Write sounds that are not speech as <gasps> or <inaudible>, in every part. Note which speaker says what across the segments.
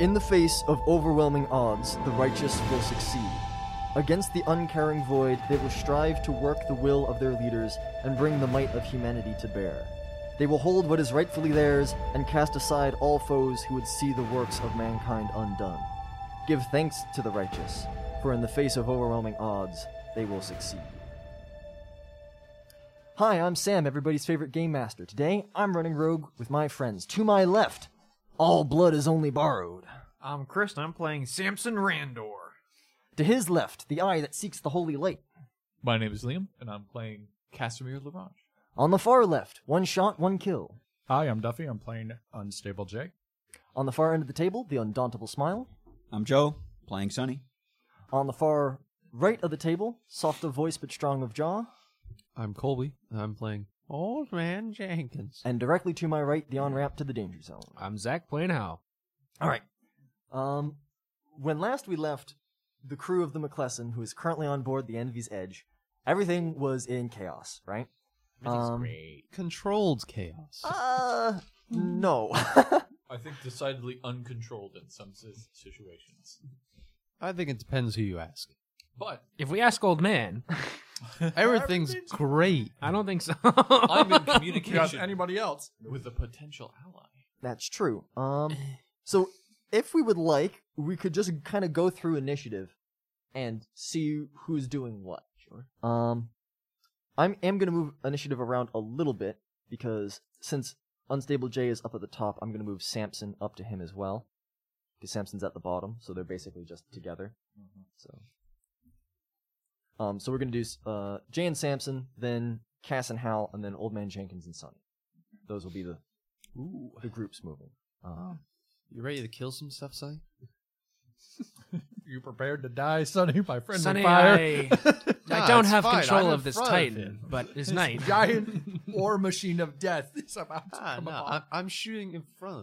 Speaker 1: In the face of overwhelming odds, the righteous will succeed. Against the uncaring void, they will strive to work the will of their leaders and bring the might of humanity to bear. They will hold what is rightfully theirs and cast aside all foes who would see the works of mankind undone. Give thanks to the righteous, for in the face of overwhelming odds, they will succeed. Hi, I'm Sam, everybody's favorite game master. Today, I'm running Rogue with my friends. To my left, all blood is only borrowed.
Speaker 2: I'm Chris, and I'm playing Samson Randor.
Speaker 1: To his left, the eye that seeks the holy light.
Speaker 3: My name is Liam, and I'm playing Casimir Larange.
Speaker 1: On the far left, one shot, one kill.
Speaker 4: Hi, I'm Duffy. I'm playing Unstable Jake.
Speaker 1: On the far end of the table, the undauntable smile.
Speaker 5: I'm Joe, playing <laughs> Sonny.
Speaker 1: On the far right of the table, soft of voice but strong of jaw.
Speaker 6: I'm Colby. and I'm playing Old Man Jenkins.
Speaker 1: And directly to my right, the on ramp to the danger zone.
Speaker 6: I'm Zach Planow.
Speaker 1: All right. Um, when last we left the crew of the McClellan, who is currently on board the Envy's Edge, everything was in chaos, right? Um,
Speaker 6: Controlled chaos.
Speaker 1: Uh, no.
Speaker 3: I think decidedly uncontrolled in some si- situations.
Speaker 6: I think it depends who you
Speaker 4: <laughs>
Speaker 6: ask.
Speaker 3: But
Speaker 7: If we ask old man,
Speaker 6: Everything's great.
Speaker 7: I don't think so.
Speaker 3: I'm
Speaker 4: <laughs>
Speaker 3: in
Speaker 4: Got
Speaker 3: communication
Speaker 4: anybody else?
Speaker 3: with a potential ally.
Speaker 1: That's true. Um, so if we would like, we could just kind of go through initiative and see who's doing what. Sure. Um, I'm am gonna move initiative around a little bit because since Unstable J is up at the top, I'm gonna move Samson up to him as well. Because Samson's at the bottom, so they're basically just together. So, um, so we're gonna do s- uh Jay and Samson, then Cass and Hal, and then Old Man Jenkins and Sonny. Those will be the
Speaker 6: Ooh.
Speaker 1: the group's moving. Um,
Speaker 6: You ready to kill some stuff, son?
Speaker 4: <laughs> You prepared to die, Sonny, my friend
Speaker 7: Sonny,
Speaker 4: of
Speaker 3: <laughs>
Speaker 4: fire.
Speaker 7: I,
Speaker 4: <laughs>
Speaker 7: I don't
Speaker 6: it's
Speaker 7: have
Speaker 6: fine.
Speaker 7: control
Speaker 6: I'm in
Speaker 7: of this
Speaker 6: front of
Speaker 7: Titan,
Speaker 6: him.
Speaker 7: but his knight.
Speaker 4: Giant <laughs> war machine of death <laughs> is about to
Speaker 6: Ah,
Speaker 4: come
Speaker 6: no,
Speaker 4: upon.
Speaker 6: I'm, I'm shooting in front. of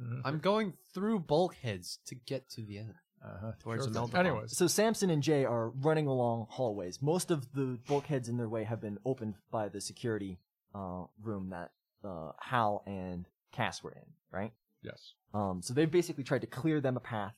Speaker 6: him. I'm going through bulkheads to get to the end.
Speaker 4: Uh-huh.
Speaker 6: Towards
Speaker 4: sure
Speaker 6: the
Speaker 4: thing.
Speaker 6: meltdown.
Speaker 4: Anyways,
Speaker 1: uh, so Samson and Jay are running along hallways. Most of the bulkheads in their way have been opened by the security uh, room that uh, Hal and Cass were in, right?
Speaker 4: yes.
Speaker 1: Um, so they've basically tried to clear them a path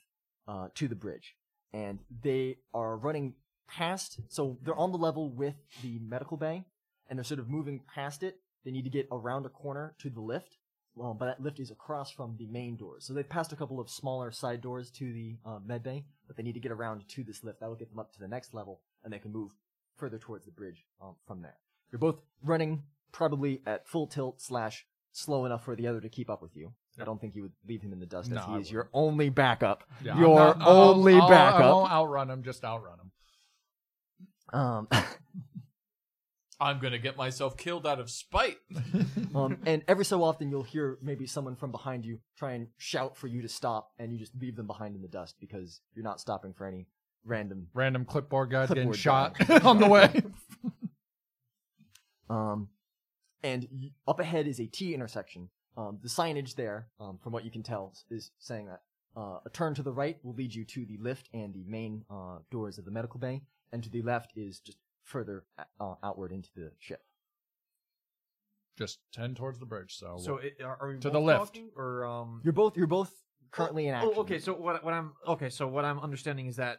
Speaker 1: uh, to the bridge, and they are running past. So they're on the level with the medical bay, and they're sort of moving past it. They need to get around a corner to the lift, well, but that lift is across from the main doors. So they've passed a couple of smaller side doors to the uh, med bay, but they need to get around to this lift. That will get them up to the next level, and they can move further towards the bridge um, from there. You're both running probably at full tilt slash slow enough for the other to keep up with you. I don't think you would leave him in the dust
Speaker 4: No,
Speaker 1: as
Speaker 4: I
Speaker 1: he is
Speaker 4: wouldn't.
Speaker 1: your only backup.
Speaker 4: Yeah, I'm
Speaker 1: your
Speaker 4: not- I'll-
Speaker 1: only
Speaker 4: I'll- I
Speaker 1: backup.
Speaker 4: won't outrun him, just outrun him.
Speaker 1: Um, <laughs>
Speaker 3: I'm gonna get myself killed out of
Speaker 4: <laughs>
Speaker 3: spite.
Speaker 2: <laughs>
Speaker 1: um, and every so often you'll hear maybe someone from behind you try and shout for you to stop, and you just leave them behind in the dust because you're not stopping for any random
Speaker 4: Random clipboard guy getting
Speaker 1: Clipboard
Speaker 4: shot <laughs>
Speaker 1: guy.
Speaker 4: on the way.
Speaker 1: Um, and y- up ahead is a T intersection. Um, the signage there, um, from what you can tell, s- is saying that uh, a turn to the right will lead you to the lift and the main uh, doors of the medical bay, and to the left is just further uh, outward into the ship.
Speaker 4: just tend towards the bridge. So,
Speaker 2: So it, are, are we
Speaker 4: Oh, To
Speaker 2: both
Speaker 4: the left.
Speaker 2: talking, or um?
Speaker 1: You're both you're both currently in action.
Speaker 2: Oh, okay. So what, what I'm okay. So what I'm understanding is that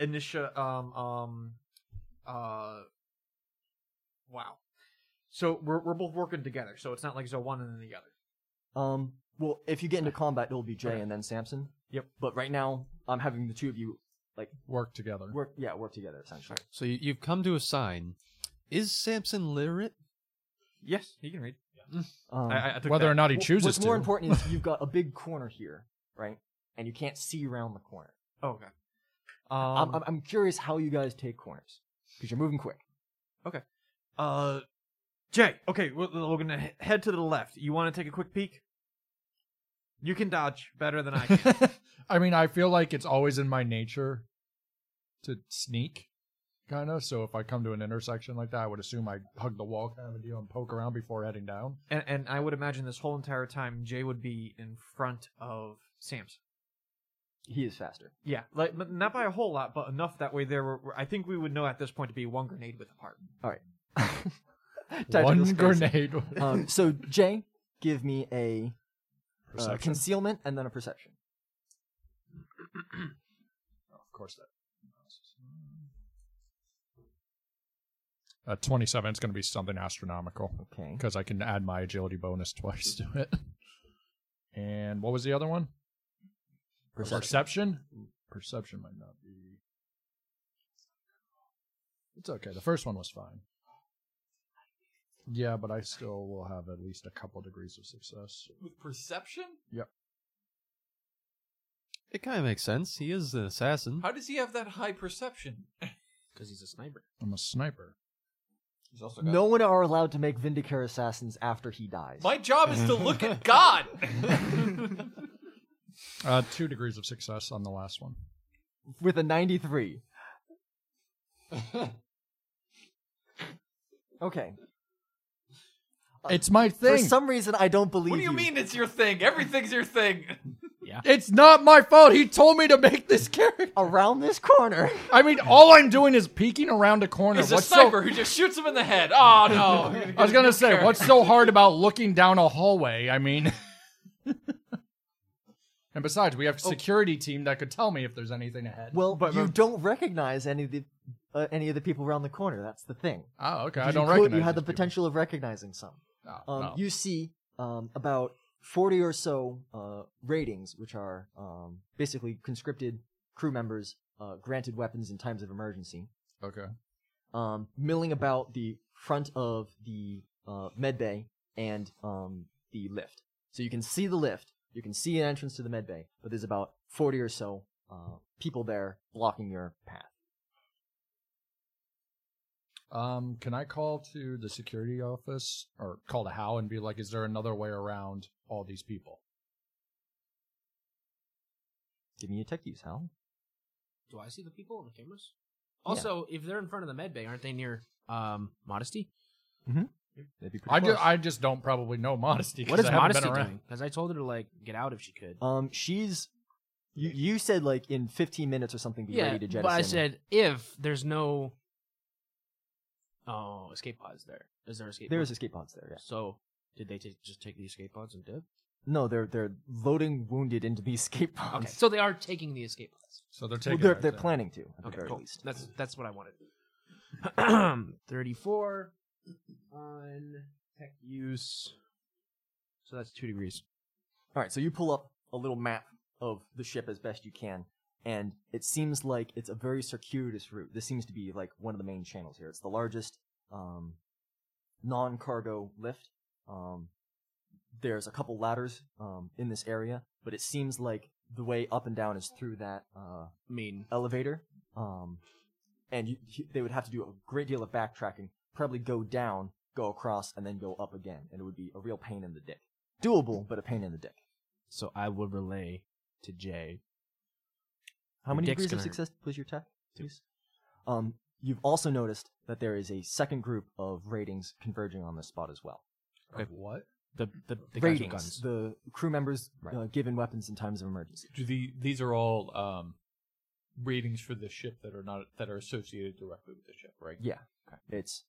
Speaker 2: Initia, um, um, uh, wow. So we're we're both working together. So it's not like so one and then the other.
Speaker 1: Um, well, if you get into combat, it'll be Jay and then Samson.
Speaker 2: Yep.
Speaker 1: But right now, I'm having the two of you
Speaker 4: work together.
Speaker 1: work. Yeah, work together essentially.
Speaker 6: So you, you've come to a sign. Is Samson literate?
Speaker 2: Yes, he can read.
Speaker 1: Um,
Speaker 2: I, I I took
Speaker 4: Whether
Speaker 2: that.
Speaker 4: or not he
Speaker 1: wh-
Speaker 4: chooses
Speaker 1: What's
Speaker 4: to.
Speaker 1: more important
Speaker 4: <laughs>
Speaker 1: is you've got a big corner here, right? And you can't see around the corner.
Speaker 2: Oh, okay. Um,
Speaker 1: I'm, I'm, I'm curious how you guys take corners because you're moving quick.
Speaker 2: uh, Jay. Okay, we're, we're gonna he- head to the left. You want to take a quick peek? You can dodge better
Speaker 1: <laughs>
Speaker 2: than I can.
Speaker 4: I mean, I feel like it's always in my nature to sneak, kind of. So if I come to an intersection like that, I would assume I hug the wall kind of a deal and poke around before heading down.
Speaker 2: and, and I would imagine this whole entire time Jay would be in front of Samson.
Speaker 1: He is faster. <laughs>
Speaker 2: Yeah, like but not by a whole lot, but enough that way there were. I think we would know at this point to be one grenade with apart.
Speaker 1: Tactical
Speaker 4: One
Speaker 1: spacing.
Speaker 4: grenade.
Speaker 1: <laughs> Um, so Jay, give me a uh,
Speaker 4: Perception.
Speaker 1: concealment and then a perception.
Speaker 4: of course that. Uh, 27 is going to be something astronomical
Speaker 1: Okay.
Speaker 4: because I can add my agility bonus twice to it. And what was the other one? Perception? Ooh, Perception might not be. It's okay. The first one was fine. Yeah, but I still will have at least a couple degrees of success.
Speaker 3: With perception?
Speaker 6: It kind of makes sense. He is an assassin.
Speaker 3: How does he have that high perception?
Speaker 7: Because he's a sniper.
Speaker 4: I'm a sniper.
Speaker 3: He's also
Speaker 1: No one are allowed to make Vindicare assassins after he dies.
Speaker 3: My job is to
Speaker 1: <laughs>
Speaker 3: look at God.
Speaker 4: Uh, two degrees of success on the last one.
Speaker 1: With a <laughs> 93. okay.
Speaker 4: It's my thing.
Speaker 1: For some reason, I don't believe
Speaker 3: what do you mean it's your thing? Everything's your thing.
Speaker 4: it's not my fault. He told me to make this <laughs> character.
Speaker 1: Around this corner.
Speaker 4: I mean, all I'm doing is peeking around a corner.
Speaker 3: He's a
Speaker 4: what's
Speaker 3: sniper who just shoots him in the
Speaker 7: <laughs>
Speaker 3: head. Oh no.
Speaker 4: so? I was gonna say, what's so hard about looking down a hallway? I mean, <laughs> and besides, we have
Speaker 7: Oh.
Speaker 4: security team that could tell me if there's anything ahead.
Speaker 1: <laughs> Well,
Speaker 2: But-
Speaker 1: you
Speaker 2: but-
Speaker 1: don't recognize any of the uh, any of the people around the corner. That's the thing.
Speaker 4: oh, okay. I
Speaker 1: You
Speaker 4: don't
Speaker 1: could-
Speaker 4: recognize.
Speaker 1: You had the
Speaker 4: these people.
Speaker 1: potential of recognizing some.
Speaker 4: Oh,
Speaker 1: Um,
Speaker 4: no.
Speaker 1: You see um, about 40 or so uh, ratings, which are um, basically conscripted crew members uh, granted weapons in times of emergency,
Speaker 4: okay.
Speaker 1: um, milling about the front of the uh, med bay and um, the lift. So you can see the lift, you can see an entrance to the med bay, but there's about 40 or so uh, people there blocking your path.
Speaker 4: Um, can I call to the security office or call to Hal and be like, "Is there another way around all these people?"
Speaker 1: Give me a tech use, Hal.
Speaker 7: Do I see the people on the cameras? Also, if they're in front of the med bay, aren't they near um modesty?
Speaker 1: That'd be pretty
Speaker 4: I
Speaker 1: close.
Speaker 4: just, I just don't probably know modesty. 'cause
Speaker 7: What is
Speaker 4: I haven't
Speaker 7: modesty
Speaker 4: been around.
Speaker 7: doing? Because I told her to like get out if she could.
Speaker 1: Um, she's. You, you said like in 15 minutes or something, be
Speaker 7: yeah,
Speaker 1: ready to jettison.
Speaker 7: but I said if there's no. Oh, escape pods there. Is there escape?
Speaker 1: there is
Speaker 7: pods?
Speaker 1: escape pods there. Yeah.
Speaker 7: So did they take, just take the escape pods and dip?
Speaker 1: No, they're they're loading wounded into the <laughs> escape pods.
Speaker 7: Okay, so they are taking the escape pods.
Speaker 4: So they're
Speaker 1: Well,
Speaker 4: taking.
Speaker 1: they're
Speaker 4: that
Speaker 1: they're
Speaker 4: down.
Speaker 1: planning to at the
Speaker 7: Okay,
Speaker 1: very
Speaker 7: cool.
Speaker 1: least.
Speaker 7: That's that's what I wanted. <clears throat> Thirty-four on tech use. So that's two degrees.
Speaker 1: All right, so you pull up a little map of the ship as best you can, and it seems like it's a very circuitous route. This seems to be like one of the main channels here. It's the largest um, non-cargo lift. Um, there's a couple ladders um, in this area, but it seems like the way up and down is through that uh,
Speaker 7: I mean,
Speaker 1: elevator, um, and you, he- they would have to do a great deal of backtracking. Probably go down, go across, and then go up again, and it would be a real pain in the dick. Doable, but a pain in the dick.
Speaker 7: so I would relay to Jay.
Speaker 1: How
Speaker 7: Your
Speaker 1: many
Speaker 7: dick's
Speaker 1: degrees of
Speaker 7: gonna hurt.
Speaker 1: success was your tech? Please. Um, you've also noticed that there is a second group of ratings converging on this spot as well.
Speaker 4: Of What?
Speaker 7: The the, the guys with
Speaker 1: ratings,
Speaker 7: guns.
Speaker 1: the crew members uh, given weapons in times of emergency.
Speaker 3: Do the, these are all um, ratings for the ship that are not that are associated directly with the ship, right?
Speaker 1: Yeah, it's.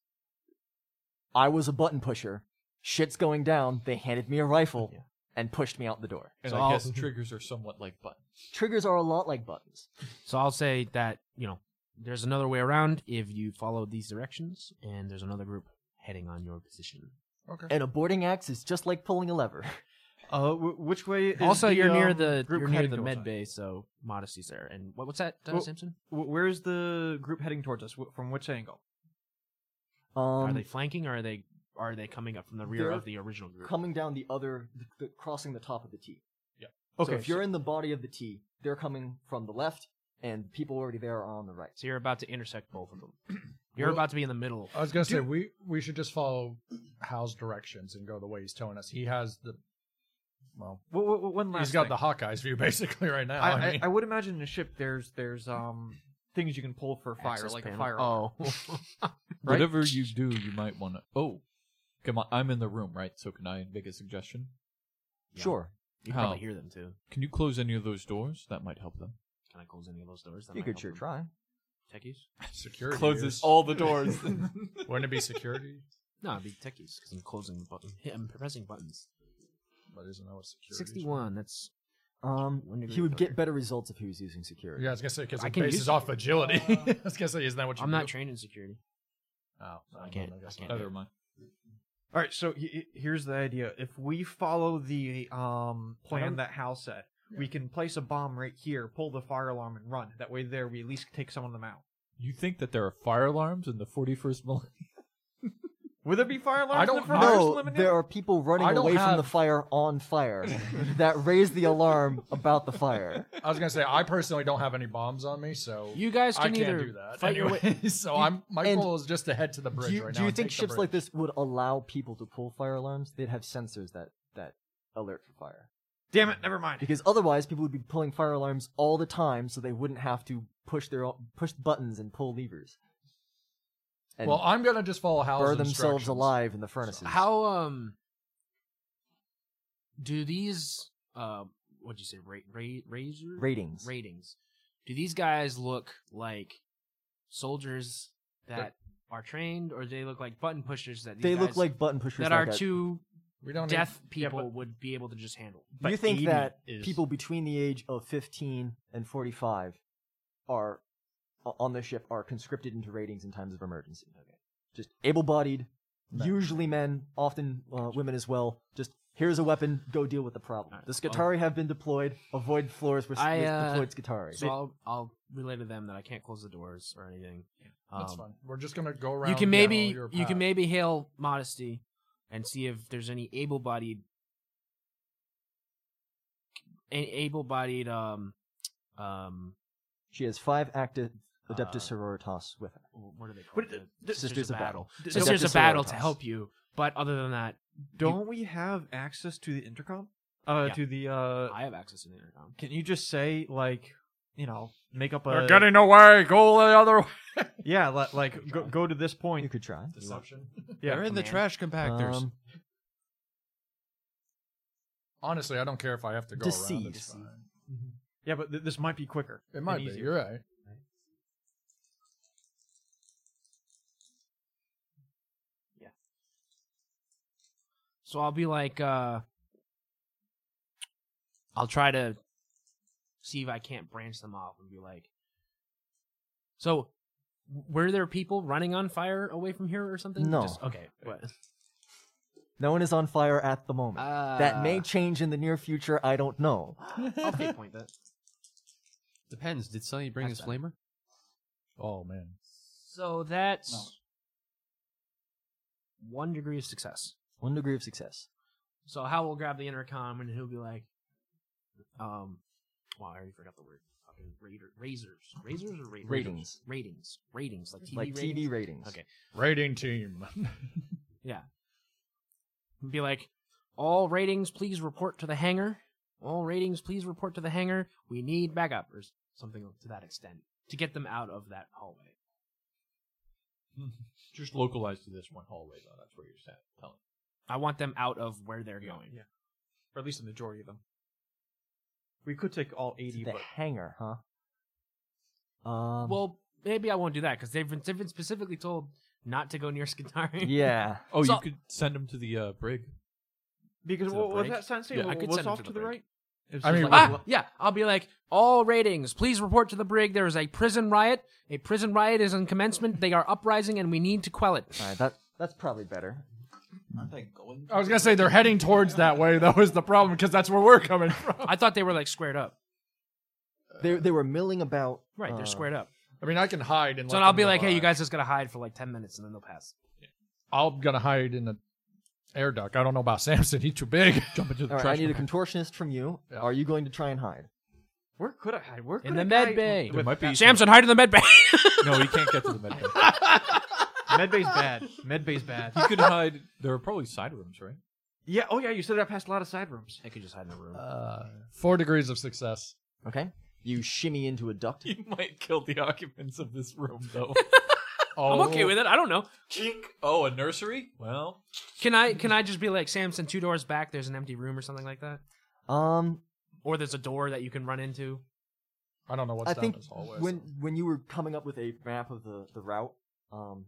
Speaker 1: I was a button pusher. Shit's going down. They handed me a rifle and pushed me out the door.
Speaker 3: And
Speaker 7: So
Speaker 3: I
Speaker 7: I'll-
Speaker 3: guess triggers are somewhat like buttons.
Speaker 1: Triggers are a lot like buttons.
Speaker 7: So I'll say that you know there's another way around if you follow these directions, and there's another group heading on your position.
Speaker 4: Okay.
Speaker 1: And aborting axe is just like pulling a lever. <laughs>
Speaker 2: Uh, wh- which way? Is
Speaker 7: also,
Speaker 2: the,
Speaker 7: you're near
Speaker 2: um,
Speaker 7: the
Speaker 2: group
Speaker 7: you're near
Speaker 2: heading
Speaker 7: the
Speaker 2: towards
Speaker 7: med
Speaker 2: us?
Speaker 7: bay, so modesty's there. And what, what's that, uh,
Speaker 2: Well,
Speaker 7: Simpson?
Speaker 2: Wh- Where is the group heading towards us? Wh- From which angle?
Speaker 7: are
Speaker 1: Um,
Speaker 7: they flanking, or are they are they coming up from the rear
Speaker 1: they're
Speaker 7: of the original
Speaker 1: <laughs>
Speaker 7: group?
Speaker 1: coming down the other, the, the, crossing the top of the T.
Speaker 2: Okay,
Speaker 1: so if you're in the body of the T, they're coming from the left, and people already there are on the right.
Speaker 7: So you're about to intersect both
Speaker 1: <clears throat>
Speaker 7: of them. You're
Speaker 4: Well-
Speaker 7: about to be in the middle.
Speaker 4: I was gonna say we we should just follow Hal's directions and go the way he's telling us. He has the well,
Speaker 2: Wh- wh- wh- one last.
Speaker 4: he's got
Speaker 2: thing.
Speaker 4: the Hawkeye's view basically right now.
Speaker 2: I,
Speaker 4: I,
Speaker 2: I,
Speaker 4: mean,
Speaker 2: I would imagine in a ship there's there's um things you can pull for fire,
Speaker 7: Access
Speaker 2: like
Speaker 7: panel.
Speaker 2: a fire.
Speaker 7: Oh,
Speaker 2: Right?
Speaker 3: <laughs> Whatever you do, you might want to. Oh, come on! I'm in the room, right? So can I make a suggestion?
Speaker 7: Yeah.
Speaker 1: Sure.
Speaker 7: you can
Speaker 3: How?
Speaker 4: Oh.
Speaker 7: probably hear them too.
Speaker 3: Can you close any of those doors? That might help them.
Speaker 7: Can I close any of those doors? That
Speaker 1: you
Speaker 7: might
Speaker 1: could
Speaker 7: help
Speaker 1: sure
Speaker 7: them.
Speaker 1: try.
Speaker 7: Techies?
Speaker 4: security
Speaker 3: Closes
Speaker 4: is-
Speaker 3: all the <laughs> doors.
Speaker 4: <laughs> Wouldn't it be security?
Speaker 7: No, it'd be techies <laughs> because I'm closing the button. Yeah, I'm pressing buttons.
Speaker 4: but isn't that what security? is?
Speaker 7: Sixty-one. That's
Speaker 1: Um,
Speaker 7: One degree
Speaker 1: he would
Speaker 7: further.
Speaker 1: get better results if he was using security.
Speaker 4: Yeah, I was gonna say because
Speaker 7: I
Speaker 4: it
Speaker 7: can use
Speaker 4: bases
Speaker 7: it. <laughs>
Speaker 4: off agility. I was gonna say, isn't that what you?
Speaker 7: I'm
Speaker 4: do?
Speaker 7: not trained in security.
Speaker 4: Oh,
Speaker 7: I can't-
Speaker 4: guess
Speaker 7: I can't
Speaker 4: not.
Speaker 3: Never mind.
Speaker 2: All right, so he- he- here's the idea: if we follow the um, plan that Hal said, we can place a bomb right here, pull the fire alarm, and run. That way, there we at least take some of them out.
Speaker 3: You think that there are fire alarms in the 41st millennium?
Speaker 2: Would there be fire alarms?
Speaker 4: I
Speaker 2: in the
Speaker 4: don't
Speaker 2: first
Speaker 1: No,
Speaker 2: millennium?
Speaker 1: there are people running
Speaker 4: I don't
Speaker 1: away from the
Speaker 4: have-
Speaker 1: fire on fire
Speaker 4: <laughs>
Speaker 1: that raise the alarm about the fire.
Speaker 4: I was gonna say I personally don't have any bombs on me, so
Speaker 7: You guys
Speaker 4: I
Speaker 7: can
Speaker 4: can't
Speaker 7: either
Speaker 4: do that.
Speaker 7: fight your way.
Speaker 4: Anyway, <laughs> so I'm my
Speaker 1: and-
Speaker 4: goal is just to head to the bridge
Speaker 1: do you,
Speaker 4: right
Speaker 1: do
Speaker 4: now.
Speaker 1: you
Speaker 4: and
Speaker 1: think
Speaker 4: take the
Speaker 1: ships like
Speaker 4: bridge.
Speaker 1: this would allow people to pull fire alarms? They'd have sensors that that alert for fire.
Speaker 2: Damn it! Never mind.
Speaker 1: Because otherwise, people would be pulling fire alarms all the time, so they wouldn't have to push their own- push buttons and pull levers and
Speaker 4: Well, I'm gonna just follow Hal's
Speaker 1: burn themselves
Speaker 4: instructions.
Speaker 1: alive in the furnaces.
Speaker 7: How um do these uh what'd you say ra- ra- razor
Speaker 1: ratings?
Speaker 7: ratings? Do these guys look like soldiers that are trained, or do they look like button pushers that these
Speaker 1: they look
Speaker 7: guys-
Speaker 1: like button pushers
Speaker 7: that
Speaker 1: like
Speaker 7: our
Speaker 1: that.
Speaker 7: two
Speaker 4: We don't need-
Speaker 7: deaf
Speaker 2: yeah,
Speaker 7: people
Speaker 2: but-
Speaker 7: would be able to just handle?
Speaker 1: you
Speaker 2: But
Speaker 1: think
Speaker 2: 80
Speaker 1: that
Speaker 2: is-
Speaker 1: people between the age of 15 and 45 are o- on the ship are conscripted into ratings in times of emergency just able-bodied
Speaker 4: Men.
Speaker 1: usually men often uh, women as well just here's a weapon go deal with the problem
Speaker 7: Alright,
Speaker 1: the scutari have been deployed avoid floors with,
Speaker 7: I,
Speaker 1: with
Speaker 7: uh,
Speaker 1: deployed scutari
Speaker 7: So I'll I'll relay to them that I can't close the doors or anything.
Speaker 4: That's
Speaker 7: Um,
Speaker 4: fine. We're just gonna go around.
Speaker 7: You can
Speaker 4: follow
Speaker 7: maybe
Speaker 4: your
Speaker 7: you
Speaker 4: path.
Speaker 7: can maybe hail modesty and see if there's any able-bodied a- able-bodied um um
Speaker 1: she has five active adeptus
Speaker 7: Uh,
Speaker 1: sororitas with her
Speaker 7: what are they called?
Speaker 2: But
Speaker 7: The
Speaker 2: it- the-
Speaker 1: sisters, of battle,
Speaker 2: th-
Speaker 7: So
Speaker 2: don't-
Speaker 1: Adeptus
Speaker 7: there's a battle to
Speaker 1: sororitas.
Speaker 7: help you, but other than that,
Speaker 2: Don't we have access to the intercom? Uh,
Speaker 7: Yeah.
Speaker 2: to the uh,
Speaker 7: I have access to the intercom.
Speaker 2: can you just say like, you know, make up a
Speaker 4: They're getting away. Go the other way.
Speaker 2: <laughs> yeah, li- like go, go to this
Speaker 1: you
Speaker 2: point.
Speaker 1: could try
Speaker 4: Deception.
Speaker 3: <laughs>
Speaker 2: Yeah,
Speaker 6: They're in the
Speaker 4: Oh,
Speaker 7: command.
Speaker 6: trash compactors.
Speaker 1: Um,
Speaker 4: Honestly, I don't care if I have to go around.
Speaker 1: Deceive.
Speaker 4: It's fine.
Speaker 2: Yeah, but th- this might be quicker.
Speaker 4: It might
Speaker 2: and
Speaker 4: be.
Speaker 2: easier.
Speaker 4: You're right.
Speaker 7: So I'll be like, uh, I'll try to see if I can't branch them off and be like, so were there people running on fire away from here or something?
Speaker 1: No.
Speaker 7: Just- okay. What?
Speaker 1: no one is on fire at the moment that may
Speaker 7: Uh,
Speaker 1: change in the near future i don't
Speaker 7: <laughs>
Speaker 1: know
Speaker 7: I'll fake point that.
Speaker 6: Depends. Did Sonny bring his flamer?
Speaker 4: Oh man.
Speaker 7: So that's one degree of success.
Speaker 1: one degree of success
Speaker 7: So Hal will grab the intercom and he'll be like, um, wow, I already forgot the word. Fucking raider, razors, razors or raiders?
Speaker 1: Ratings.
Speaker 7: ratings, ratings, like TV
Speaker 1: like
Speaker 7: ratings.
Speaker 1: TV ratings.
Speaker 7: Okay.
Speaker 4: Raiding team.
Speaker 7: and be like, all ratings, please report to the hangar. All ratings, please report to the hangar. We need backup or s- something to that extent to get them out of that hallway.
Speaker 3: Just localized to this one hallway, though. That's where you're sat. Telling.
Speaker 7: I want them out of where they're going.
Speaker 2: Yeah. Or at least the majority of them. We could take all eighty,
Speaker 1: The
Speaker 2: but
Speaker 1: hanger, huh? Um,
Speaker 7: Well, <laughs> maybe I won't do that because they've been, they've been specifically told not to go near Skitari. <laughs>
Speaker 1: yeah.
Speaker 3: Oh,
Speaker 7: So-
Speaker 3: you could send them to the uh, brig.
Speaker 2: because
Speaker 7: To the
Speaker 2: what was
Speaker 7: break?
Speaker 2: that sound say?
Speaker 7: Yeah, I
Speaker 2: What-
Speaker 7: could
Speaker 2: what's
Speaker 7: send 'em
Speaker 2: off
Speaker 7: to
Speaker 2: to
Speaker 7: the
Speaker 2: the
Speaker 7: break.
Speaker 2: right? It's
Speaker 4: I
Speaker 2: just
Speaker 4: mean,
Speaker 2: like-
Speaker 7: Ah, yeah. I'll be like, all ratings, please report to the brig. There is a prison riot. A prison riot is in commencement. They are uprising, and we need to quell it.
Speaker 1: <laughs> All right, that that's probably better.
Speaker 3: Aren't they going?
Speaker 4: I was gonna say they're heading towards that way. That was the problem because that's where we're coming from.
Speaker 7: I thought they were like squared up.
Speaker 1: They they were milling about.
Speaker 7: Right,
Speaker 1: uh,
Speaker 7: they're squared up.
Speaker 4: I mean, I can hide and.
Speaker 7: So
Speaker 4: let
Speaker 7: then I'll
Speaker 4: them
Speaker 7: be
Speaker 4: go
Speaker 7: like, hey,
Speaker 4: by.
Speaker 7: you guys just gotta hide for like ten minutes, and then they'll pass.
Speaker 4: I'm gonna hide in the air duct. I don't
Speaker 3: <laughs>
Speaker 4: know about Samson. He's too big. Jump into the
Speaker 1: All right, I
Speaker 4: trash.
Speaker 1: need a contortionist from you.
Speaker 4: Yeah.
Speaker 1: Are you going to try and hide?
Speaker 2: Where could I hide? Where could
Speaker 7: In the
Speaker 2: a
Speaker 7: med
Speaker 2: guy-
Speaker 7: bay.
Speaker 3: There might be.
Speaker 7: Samson, hide in the med bay.
Speaker 3: No, he can't get
Speaker 1: <laughs>
Speaker 3: to the med. bay.
Speaker 2: <laughs> Med bay's bad. <laughs> Med bay's bad.
Speaker 3: He could hide. There are probably side rooms, right?
Speaker 2: Yeah. Oh yeah. You said I passed a lot of side rooms.
Speaker 7: I could just hide in the room.
Speaker 4: Uh, four degrees of success.
Speaker 1: Okay. You shimmy into a duct.
Speaker 3: You might kill the occupants of this <laughs> room, though.
Speaker 4: Oh,
Speaker 7: I'm okay with it. I don't know.
Speaker 3: Chink. Oh, a nursery? Well,
Speaker 7: Can I? Can I just be like Samson? Two doors back, there's an empty room or something like that,
Speaker 1: Um,
Speaker 7: or there's a door that you can run into.
Speaker 4: I don't know what's
Speaker 1: I
Speaker 4: down
Speaker 1: think
Speaker 4: this hallway.
Speaker 1: when when you were coming up with a map of the the route, um,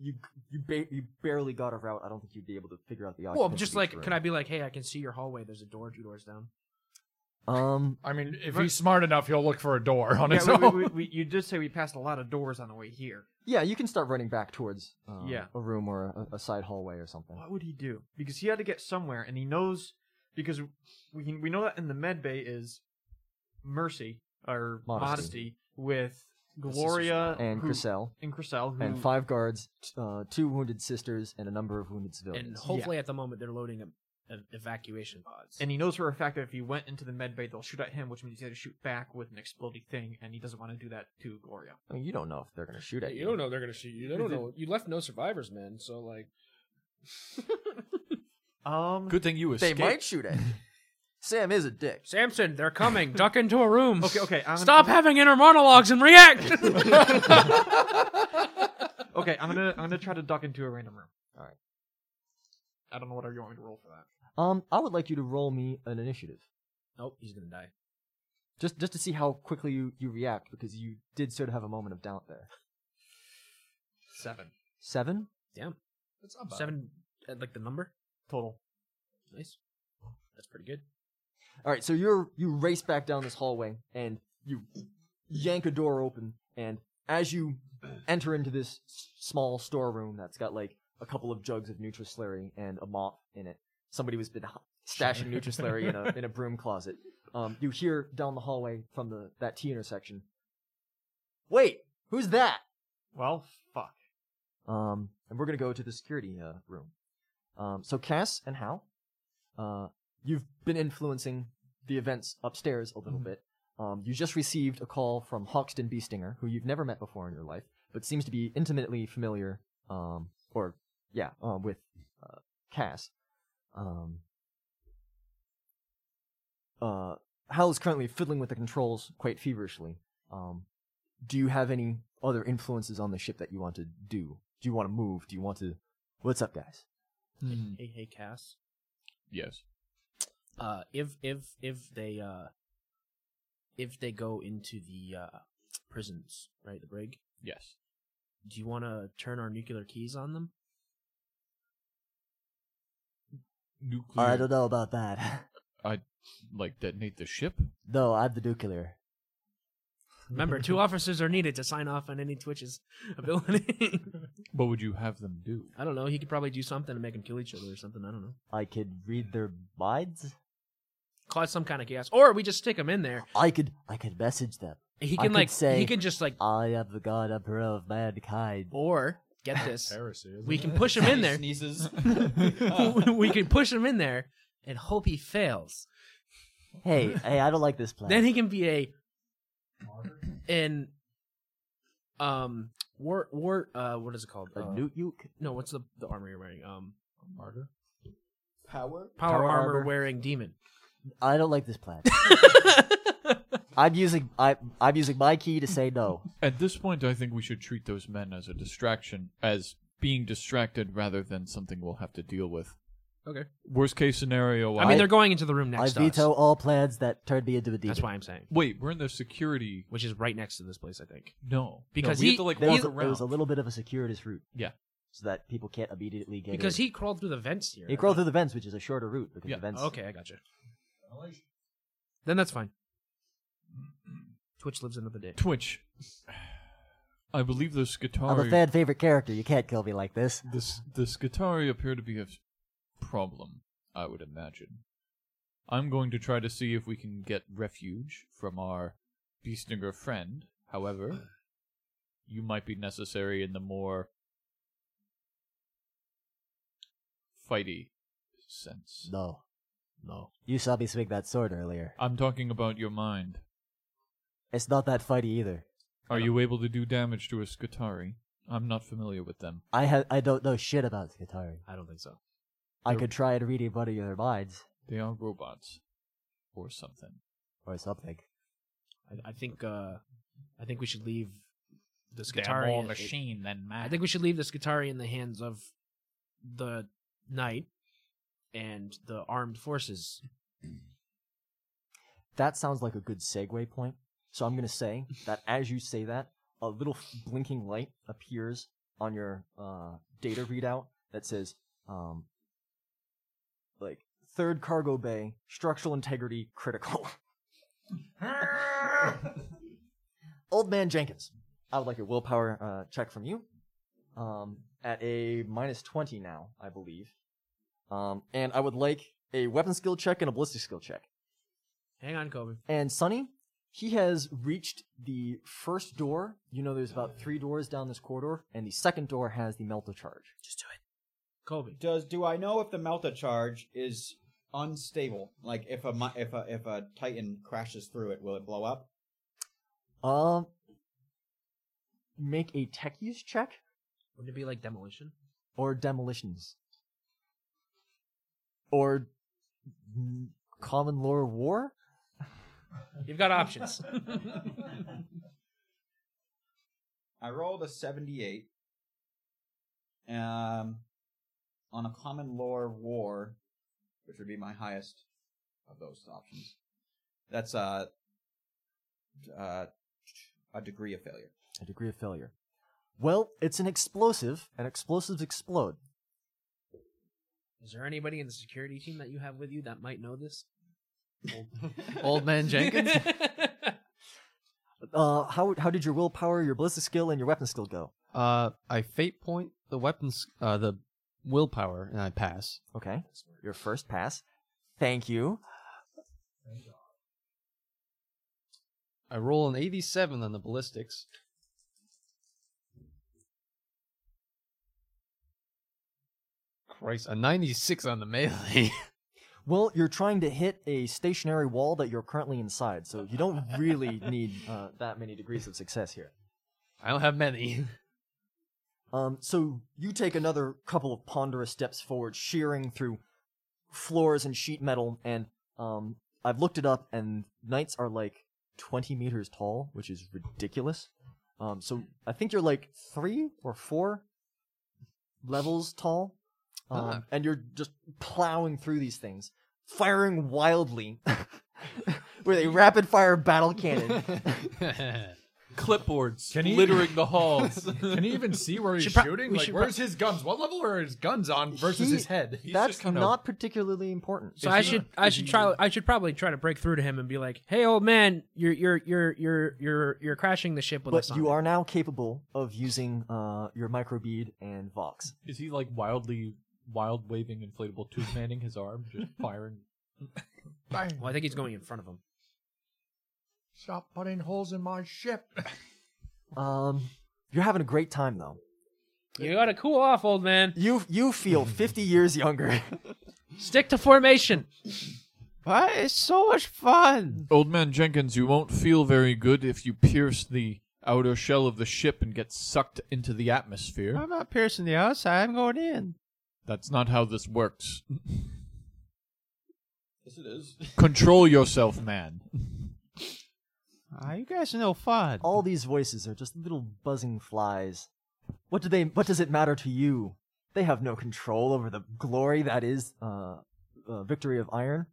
Speaker 1: you you ba- you barely got a route. I don't think you'd be able to figure out the.
Speaker 7: Well,
Speaker 1: occupants
Speaker 7: just
Speaker 1: of each
Speaker 7: like,
Speaker 1: room.
Speaker 7: can I be like, hey, I can see your hallway. There's a door two doors down.
Speaker 1: Um,
Speaker 4: I mean, if
Speaker 2: Right.
Speaker 4: he's smart enough, he'll look for a door on his
Speaker 2: yeah,
Speaker 4: own. <laughs>
Speaker 7: <laughs>
Speaker 2: we, we, we, we- you did say we passed a lot of doors on the way here.
Speaker 1: yeah, you can start running back towards um,
Speaker 2: Yeah.
Speaker 1: a room or a, a side hallway or something.
Speaker 2: What would he do? Because he had to get somewhere, and he knows because we we know that in the med bay is mercy or modesty,
Speaker 1: Modesty.
Speaker 2: with Gloria
Speaker 1: And
Speaker 2: who-
Speaker 1: Crissell
Speaker 2: and Chriselle, who,
Speaker 1: and five guards, t- uh, two wounded sisters, and a number of wounded
Speaker 7: And
Speaker 1: civilians.
Speaker 7: hopefully, at the moment, they're loading a, a evacuation pods.
Speaker 2: and he knows for a fact that if he went into the med bay, they'll shoot at him, which means he had to shoot back with an exploding thing, and he doesn't want to do that to Gloria.
Speaker 1: I mean, you don't know if they're going to shoot
Speaker 8: Yeah,
Speaker 1: at you.
Speaker 8: you don't know they're gonna shoot you. They don't know. You left no survivors, man. So like,
Speaker 2: Um,
Speaker 3: Good thing you
Speaker 1: They
Speaker 3: escaped.
Speaker 1: might shoot at you. Sam is a dick.
Speaker 7: Samson, they're coming. Duck into a room.
Speaker 2: <laughs> Okay, okay, I'm gonna-
Speaker 7: Stop having inner monologues and
Speaker 2: <laughs>
Speaker 7: react. <laughs>
Speaker 2: okay, I'm gonna I'm gonna try to duck into a random room.
Speaker 1: All right.
Speaker 2: I don't know what you want me to roll for that.
Speaker 1: Um, I would like you to roll me an initiative,
Speaker 7: nope, Oh, he's gonna die.
Speaker 1: just just to see how quickly you, you react because you did sort of have a moment of doubt there.
Speaker 2: Seven
Speaker 1: Seven.
Speaker 7: Damn,
Speaker 4: It's not bad.
Speaker 7: seven, uh, like the number.
Speaker 2: total.
Speaker 7: Nice. That's pretty good.
Speaker 1: All right, so you're you race back down this hallway and you yank a door open, and as you enter into this s- small storeroom that's got like a couple of jugs of Nutrislurry and a mop in it, somebody was been h- stashing Nutrislurry in a in a broom closet. Um, you hear down the hallway from the that T intersection. Wait, who's that?
Speaker 2: Well, fuck.
Speaker 1: Um, and we're gonna go to the security uh, room. Um, so Cass and Hal, uh, you've been influencing the events upstairs a little bit. Um, you just received a call from Hoxton Beestinger, who you've never met before in your life, but seems to be intimately familiar. Um, or yeah, um, with uh, Cass. Um, uh, Hal is currently fiddling with the controls quite feverishly. Um, do you have any other influences on the ship that you want to do? Do you want to move? Do you want to? What's up, guys?
Speaker 3: Hmm.
Speaker 7: Hey, hey, Cass.
Speaker 3: Yes.
Speaker 7: Uh, if if if they uh, if they go into the uh, prisons, right, the brig.
Speaker 3: Yes.
Speaker 7: Do you want to turn our nuclear keys on them?
Speaker 3: Nuclear.
Speaker 1: know about that. <laughs>
Speaker 3: Like detonate the ship.
Speaker 1: No, I'm the nuclear.
Speaker 8: <laughs>
Speaker 7: Remember, two officers are needed to sign off on any Twitch's <laughs> ability. <laughs>
Speaker 3: What would you have them do?
Speaker 7: I don't know. He could probably do something to make them kill each other or something. I don't know.
Speaker 1: I could read their minds.
Speaker 7: Cause some kind of chaos, or we just stick him in there.
Speaker 1: I could. I could message them.
Speaker 7: He
Speaker 1: I
Speaker 7: can
Speaker 1: could
Speaker 7: like
Speaker 1: say-
Speaker 7: he can
Speaker 1: <laughs>
Speaker 7: just like
Speaker 1: I am the god emperor of mankind.
Speaker 7: or get this.
Speaker 4: Heresy, isn't
Speaker 7: We
Speaker 4: it?
Speaker 7: can push him in there.
Speaker 5: Sneezes. <laughs>
Speaker 7: <laughs> we can push him in there and hope he fails. <laughs>
Speaker 1: Hey, hey, I don't like this plan.
Speaker 7: Then he can be a an um war war uh what is it called?
Speaker 1: a
Speaker 7: Uh,
Speaker 1: newt uke.
Speaker 7: no, what's the the armor you're wearing? Um
Speaker 4: Martyr.
Speaker 5: Power.
Speaker 7: power,
Speaker 1: Power
Speaker 7: armor
Speaker 1: armor.
Speaker 7: wearing demon.
Speaker 1: I don't like this
Speaker 7: <laughs>
Speaker 1: plan. I'm using. I, I'm using my key to say no.
Speaker 3: At this point, I think we should treat those men as a distraction, as being distracted rather than something we'll have to deal with.
Speaker 7: Okay.
Speaker 3: Worst case scenario,
Speaker 7: I mean they're going into the room next
Speaker 1: I
Speaker 7: to us.
Speaker 1: veto all plans that turn me into a demon.
Speaker 7: That's why I'm saying.
Speaker 3: Wait, we're in the security.
Speaker 7: Which is right next to this place, I think.
Speaker 3: No,
Speaker 7: Because
Speaker 3: no, we
Speaker 7: he-
Speaker 3: have to like
Speaker 1: There
Speaker 3: walk
Speaker 1: was,
Speaker 7: he's-
Speaker 1: there
Speaker 3: around.
Speaker 1: was a little bit of a circuitous route.
Speaker 3: Yeah.
Speaker 1: So that people can't immediately get
Speaker 7: Because
Speaker 1: in.
Speaker 7: he crawled through the vents here.
Speaker 1: He crawled through the vents, which is a shorter route because
Speaker 3: Yeah.
Speaker 1: the vents.
Speaker 7: Okay, I gotcha. Then that's fine. Twitch lives another day.
Speaker 3: Twitch. <sighs> I believe this
Speaker 1: I'm a
Speaker 3: Skatari.
Speaker 1: fan favorite character. You can't kill me like this.
Speaker 3: This this Skatari appear to be a problem. I would imagine. I'm going to try to see if we can get refuge from our Beastinger friend. However, you might be necessary in the more fighty sense.
Speaker 1: No, no. You saw me swing that sword earlier.
Speaker 3: I'm talking about your mind.
Speaker 1: It's not that fighty either.
Speaker 3: Are you able to do damage to a Skatari? I'm not familiar with them.
Speaker 1: I ha- I don't know shit about Skatari.
Speaker 7: I don't think so.
Speaker 1: I could try and read one of their minds
Speaker 3: They are robots, or something.
Speaker 1: or something.
Speaker 7: I, I think uh, I think we should leave the
Speaker 3: They're
Speaker 7: Skatari.
Speaker 3: more machine than man.
Speaker 7: I think we should leave the Skatari in the hands of the knight and the armed forces.
Speaker 1: That sounds like a good segue point. So I'm gonna say that as you say that, a little f- blinking light appears on your uh, data readout that says, um, like third cargo bay structural integrity critical. Old man Jenkins, I would like a willpower uh, check from you. Um, at a minus twenty now, I believe. Um, and I would like a weapon skill check and a ballistic skill check.
Speaker 7: Hang on, Kobe.
Speaker 1: And Sonny, he has reached the first door. You know, there's about three doors down this corridor, and the second door has the melta charge.
Speaker 7: Just do it. Kobe.
Speaker 5: Does do I know if the melta charge is unstable? Like if a mi- if a if a Titan crashes through it, will it blow up?
Speaker 1: Um, make a tech use check
Speaker 7: Wouldn't it be like demolition?
Speaker 1: or demolitions, or mm, common lore war.
Speaker 8: You've got options.
Speaker 5: I rolled a seventy-eight. Um, on a common lore war, which would be my highest of those options. That's uh, uh, a degree of failure.
Speaker 1: A degree of failure. Well, it's an explosive, and explosives explode.
Speaker 7: Is there anybody in the security team that you have with you that might know this?
Speaker 6: Old man Jenkins.
Speaker 1: Uh, how how did your willpower, your ballistic skill, and your weapon skill go?
Speaker 6: Uh, I fate point the weapons, uh, the willpower, and I pass.
Speaker 1: Okay, your first pass. Thank you.
Speaker 6: I roll an 87 on the ballistics. Christ, a 96 on the melee. <laughs>
Speaker 1: Well, you're trying to hit a stationary wall that you're currently inside, so you don't really need uh, that many degrees of success here.
Speaker 6: I don't have many. <laughs>
Speaker 1: Um, so you take another couple of ponderous steps forward, shearing through floors and sheet metal, and um, I've looked it up, and knights are like 20 meters tall, which is ridiculous. Um, so I think you're like three or four levels tall, um,
Speaker 6: Ah.
Speaker 1: and you're just plowing through these things, firing wildly <laughs> with a rapid fire battle cannon.
Speaker 3: Clipboards
Speaker 4: Can he-
Speaker 3: littering the <laughs> halls.
Speaker 4: Can he even see where he's
Speaker 7: Should pro-
Speaker 4: shooting?
Speaker 7: we
Speaker 4: Like,
Speaker 7: should pro-
Speaker 4: where's his guns? What level are his guns on versus
Speaker 1: He-
Speaker 4: his head?
Speaker 3: <laughs> He's
Speaker 1: That's
Speaker 3: just kinda-
Speaker 1: not particularly important.
Speaker 7: So
Speaker 3: Is
Speaker 7: I
Speaker 3: he-
Speaker 7: should I
Speaker 3: is
Speaker 7: should
Speaker 3: he-
Speaker 7: try I should probably try to break through to him and be like, "Hey, old man, you're you're you're you're you're you're crashing the ship with
Speaker 1: But
Speaker 7: us." on
Speaker 1: you
Speaker 7: it."
Speaker 1: are now capable of using uh, your microbead and vox.
Speaker 3: Is he like wildly wild waving inflatable tube manning his arm,
Speaker 7: <laughs>
Speaker 3: just firing?
Speaker 4: Bang!
Speaker 7: Well, I think he's going in front of him.
Speaker 4: Stop putting holes in my ship.
Speaker 1: Um, you're having a great time though.
Speaker 7: You gotta cool off, old man.
Speaker 1: You you <laughs> feel 50 years younger. <laughs>
Speaker 7: Stick to formation.
Speaker 6: but it's so much fun.
Speaker 3: Old man Jenkins, you won't feel very good if you pierce the outer shell of the ship and get sucked into the atmosphere.
Speaker 7: Um,
Speaker 6: I'm not piercing the outside, I'm going in.
Speaker 3: That's not how this works.
Speaker 5: Yes, it is.
Speaker 3: Control yourself, <laughs> man.
Speaker 6: Ah, you guys are no fun.
Speaker 1: All these voices are just little buzzing flies. What do they? What does it matter to you? They have no control over the glory that is uh, uh, victory of iron.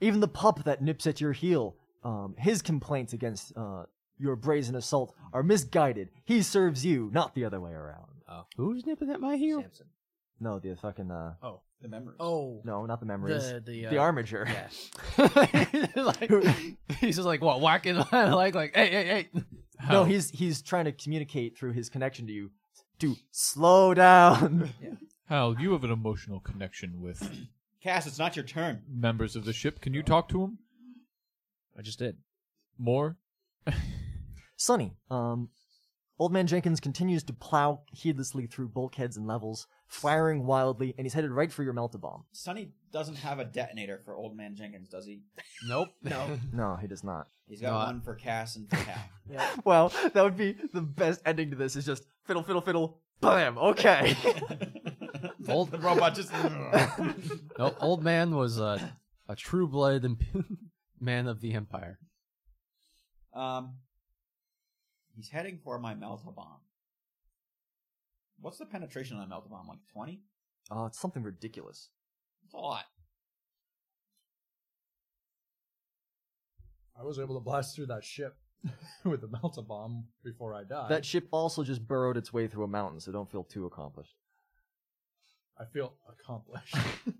Speaker 1: Even the pup that nips at your heel, um, his complaints against uh, your brazen assault are misguided. He serves you, not the other way around.
Speaker 6: Who's nipping at my heel?
Speaker 1: No, the fucking uh,
Speaker 5: The memory.
Speaker 7: Oh,
Speaker 1: no, not the memories. The,
Speaker 7: the uh,
Speaker 1: armiger.
Speaker 7: <laughs>
Speaker 6: like, he's just like,
Speaker 7: <laughs>
Speaker 6: what, whacking my leg? Like, hey, hey, hey.
Speaker 1: <laughs> No, he's he's trying to communicate through his connection to you. To slow down.
Speaker 3: Hal, you have an emotional connection with
Speaker 5: Cass, it's not your turn.
Speaker 3: members of the ship. Can you talk to him
Speaker 7: I just did.
Speaker 3: more?
Speaker 1: Sonny, um, Old Man Jenkins continues to plow heedlessly through bulkheads and levels, firing wildly, and he's headed right for your melta bomb.
Speaker 5: Sonny doesn't have a detonator for Old Man Jenkins, does he?
Speaker 6: Nope. No.
Speaker 1: No, he does not.
Speaker 5: He's got
Speaker 6: No, I-
Speaker 5: one for Cass and for Cal.
Speaker 1: Well, that would be the best ending to this is just fiddle, fiddle, fiddle, bam,
Speaker 5: <laughs>
Speaker 1: okay.
Speaker 6: Old,
Speaker 5: the <laughs> robot just.
Speaker 6: no, old man was a, a true blooded imp- <laughs> man of the empire.
Speaker 5: um, he's heading for my Melta bomb. What's the penetration on a Melta bomb? Like twenty?
Speaker 1: oh, it's something ridiculous.
Speaker 5: It's a lot.
Speaker 4: I was able to blast through that ship <laughs> with the melta bomb before I
Speaker 3: Uh,
Speaker 4: died.
Speaker 1: That ship also just burrowed its way through a mountain, so don't feel too accomplished.
Speaker 4: I feel
Speaker 3: <laughs>
Speaker 4: accomplished.
Speaker 7: Uh,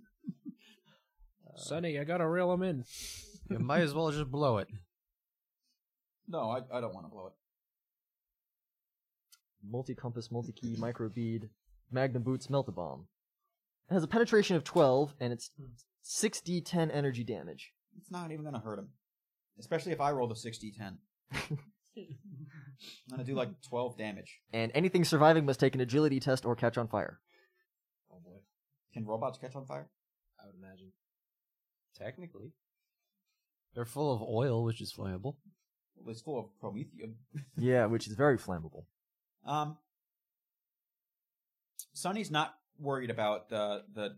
Speaker 7: Sonny, I gotta reel him in.
Speaker 6: You might as well just blow it.
Speaker 5: No, I, I don't want to blow it.
Speaker 1: multi compass, multi key, micro bead, magnum boots, melt bomb. It has a penetration of 12 and it's 6d10 energy damage.
Speaker 5: It's not even going to hurt him. Especially if I roll the 60 10. <laughs> I'm going to do like 12 damage.
Speaker 1: And anything surviving must take an agility test or catch on fire.
Speaker 5: Oh boy. Can robots catch on fire?
Speaker 6: I would imagine.
Speaker 5: Technically.
Speaker 6: They're full of oil, which is flammable.
Speaker 5: Well, it's full of promethium.
Speaker 1: Yeah, which is very flammable.
Speaker 5: Um, Sunny's not worried about the the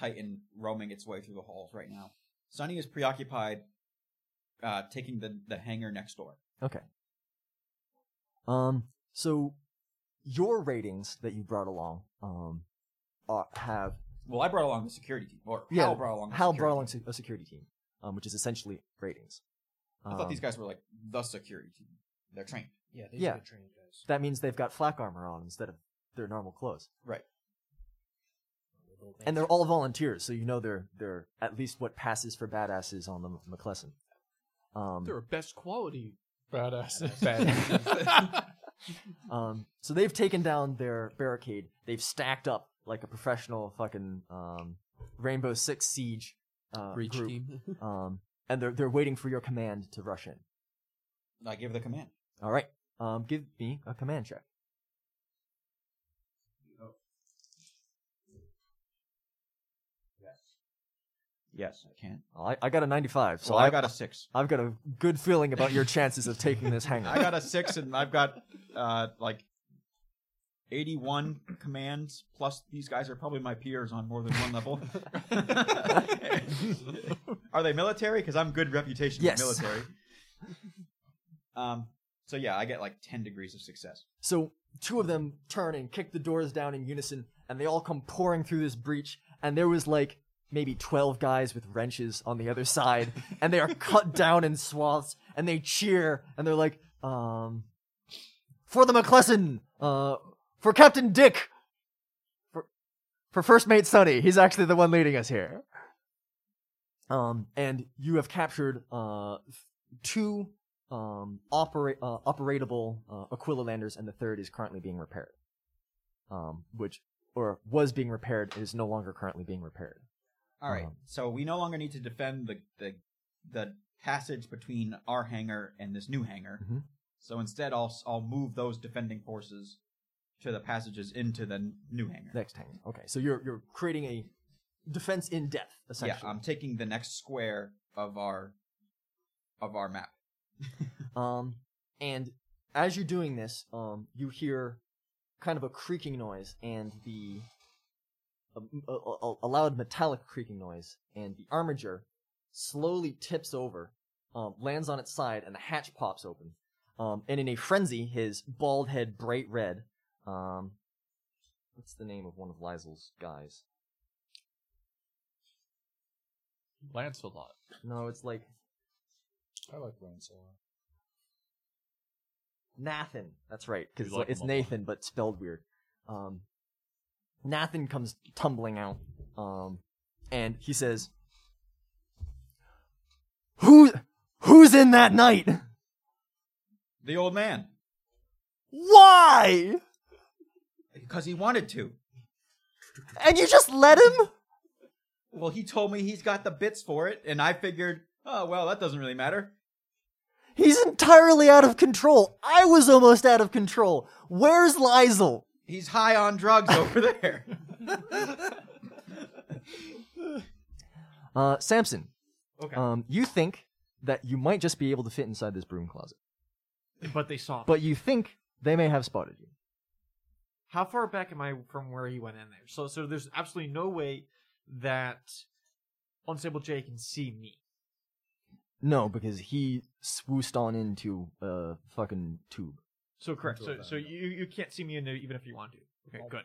Speaker 5: Titan roaming its way through the halls right now. Sunny is preoccupied uh, taking the the hangar next door.
Speaker 1: Okay. Um. So, your ratings that you brought along, um, are, have
Speaker 5: Well, I brought along the security team, or
Speaker 1: Yeah,
Speaker 5: Hal brought along. The
Speaker 1: Hal
Speaker 5: security
Speaker 1: brought along
Speaker 5: team.
Speaker 1: se- a security team, um, which is essentially ratings.
Speaker 5: I thought
Speaker 1: Um,
Speaker 5: these guys were like the security team. They're trained.
Speaker 8: Yeah,
Speaker 1: these are Yeah. the That means they've got flak armor on instead of their normal clothes,
Speaker 5: Right.
Speaker 1: and they're all volunteers, so you know they're they're at least what passes for badasses on the McClellan. Um,
Speaker 3: They're best quality.
Speaker 4: Badass.
Speaker 1: Um, so they've taken down their barricade. They've stacked up like a professional fucking um, Rainbow Six siege uh,
Speaker 6: Breach
Speaker 1: group,
Speaker 6: team.
Speaker 1: um, and they're they're waiting for your command to rush in.
Speaker 5: I give the command.
Speaker 1: All right, um, give me a command check.
Speaker 5: Yes, I can.
Speaker 1: Well, I, I got a ninety-five, so
Speaker 5: So well, I
Speaker 1: I've-
Speaker 5: got a six.
Speaker 1: I've got a good feeling about your chances of taking
Speaker 5: <laughs>
Speaker 1: this hangar.
Speaker 5: I got a six, and I've got uh, like eighty-one commands. Plus, these guys are probably my peers on more than
Speaker 1: <laughs>
Speaker 5: one level. are they military? Because I'm good reputation
Speaker 1: Yes.
Speaker 5: for military. Um. So yeah, I get like ten degrees of success.
Speaker 1: So two of them turn and kick the doors down in unison, and they all come pouring through this breach. And there was like maybe twelve guys with wrenches on the other side, <laughs> and they are cut down in swaths, and they cheer, and they're like, um, for the McClellan, uh, for Captain Dick, for for First Mate Sonny. He's actually the one leading us here. Um, and you have captured uh two um, opera- uh, operatable uh, Aquila landers, and the third is currently being repaired. Um, which, or was being repaired, is no longer currently being repaired.
Speaker 5: All right.
Speaker 1: Um,
Speaker 5: so we no longer need to defend the the, the passage between our hangar and this new hangar.
Speaker 1: Mhm.
Speaker 5: So instead, I'll s- I'll move those defending forces to the passages into the n- new hangar.
Speaker 1: Next hangar. Okay, so you're you're creating a defense in depth,
Speaker 5: Yeah,
Speaker 1: essentially.
Speaker 5: I'm taking the next square of our of our map.
Speaker 1: Um, and as you're doing this, um, you hear kind of a creaking noise and the um, a, a- a- a loud metallic creaking noise, and the armiger slowly tips over, um, lands on its side, and the hatch pops open. Um, and in a frenzy, his bald head bright red. Um, what's the name of one of Liesl's guys?
Speaker 3: Lancelot.
Speaker 1: No, it's like
Speaker 4: I like Lancelot.
Speaker 1: Nathan. That's right, because
Speaker 3: We like
Speaker 1: it's
Speaker 3: him a lot.
Speaker 1: Nathan, but spelled weird. Um, Nathan comes tumbling out, um, and he says, "Who, who's in that night?
Speaker 5: The old man,
Speaker 1: Why?
Speaker 5: because he wanted to.
Speaker 1: And you just let him?
Speaker 5: Well, he told me he's got the bits for it, and I figured, oh well, that doesn't really matter.
Speaker 1: He's entirely out of control. I was almost out of control. Where's Lizel?
Speaker 5: He's high on
Speaker 4: <laughs>
Speaker 5: drugs over there.
Speaker 1: Uh, Samson,
Speaker 2: Okay.
Speaker 1: um, you think that you might just be able to fit inside this broom closet,
Speaker 2: but they saw. him.
Speaker 1: but you think they may have spotted you."
Speaker 2: how far back am I from where he went in there? So, so there's absolutely no way that Unstable J can see me.
Speaker 1: No, because he swooshed on into a fucking tube.
Speaker 2: So correct. So,
Speaker 4: Until
Speaker 2: so
Speaker 4: then,
Speaker 2: you you can't see me in there even if you want to. Okay, good.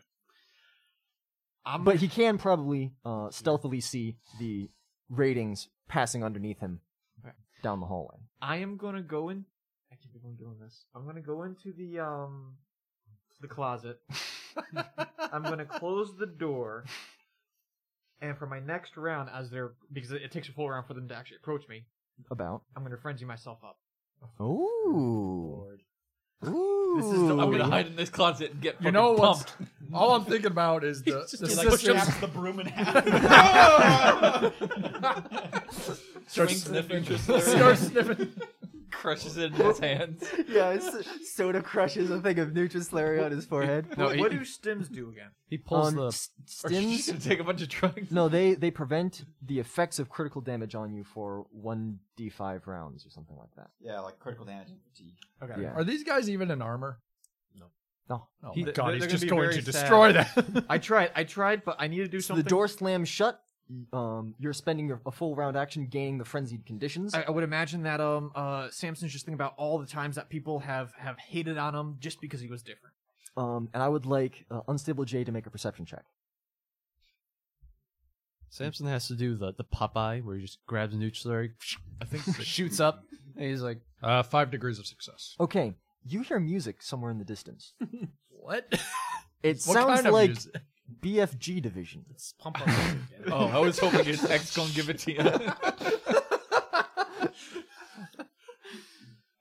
Speaker 2: I'm
Speaker 1: But he can probably uh, stealthily see the ratings passing underneath him
Speaker 2: Okay.
Speaker 1: down the hallway.
Speaker 2: I am gonna go in. I can't believe I'm doing this. I'm gonna go into the um the
Speaker 4: <laughs>
Speaker 2: closet. I'm gonna close the door. And for my next round, as they're because it takes a full round for them to actually approach me,
Speaker 1: About.
Speaker 2: I'm gonna frenzy myself up.
Speaker 9: Ooh. Ooh.
Speaker 3: This is the, I'm gonna hide in this closet and get
Speaker 4: You
Speaker 3: fucking
Speaker 4: know what's-
Speaker 3: pumped.
Speaker 4: All I'm thinking
Speaker 3: <laughs>
Speaker 4: about is the, the
Speaker 8: He, like,
Speaker 4: system-
Speaker 8: pushes the broom in half.
Speaker 4: start
Speaker 3: Swings in the
Speaker 4: sniffing.
Speaker 3: future slurry.
Speaker 4: Start sniffing.
Speaker 3: crushes it in his hands.
Speaker 1: yeah, it's, soda crushes a thing of Nutrislurry on his forehead.
Speaker 6: No,
Speaker 2: what,
Speaker 6: he-
Speaker 2: what do stims do again?
Speaker 6: He pulls
Speaker 1: Um,
Speaker 6: the.
Speaker 1: s-
Speaker 3: Or she's just
Speaker 1: stims.
Speaker 3: gonna take a bunch of drugs.
Speaker 1: No, they they prevent the effects of critical damage on you for one d5 rounds or something like that.
Speaker 5: Yeah, like critical damage and fatigue.
Speaker 2: Okay.
Speaker 1: Yeah.
Speaker 4: Are these guys even in armor?
Speaker 1: No.
Speaker 4: Oh
Speaker 2: He-
Speaker 4: my god,
Speaker 2: they're
Speaker 4: he's
Speaker 2: gonna
Speaker 4: just
Speaker 2: be
Speaker 4: going
Speaker 2: very
Speaker 4: to
Speaker 2: sad.
Speaker 4: destroy that.
Speaker 2: I tried. I tried, but I need to do
Speaker 1: So
Speaker 2: something.
Speaker 1: the door slams shut. Um, you're spending your, a full round action gaining the frenzied conditions.
Speaker 2: I, I would imagine that um uh Samson's just thinking about all the times that people have have hated on him just because he was different.
Speaker 1: Um, and I would like uh, Unstable J to make a perception check.
Speaker 6: Samson has to do the, the Popeye where he just grabs a nuke slurry, I think shoots up, and he's like,
Speaker 4: uh, five degrees of success.
Speaker 1: Okay, you hear music somewhere in the distance.
Speaker 4: <laughs> What?
Speaker 1: It
Speaker 4: What
Speaker 1: sounds
Speaker 4: kind of
Speaker 1: like
Speaker 4: music?
Speaker 1: BFG Division.
Speaker 8: Let's pump up. again.
Speaker 3: Oh, I was hoping his ex gonna give it
Speaker 4: <laughs>
Speaker 3: to you.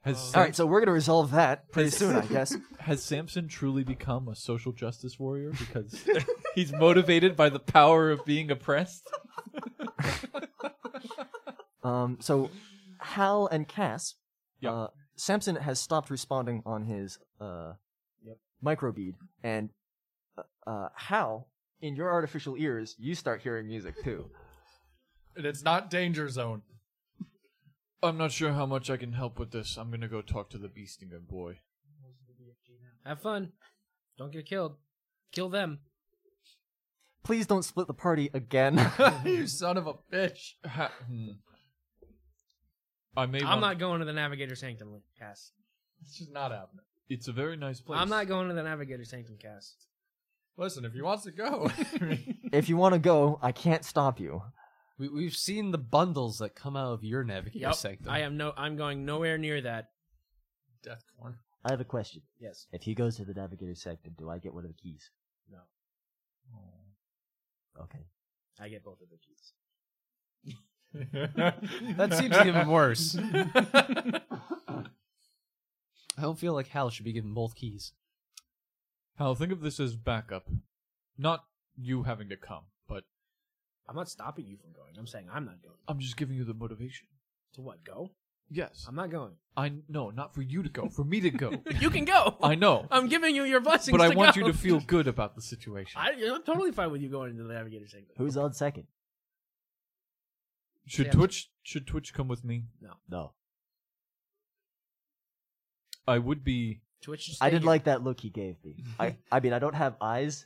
Speaker 6: has,
Speaker 4: Uh,
Speaker 1: All
Speaker 6: Sam-
Speaker 1: right, so we're gonna resolve that
Speaker 4: <laughs>
Speaker 1: pretty soon, I guess.
Speaker 3: Has Samson truly become a social justice warrior because <laughs> he's motivated by the power of being oppressed?
Speaker 1: Um, so Hal and Cass.
Speaker 3: Yeah.
Speaker 1: Uh, Samson has stopped responding on his uh, microbead, and uh, uh, Hal, in your artificial ears, you start hearing music too.
Speaker 4: And it's not danger zone.
Speaker 3: I'm not sure how much I can help with this. I'm gonna go talk to the Beastinger boy.
Speaker 8: Have fun. Don't get killed. Kill them.
Speaker 1: Please don't split the party again.
Speaker 4: <laughs> you son of a bitch.
Speaker 3: Ha- hmm. I may.
Speaker 8: I'm
Speaker 3: want-
Speaker 8: not going to the Navigator Sanctum, Cass.
Speaker 4: It's just not happening.
Speaker 3: It's a very nice place.
Speaker 8: I'm not going to the Navigator Sanctum, Cass.
Speaker 4: Listen, if he wants
Speaker 3: <laughs>
Speaker 4: to go, <laughs>
Speaker 1: if you want to go, I can't stop you.
Speaker 6: we, we've seen the bundles that come out of your navigator
Speaker 8: Yep.
Speaker 6: sanctum.
Speaker 8: I am no. I'm going nowhere near that.
Speaker 4: death corn.
Speaker 9: I have a question.
Speaker 8: Yes.
Speaker 9: If he goes to the navigator sector, do I get one of the keys?
Speaker 8: No.
Speaker 9: Okay.
Speaker 8: I get both of the keys.
Speaker 6: That seems even worse.
Speaker 8: <laughs>
Speaker 6: I don't feel like Hal should be given both keys.
Speaker 3: Hal, think of this as backup, not you having to come, but
Speaker 8: I'm not stopping you from going. I'm saying I'm not going.
Speaker 3: I'm just giving you the motivation.
Speaker 8: To what? Go?
Speaker 3: Yes,
Speaker 8: I'm not going.
Speaker 3: I no, not for you to go, for me to go.
Speaker 8: <laughs> You can go.
Speaker 3: I know,
Speaker 8: I'm giving you your blessings.
Speaker 3: but I
Speaker 8: to
Speaker 3: want
Speaker 8: go.
Speaker 3: you to feel good about the situation.
Speaker 8: <laughs> I, I'm totally fine with you going into the Navigator Sanctum.
Speaker 9: Who's on second?
Speaker 3: Should
Speaker 8: Samson.
Speaker 3: Twitch should Twitch come with me?
Speaker 9: No.
Speaker 3: I would be
Speaker 8: Twitch. just
Speaker 9: I
Speaker 8: stay
Speaker 9: didn't
Speaker 8: here.
Speaker 9: like that look he gave me. I, I mean, I don't have
Speaker 7: <laughs>
Speaker 9: eyes,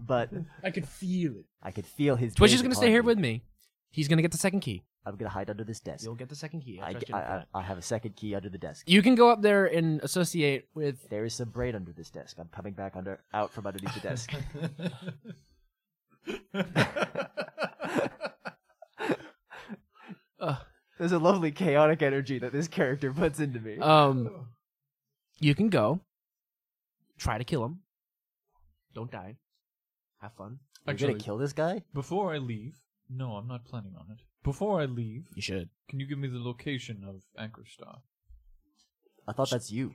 Speaker 9: but
Speaker 8: I could feel it.
Speaker 9: I could feel his.
Speaker 7: Twitch
Speaker 9: gaze
Speaker 7: is gonna
Speaker 9: upon
Speaker 7: stay here
Speaker 9: me.
Speaker 7: with me. He's gonna get the second key.
Speaker 9: I'm gonna hide under this desk.
Speaker 7: You'll get the second key. I
Speaker 9: I,
Speaker 7: trust
Speaker 9: g-
Speaker 7: you
Speaker 9: I-
Speaker 7: with that.
Speaker 9: I- I have a second key under the desk.
Speaker 7: You can go up there and associate with.
Speaker 9: There is some braid under this desk. I'm coming back under out from underneath the
Speaker 7: <laughs>
Speaker 9: desk.
Speaker 1: There's a lovely chaotic energy that this character puts into me.
Speaker 7: Um, you can go. Try to kill him. Don't die. Have fun.
Speaker 9: You're
Speaker 3: actually
Speaker 9: gonna kill this guy?
Speaker 3: before I leave. No, I'm not planning on it. Before I leave,
Speaker 7: You should.
Speaker 3: can you give me the location of Anchor Star?
Speaker 9: I thought that's you.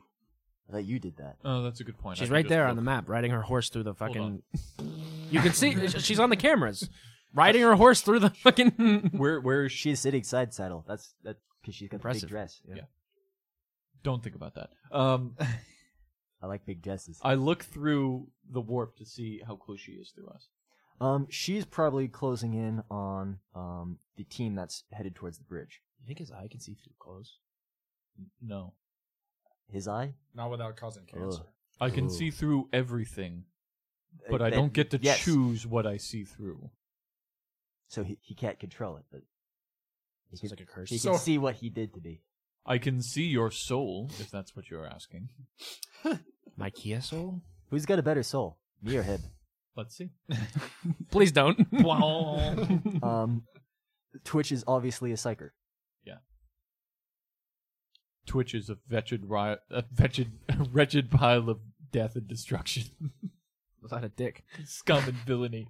Speaker 9: I thought you did that.
Speaker 3: Oh, that's a good point. I
Speaker 7: She's
Speaker 3: can
Speaker 7: right
Speaker 3: just
Speaker 7: there on
Speaker 3: look.
Speaker 7: the map, riding her horse through the
Speaker 3: Hold
Speaker 7: fucking. You can see she's on the cameras, riding her horse through the fucking. <laughs>
Speaker 3: Where where is she?
Speaker 9: She's sitting side saddle. That's that because she's got the
Speaker 7: Impressive.
Speaker 9: big dress. Yeah.
Speaker 3: Yeah. Don't think about that. Um,
Speaker 9: I like big dresses.
Speaker 3: I look through the warp to see how close she is to us.
Speaker 1: Um, she's probably closing in on um the team that's headed towards the bridge.
Speaker 7: I think his eye can see through clothes.
Speaker 3: No,
Speaker 9: His eye.
Speaker 4: Not without causing cancer.
Speaker 9: Ugh.
Speaker 3: I can
Speaker 9: Ooh.
Speaker 3: see through everything, but I
Speaker 9: Then-
Speaker 3: don't get to
Speaker 9: yes.
Speaker 3: choose what I see through.
Speaker 9: So he, he can't control it, but he can,
Speaker 7: Sounds like a curse.
Speaker 9: he
Speaker 4: So-
Speaker 9: can see what he did to me.
Speaker 3: I can see your soul, if that's what you're asking.
Speaker 7: My Kia soul.
Speaker 9: Who's got a better soul, me or him?
Speaker 3: Let's see.
Speaker 7: Please don't.
Speaker 9: um,
Speaker 1: Twitch is obviously a psyker.
Speaker 3: Twitch is a wretched, ri- a wretched, <laughs> wretched pile of death and <laughs> destruction,
Speaker 7: Without a dick.
Speaker 3: scum and villainy.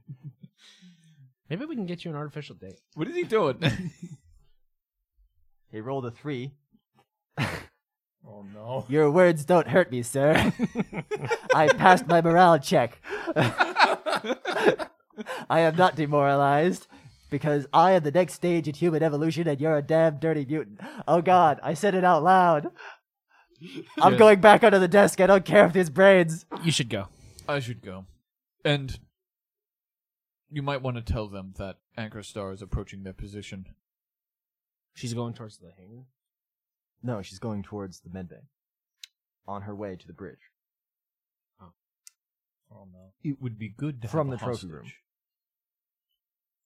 Speaker 7: Maybe we can get you an artificial dick.
Speaker 3: What is he doing?
Speaker 1: He rolled a three.
Speaker 4: <laughs> Oh no.
Speaker 9: <laughs> Your words don't hurt me,
Speaker 4: <laughs>
Speaker 9: sir. I passed my morale check. <laughs> I am not demoralized because I am the next stage in human evolution and you're a damn dirty mutant. Oh god, I said it out loud. I'm
Speaker 3: Yes.
Speaker 9: going back under the desk. I don't care if there's brains.
Speaker 7: You should go.
Speaker 3: <laughs> I should go. And you might want to tell them that Anchor Star is approaching their position.
Speaker 7: She's going towards the hangar.
Speaker 1: No, she's going towards the med bay. On her way to the bridge.
Speaker 3: It would be good to
Speaker 1: From
Speaker 3: have
Speaker 1: the
Speaker 3: a
Speaker 1: trophy
Speaker 3: hostage.
Speaker 1: room.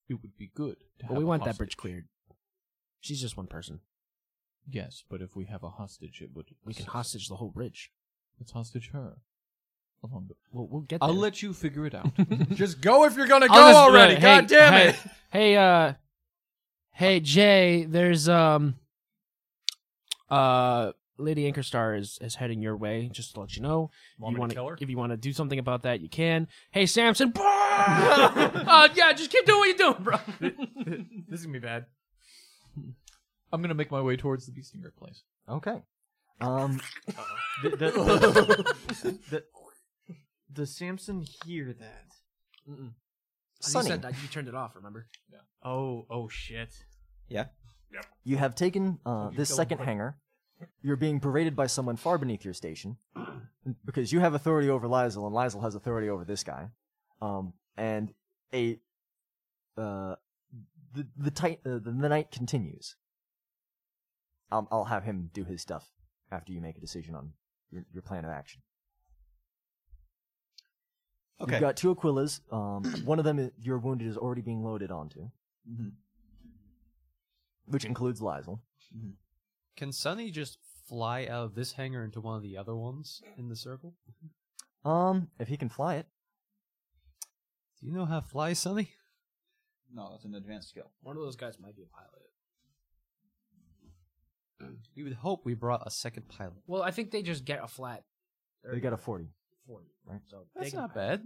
Speaker 3: It would be good. To
Speaker 7: But
Speaker 3: have
Speaker 7: we
Speaker 3: a
Speaker 7: want that
Speaker 3: hostage.
Speaker 7: bridge cleared. She's just one person.
Speaker 3: Yes, but if we have a hostage, it would.
Speaker 7: We can
Speaker 3: assist.
Speaker 7: hostage the whole bridge.
Speaker 3: Let's hostage her. Along the-
Speaker 7: We'll, we'll get there.
Speaker 3: I'll let you figure it <laughs> out.
Speaker 4: Just go if you're gonna go
Speaker 7: I'll just-
Speaker 4: already.
Speaker 7: uh,
Speaker 4: God
Speaker 7: hey,
Speaker 4: damn
Speaker 7: hey,
Speaker 4: it.
Speaker 7: Hey, uh, hey Jay, there's um, uh, Lady Anchorstar is is heading your way. Just to let you know,
Speaker 4: Want me
Speaker 7: you
Speaker 4: to
Speaker 7: wanna-
Speaker 4: kill her?
Speaker 7: if you want to do something about that, you can. Hey, Samson. <laughs> uh, yeah, just keep doing what you're doing, <laughs> bro.
Speaker 2: this is gonna be bad.
Speaker 3: I'm gonna make my way towards the Beastinger place.
Speaker 1: Okay. Um,
Speaker 2: Th- th-
Speaker 1: <laughs>
Speaker 2: th- th- Does Samson hear that?
Speaker 1: Sunny,
Speaker 7: you turned it off. Remember?
Speaker 2: Oh, oh shit!
Speaker 1: you have taken uh, this
Speaker 2: kill
Speaker 1: second hanger. You're being berated by someone far beneath your station because you have authority over Lizel and Lizel has authority over this guy. Um, and a uh, the the, tight, uh, the the night continues. Um, I'll have him do his stuff after you make a decision on your, your plan of action.
Speaker 5: Okay.
Speaker 1: You've got two Aquilas. Um, one of them, is, your wounded, is already being loaded onto,
Speaker 5: Mhm.
Speaker 1: which includes Lizel.
Speaker 6: Can Sunny just fly out of this hangar into one of the other ones in the circle?
Speaker 1: Um, if he can fly it,
Speaker 6: Do you know how to fly, Sunny?
Speaker 5: No, that's an advanced skill.
Speaker 7: One of those guys might be a pilot.
Speaker 6: You would hope we brought a second pilot.
Speaker 7: Well, I think they just get a flat
Speaker 1: they got a forty.
Speaker 7: for you,
Speaker 1: Right.
Speaker 7: So
Speaker 6: That's not bad.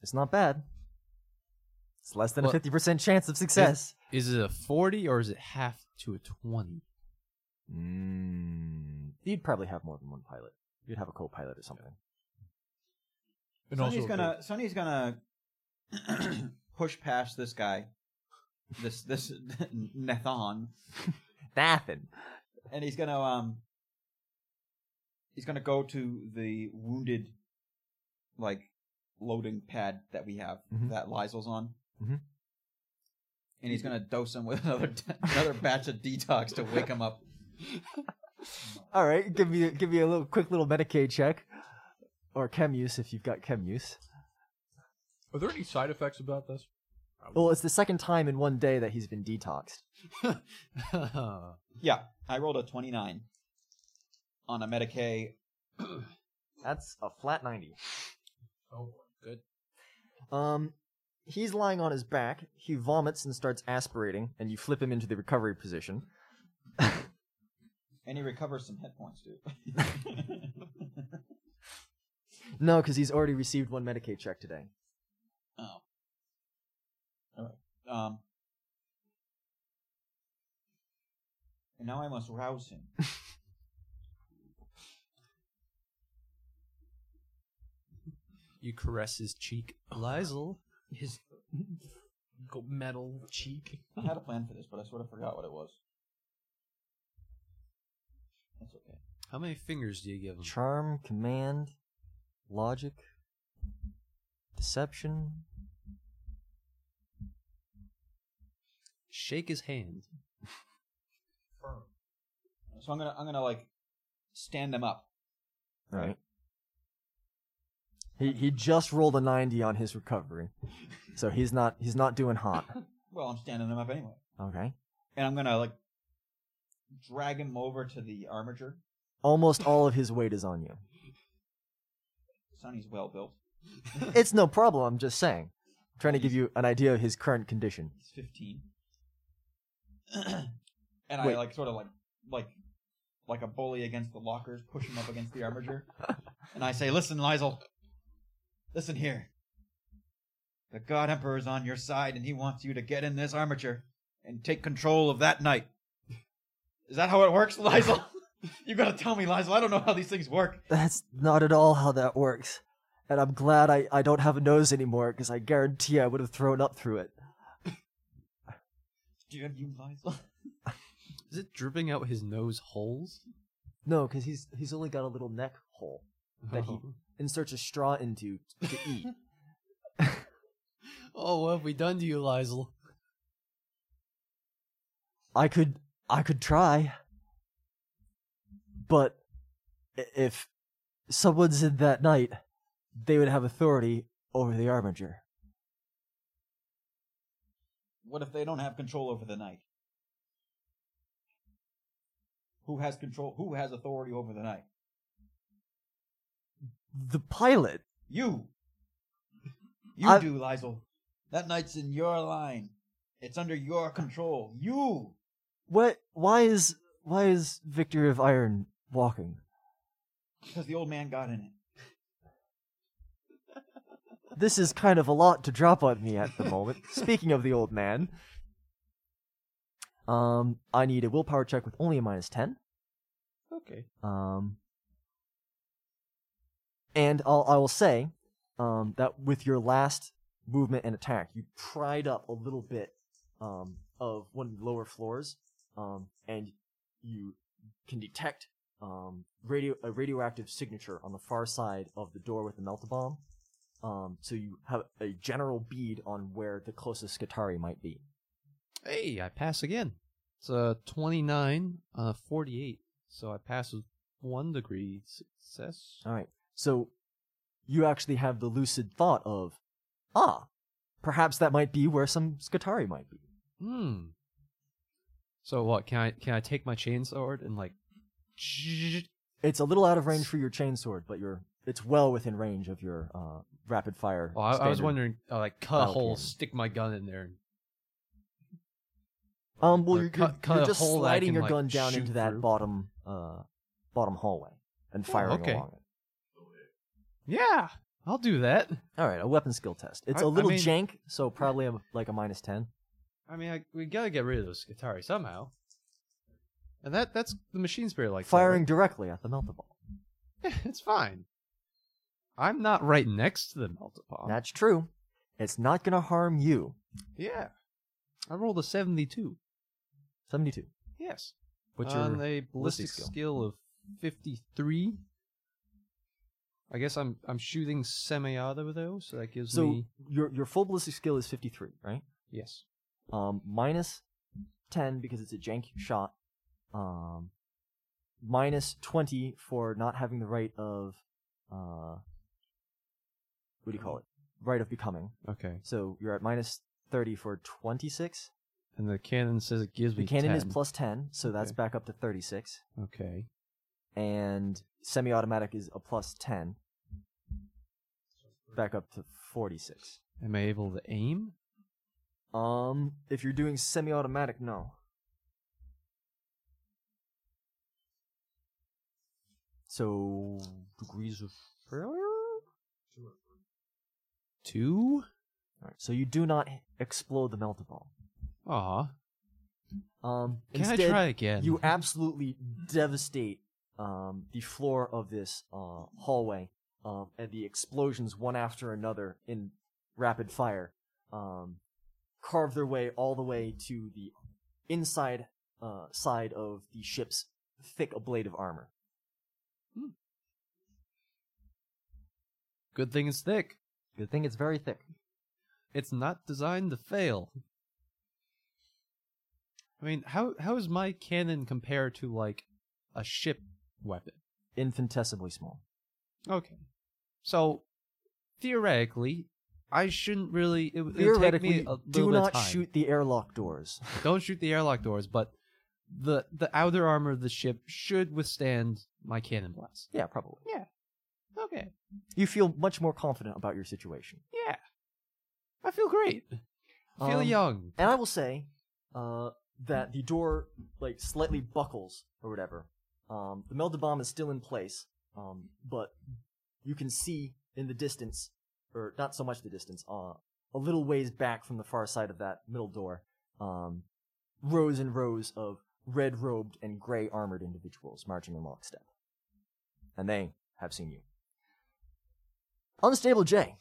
Speaker 1: It's not bad. It's less than
Speaker 6: Well-
Speaker 1: a fifty percent chance of success.
Speaker 6: Is it a 40 or is it half to a 20?
Speaker 1: Mm, you'd probably have more than one pilot. You'd have a co-pilot or something.
Speaker 3: And
Speaker 5: Sonny's
Speaker 3: also,
Speaker 5: gonna Sonny's gonna <clears throat> push past this guy, this this <laughs> Nathan,
Speaker 1: Nothing.
Speaker 5: and he's gonna um he's gonna go to the wounded like loading pad that we have
Speaker 3: Mm-hmm.
Speaker 1: Mhm.
Speaker 5: that Lysel's on.
Speaker 1: Mhm.
Speaker 5: And he's gonna dose him with <laughs> another another batch of detox to wake him up.
Speaker 1: All right, give me give me a little quick little Medicaid check, or chem use if you've got chem use.
Speaker 3: are there any side effects about this?
Speaker 1: Well, it's the second time in one day that he's been detoxed.
Speaker 5: Yeah, I rolled a twenty nine on a Medicaid.
Speaker 1: That's a flat 90. Oh, good. Um, he's lying on his back. He vomits and starts aspirating, and you flip him into the recovery position.
Speaker 5: And he recovers some hit points too. <laughs>
Speaker 1: No, because he's already received one Medicaid check today.
Speaker 5: oh. Alright. Um And now I must rouse him.
Speaker 6: You caress his cheek. <laughs> Lizel.
Speaker 7: his metal cheek.
Speaker 5: I had a plan for this, but I sort of forgot what it was. That's okay.
Speaker 6: How many fingers do you give him?
Speaker 1: Charm, command, logic, deception.
Speaker 6: Shake his hand.
Speaker 5: So I'm gonna I'm gonna like stand him up.
Speaker 1: All right. He he just rolled a 90 on his recovery, so he's not he's not doing hot.
Speaker 5: Well, I'm standing him up anyway.
Speaker 1: Okay.
Speaker 5: And I'm gonna like drag him over to the armature.
Speaker 1: Almost all of his weight is on you.
Speaker 5: Sonny's well built.
Speaker 1: It's no problem. I'm just saying. I'm trying to give you an idea of his current condition.
Speaker 5: He's fifteen. <clears throat> and I
Speaker 1: Wait.
Speaker 5: like sort of like like like a bully against the lockers, push him up against the armature. and I say, Listen, Lizel. Listen here. The God Emperor is on your side and he wants you to get in this armature and take control of that night. Is that how it works, Lizel? <laughs> you gotta tell me, Lizel. I don't know how these things work.
Speaker 1: That's not at all how that works. And I'm glad I, I don't have a nose anymore, because I guarantee I would have thrown up through it.
Speaker 5: Do you, you Lizel?
Speaker 6: Is it dripping out his nose holes?
Speaker 10: No, because he's he's only got a little neck hole that he inserts a straw into to eat.
Speaker 6: Oh, what have we done to you, Lizel?
Speaker 1: I could I could try. But i- if someone's in that night, they would have authority over the armiger.
Speaker 5: What if they don't have control over the night? Who has control? Who has authority over the night?
Speaker 1: The pilot.
Speaker 5: You. You
Speaker 1: I-
Speaker 5: do, Lizel. That night's in your line. It's under your control. You.
Speaker 1: What why is why is Victor of Iron walking?
Speaker 5: Because the old man got in it.
Speaker 1: This is kind of a lot to drop on me at the moment. Speaking of the old man. Um I need a willpower check with only a minus ten.
Speaker 5: Okay.
Speaker 1: Um, and I'll, I will say um, that with your last movement and attack, you pried up a little bit um, of one of the lower floors, um, and you can detect um, radio a radioactive signature on the far side of the door with the melt bomb. Um, so you have a general bead on where the closest Skatari might be.
Speaker 6: Hey, I pass again. It's uh, 29, uh, 48. So I pass with one degree success.
Speaker 1: All right. So you actually have the lucid thought of, ah, perhaps that might be where some Skatari might be.
Speaker 6: Hmm. So what? Can I can I take my chainsword and like?
Speaker 1: It's a little out of range for your chainsword, but you're it's well within range of your uh, rapid fire.
Speaker 6: Oh, I, I was
Speaker 1: standard.
Speaker 6: wondering, uh, like cut a
Speaker 1: Battle
Speaker 6: hole,
Speaker 1: cannon.
Speaker 6: stick my gun in there.
Speaker 1: Um, well,
Speaker 6: or
Speaker 1: you're,
Speaker 6: cut-
Speaker 1: you're-
Speaker 6: cut
Speaker 1: you're
Speaker 6: a
Speaker 1: just
Speaker 6: hole that I
Speaker 1: sliding
Speaker 6: can,
Speaker 1: your
Speaker 6: like,
Speaker 1: gun down
Speaker 6: shoot
Speaker 1: into that
Speaker 6: through. Oh,
Speaker 1: bottom uh, bottom hallway and firing
Speaker 6: okay.
Speaker 1: along it.
Speaker 6: Yeah, I'll do that.
Speaker 1: All right, a weapon skill test. It's
Speaker 6: I-
Speaker 1: a
Speaker 6: I
Speaker 1: little
Speaker 6: mean-
Speaker 1: jank, so probably a, like a minus ten.
Speaker 6: I mean, I, we gotta get rid of those Qatari somehow. And that that's the machine spirit like that,
Speaker 1: Firing directly at the melta ball.
Speaker 6: right? <laughs> it's fine. I'm not right next to the meltapop.
Speaker 1: That's true. It's not gonna harm you.
Speaker 6: Yeah, I rolled a seventy-two.
Speaker 1: Seventy-two.
Speaker 6: Yes,
Speaker 1: What's
Speaker 6: on
Speaker 1: your
Speaker 6: a ballistic
Speaker 1: skill?
Speaker 6: skill? of fifty-three. I guess I'm I'm shooting semi-auto though, so that gives
Speaker 1: so
Speaker 6: me
Speaker 1: your your full ballistic skill is fifty three, right?
Speaker 6: yes.
Speaker 1: um, minus 10 because it's a jank shot, um, minus 20 for not having the right of, uh, what do you call it? Right of becoming.
Speaker 6: Okay,
Speaker 1: So you're at minus 30 for 26.
Speaker 6: and the cannon says it gives
Speaker 1: The
Speaker 6: me
Speaker 1: cannon is
Speaker 6: 10.
Speaker 1: plus 10, so that's
Speaker 6: Okay.
Speaker 1: back up to 36.
Speaker 6: Okay,
Speaker 1: And semi automatic is a plus 10, back up to 46.
Speaker 6: am I able to aim?
Speaker 1: Um, if you're doing semi automatic, no. So, degrees of failure?
Speaker 6: Two.
Speaker 1: Alright, so you do not explode the melted ball.
Speaker 6: Aw,
Speaker 1: Um,
Speaker 6: can
Speaker 1: instead,
Speaker 6: I try again?
Speaker 1: you absolutely devastate um, the floor of this uh, hallway, um, and the explosions one after another in rapid fire um, carve their way all the way to the inside uh, side of the ship's thick blade of armor.
Speaker 6: Good thing it's thick.
Speaker 1: Good thing it's very thick.
Speaker 6: It's not designed to fail. I mean, how how is my cannon compare to like a ship weapon?
Speaker 1: Infinitesimally small.
Speaker 6: Okay, so theoretically, I shouldn't really. It, would- it would take me
Speaker 1: Theoretically,
Speaker 6: a little
Speaker 1: do
Speaker 6: bit of
Speaker 1: not
Speaker 6: time.
Speaker 1: shoot the airlock doors.
Speaker 6: <laughs> Don't shoot the airlock doors, but the the outer armor of the ship should withstand my cannon blast.
Speaker 1: yeah, probably.
Speaker 6: Okay,
Speaker 1: You feel much more confident about your situation.
Speaker 6: yeah, I feel great. I feel
Speaker 1: Um,
Speaker 6: young.
Speaker 1: And I will say uh, that the door like slightly buckles or whatever. Um, the melted bomb is still in place, um, but you can see in the distance, or not so much the distance, uh, a little ways back from the far side of that middle door, um, rows and rows of red robed and gray armored individuals marching in lockstep. And they have seen you. Unstable J.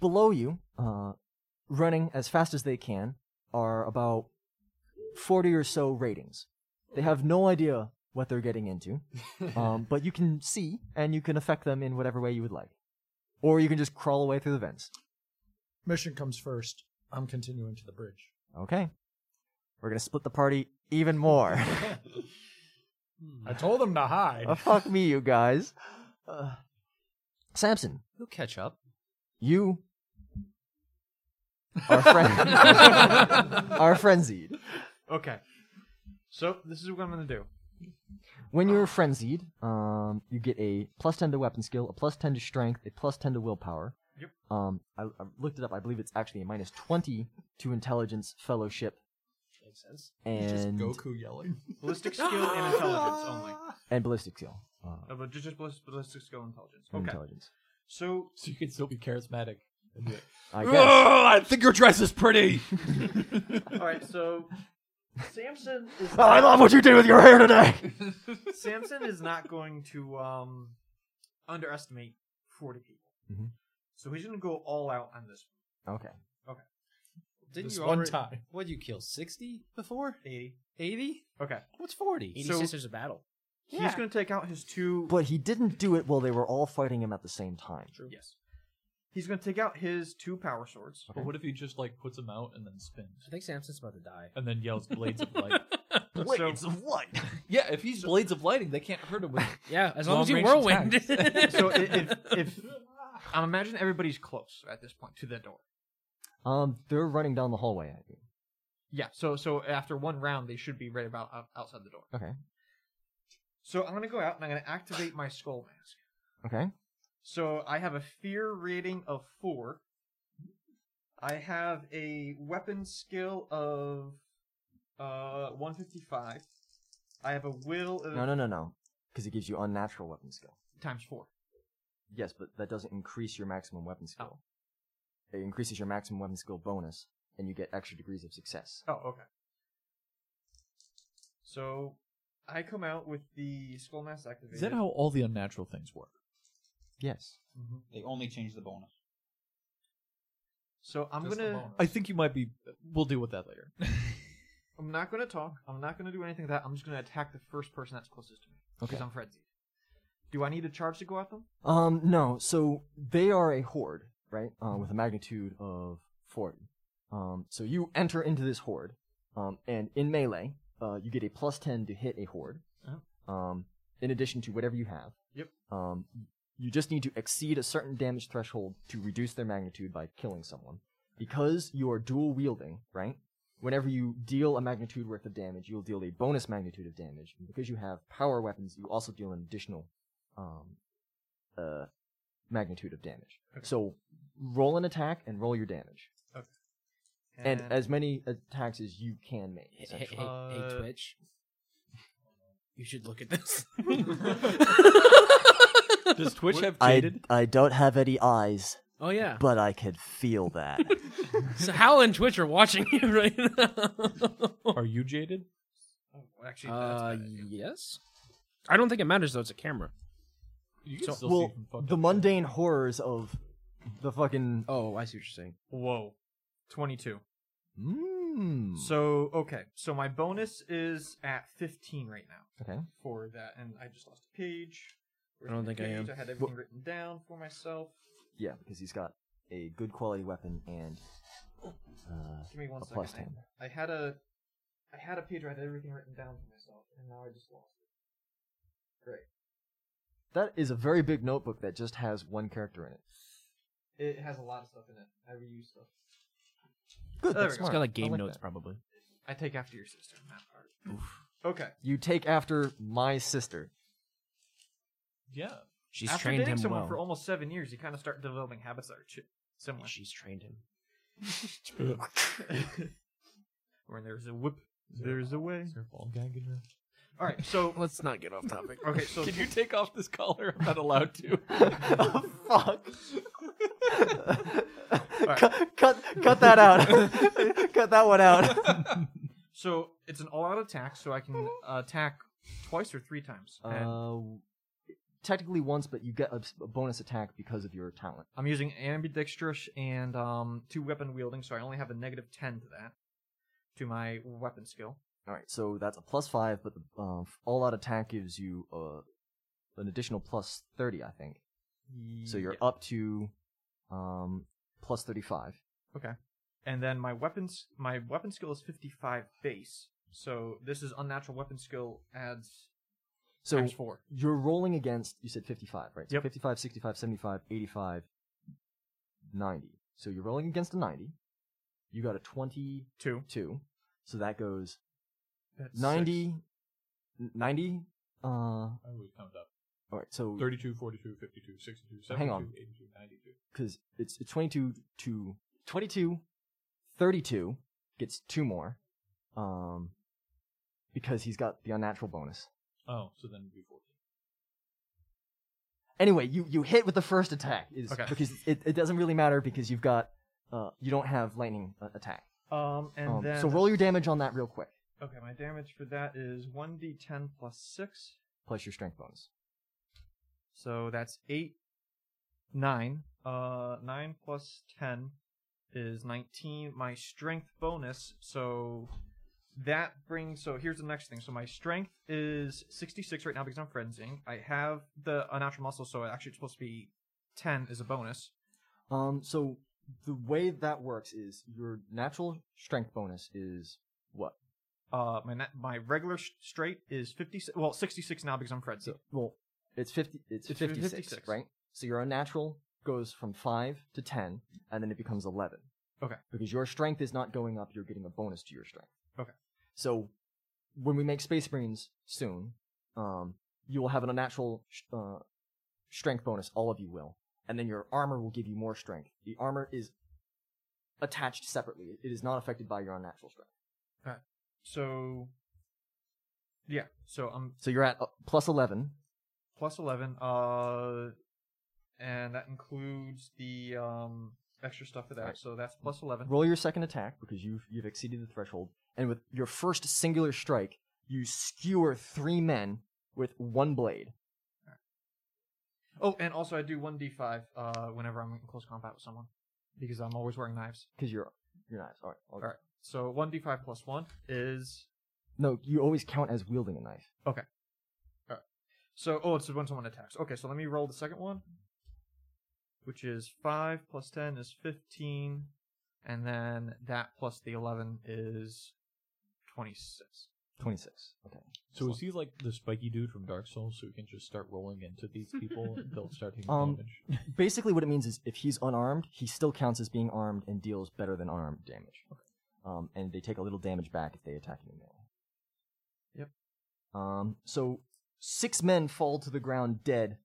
Speaker 1: Below you, uh, running as fast as they can, are about 40 or so ratings. They have no idea what they're getting
Speaker 4: <laughs>
Speaker 1: into, um, but you can see and you can affect them in whatever way you would like. Or you can just crawl away through the vents.
Speaker 4: Mission comes first. I'm continuing to the bridge.
Speaker 1: Okay. We're going to split the party even
Speaker 4: <laughs>
Speaker 1: more.
Speaker 4: I told him to hide.
Speaker 1: Oh, <laughs> fuck me, you guys. Uh, Samson,
Speaker 6: He'll catch up.
Speaker 1: you
Speaker 4: <laughs>
Speaker 1: are, fren- are frenzied.
Speaker 2: Okay. So this is what I'm gonna do.
Speaker 1: When you're frenzied, um, you get a plus 10 to weapon skill, a plus 10 to strength, a plus 10 to willpower.
Speaker 2: Yep.
Speaker 1: Um, I, I looked it up. I believe it's actually a minus 20 to intelligence, fellowship,
Speaker 7: Makes sense.
Speaker 1: and,
Speaker 4: yelling.
Speaker 2: Ballistic skill and intelligence only.
Speaker 1: and ballistic skill. Uh,
Speaker 2: Uh, but just, just ballis- ballistic skill and intelligence.
Speaker 1: and
Speaker 2: Okay.
Speaker 1: intelligence.
Speaker 2: So
Speaker 3: So you can still be charismatic.
Speaker 1: I
Speaker 3: <gasps>
Speaker 1: guess.
Speaker 3: I think your dress is <laughs> pretty.
Speaker 2: all right.
Speaker 1: <laughs>
Speaker 2: So Samson is.
Speaker 1: Oh, <laughs> I love what you did with your hair
Speaker 3: <laughs>
Speaker 1: today!
Speaker 2: Samson is not going to um, underestimate 40 people.
Speaker 1: Mhm.
Speaker 2: So he's going to go all out on this.
Speaker 1: Okay.
Speaker 6: Didn't
Speaker 4: This
Speaker 6: you
Speaker 4: one
Speaker 6: already,
Speaker 4: time.
Speaker 6: What you kill? Sixty before?
Speaker 2: 80.
Speaker 6: Eighty?
Speaker 2: Okay.
Speaker 6: What's forty?
Speaker 8: Eighty
Speaker 2: So-
Speaker 8: Sisters of Battle.
Speaker 2: He's going to take out his two.
Speaker 1: But he didn't do it while they were all fighting him at the same time.
Speaker 2: Yes. He's going to take out his two power
Speaker 1: <laughs>
Speaker 2: swords.
Speaker 3: But what if he just like puts them out and then spins
Speaker 8: I think Samson's about to die.
Speaker 3: and then yells blades of <laughs> light?
Speaker 2: Blades
Speaker 3: of light. <laughs> yeah, if he's blades of lighting, they can't hurt him with
Speaker 8: Yeah, as long as you
Speaker 3: Long-range
Speaker 8: whirlwind. <laughs>
Speaker 2: So i- if, if I'm imagining everybody's close at this point to the door.
Speaker 1: Um, they're running down the hallway at you.
Speaker 2: Yeah. So so after one round, they should be right about out, outside the door.
Speaker 1: Okay.
Speaker 2: So I'm going to go out and I'm going to activate my skull mask.
Speaker 1: Okay.
Speaker 2: So I have a fear rating of four. I have a weapon skill of uh 155. I have a will of
Speaker 1: No, no, no, no. Because it gives you unnatural weapon skill.
Speaker 2: times four. Oh.
Speaker 1: Yes, but that doesn't increase your maximum weapon skill. It increases your maximum weapon skill bonus, and you get extra degrees of success.
Speaker 2: Oh, okay. So I come out with the skull mask activated.
Speaker 3: Is that how all the unnatural things work?
Speaker 1: Yes.
Speaker 5: They only change the bonus.
Speaker 2: So I'm
Speaker 4: Just the
Speaker 2: gonna.
Speaker 4: bonus.
Speaker 3: I think you might be. We'll deal with that <laughs> later.
Speaker 2: I'm not gonna talk. I'm not gonna do anything like that. I'm just gonna attack the first person that's closest to me because
Speaker 1: Okay.
Speaker 2: I'm frenzied. Do I need a charge to go at them?
Speaker 1: Um, no. So they are a horde, right? Uh, with a magnitude of forty. Um, so you enter into this horde, um, and in melee, uh, you get a plus ten to hit a horde. Um, in addition to whatever you have.
Speaker 2: Yep.
Speaker 1: Um, you just need to exceed a certain damage threshold to reduce their magnitude by killing someone. Because you are dual wielding, right? Whenever you deal a magnitude worth of damage, you'll deal a bonus magnitude of damage. And because you have power weapons, you also deal an additional um, uh, magnitude of damage. So roll an attack and roll your damage, and, as many attacks as you can make.
Speaker 8: Hey, hey,
Speaker 1: essentially.
Speaker 8: hey,
Speaker 2: Uh,
Speaker 8: Twitch. You should look at
Speaker 2: <laughs>
Speaker 8: this.
Speaker 3: Does Twitch have
Speaker 1: I,
Speaker 3: jaded?
Speaker 1: I don't have any eyes,
Speaker 8: oh
Speaker 2: Ah.
Speaker 8: yeah.
Speaker 1: but I can
Speaker 2: <laughs>
Speaker 1: feel that.
Speaker 8: So Hal and Twitch are watching you right Uh, now.
Speaker 3: Are you jaded?
Speaker 2: Oh, actually, that's
Speaker 8: uh,
Speaker 2: a bad idea.
Speaker 8: yes. I don't think it matters though. It's a camera.
Speaker 3: You can still
Speaker 1: well,
Speaker 3: see from fucked
Speaker 1: the
Speaker 3: up.
Speaker 1: mundane horrors of the fucking.
Speaker 8: Oh, I see what you're saying.
Speaker 2: Whoa, twenty-two.
Speaker 1: Mm.
Speaker 2: Hmm. So okay, so my bonus is at fifteen right now
Speaker 1: Okay.
Speaker 2: for that, and I just lost a page. Where's
Speaker 8: I don't
Speaker 2: my
Speaker 8: think I am.
Speaker 2: page? I had everything written down for myself.
Speaker 1: Yeah, because he's got a good quality weapon and uh,
Speaker 2: Give me one
Speaker 1: a
Speaker 2: second.
Speaker 1: plus
Speaker 2: I-
Speaker 1: ten.
Speaker 2: I had a, I had a page where I had everything written down for myself, and now I just lost it. Great.
Speaker 1: That is a very big notebook that just has one character in it.
Speaker 2: It has a lot of stuff in it. I reuse stuff.
Speaker 1: Good.
Speaker 2: There
Speaker 1: that's
Speaker 2: we go.
Speaker 1: smart.
Speaker 8: It's got
Speaker 1: I
Speaker 8: like game
Speaker 1: like
Speaker 8: notes
Speaker 1: that.
Speaker 8: probably.
Speaker 2: I take after your sister in that part. Okay.
Speaker 1: You take after my
Speaker 2: <laughs>
Speaker 1: sister.
Speaker 3: Yeah.
Speaker 8: She's
Speaker 2: After
Speaker 8: trained
Speaker 2: dating
Speaker 8: him
Speaker 2: someone
Speaker 8: well.
Speaker 2: for almost seven years, you kind of start developing habits that are ch- similar.
Speaker 8: She's trained him.
Speaker 2: When there's a whip, there's a way.
Speaker 3: Is there a bald guy good enough?
Speaker 2: All right. So
Speaker 7: <laughs> Let's not get off topic.
Speaker 2: okay.
Speaker 7: <laughs>
Speaker 2: So
Speaker 3: Can you take off this collar? I'm not allowed to.
Speaker 1: oh, fuck. cut,
Speaker 2: right.
Speaker 1: <laughs> cut, cut that out. cut that one out.
Speaker 2: So it's an all-out attack, so
Speaker 7: <laughs>
Speaker 2: I can attack twice or three times. And
Speaker 1: Uh, technically once, but you get a, s- a bonus attack because of your talent.
Speaker 2: I'm using ambidextrous and um, two weapon wielding, so I only have a negative ten to that to my weapon skill.
Speaker 1: All right, so that's a plus five, but the uh, all-out attack gives you uh, an additional plus thirty, I think. So you're
Speaker 2: Yeah.
Speaker 1: up to um, plus thirty-five.
Speaker 2: and then my weapons my weapon skill is 55 base. So this is unnatural weapon skill adds
Speaker 1: So
Speaker 2: times four.
Speaker 1: you're rolling against you said 55 right so
Speaker 2: Yep.
Speaker 1: 55 65 75 85 90 so you're rolling against a 90 you got a 22
Speaker 2: Two.
Speaker 1: so that goes
Speaker 2: That's
Speaker 1: 90 90 uh all
Speaker 3: I would count up.
Speaker 1: right so
Speaker 3: 32, 42, 52, 62, 72,
Speaker 1: Hang on.
Speaker 3: 82, 92.
Speaker 1: because it's, it's 22 to 22 32 gets two more um because he's got the unnatural bonus
Speaker 3: Oh, so then it would be 14.
Speaker 1: anyway, you, you hit with the first attack is
Speaker 2: Okay.
Speaker 1: because it, it doesn't really matter because you've got uh, you don't have lightning uh, attack.
Speaker 2: Um and
Speaker 1: Um,
Speaker 2: then
Speaker 1: so roll your damage on that real quick,
Speaker 2: Okay, my damage for that is 1d10 plus 6.
Speaker 1: plus your strength bonus.
Speaker 2: So that's 8 9 uh 9 plus 10 is 19 my strength bonus. So that brings so here's the next thing. So my strength is 66 right now because I'm frenzying. I have the unnatural muscle so actually it's supposed to be 10 is a bonus.
Speaker 1: Um, so the way that works is your natural strength bonus is what?
Speaker 2: Uh, my na- my regular sh- straight is fifty. Well, sixty six now because I'm Fred.
Speaker 1: So well, it's fifty. It's,
Speaker 2: It's
Speaker 1: 56,
Speaker 2: 56.
Speaker 1: right? So your unnatural goes from five to ten, and then it becomes eleven.
Speaker 2: Okay.
Speaker 1: Because your strength is not going up; you're getting a bonus to your strength.
Speaker 2: Okay.
Speaker 1: So when we make Space Marines soon, um, you will have an unnatural sh- uh, strength bonus. All of you will, and then your armor will give you more strength. The armor is attached separately; it is not affected by your unnatural strength.
Speaker 2: So yeah, so I'm
Speaker 1: So you're at uh, plus eleven.
Speaker 2: plus eleven. Uh, and that includes the um extra stuff for that.
Speaker 1: Right.
Speaker 2: So that's plus eleven.
Speaker 1: Roll your second attack because you've you've exceeded the threshold, and with your first singular strike, you skewer three men with one blade.
Speaker 2: Oh, and also I do one d five. Uh, whenever I'm in close combat with someone, because I'm always wearing knives.
Speaker 1: Because you're you're knives. All right, all
Speaker 2: All right. So one d five plus one is
Speaker 1: No, you always count as wielding a knife.
Speaker 2: So, oh, it's when someone attacks. Okay, so let me roll the second one, which is 5 plus 10 is 15, and then that plus the 11 is 26.
Speaker 1: Twenty six. Okay.
Speaker 3: So is he like the spiky dude from Dark Souls who can just start rolling into
Speaker 1: <laughs>
Speaker 3: these people and they'll start hitting
Speaker 1: Um,
Speaker 3: damage?
Speaker 1: Basically, what it means is if he's unarmed, he still counts as being armed and deals better than armed damage. Um, and they take a little damage back if they attack you melee.
Speaker 2: Yep.
Speaker 1: Um, so six men fall to the ground dead.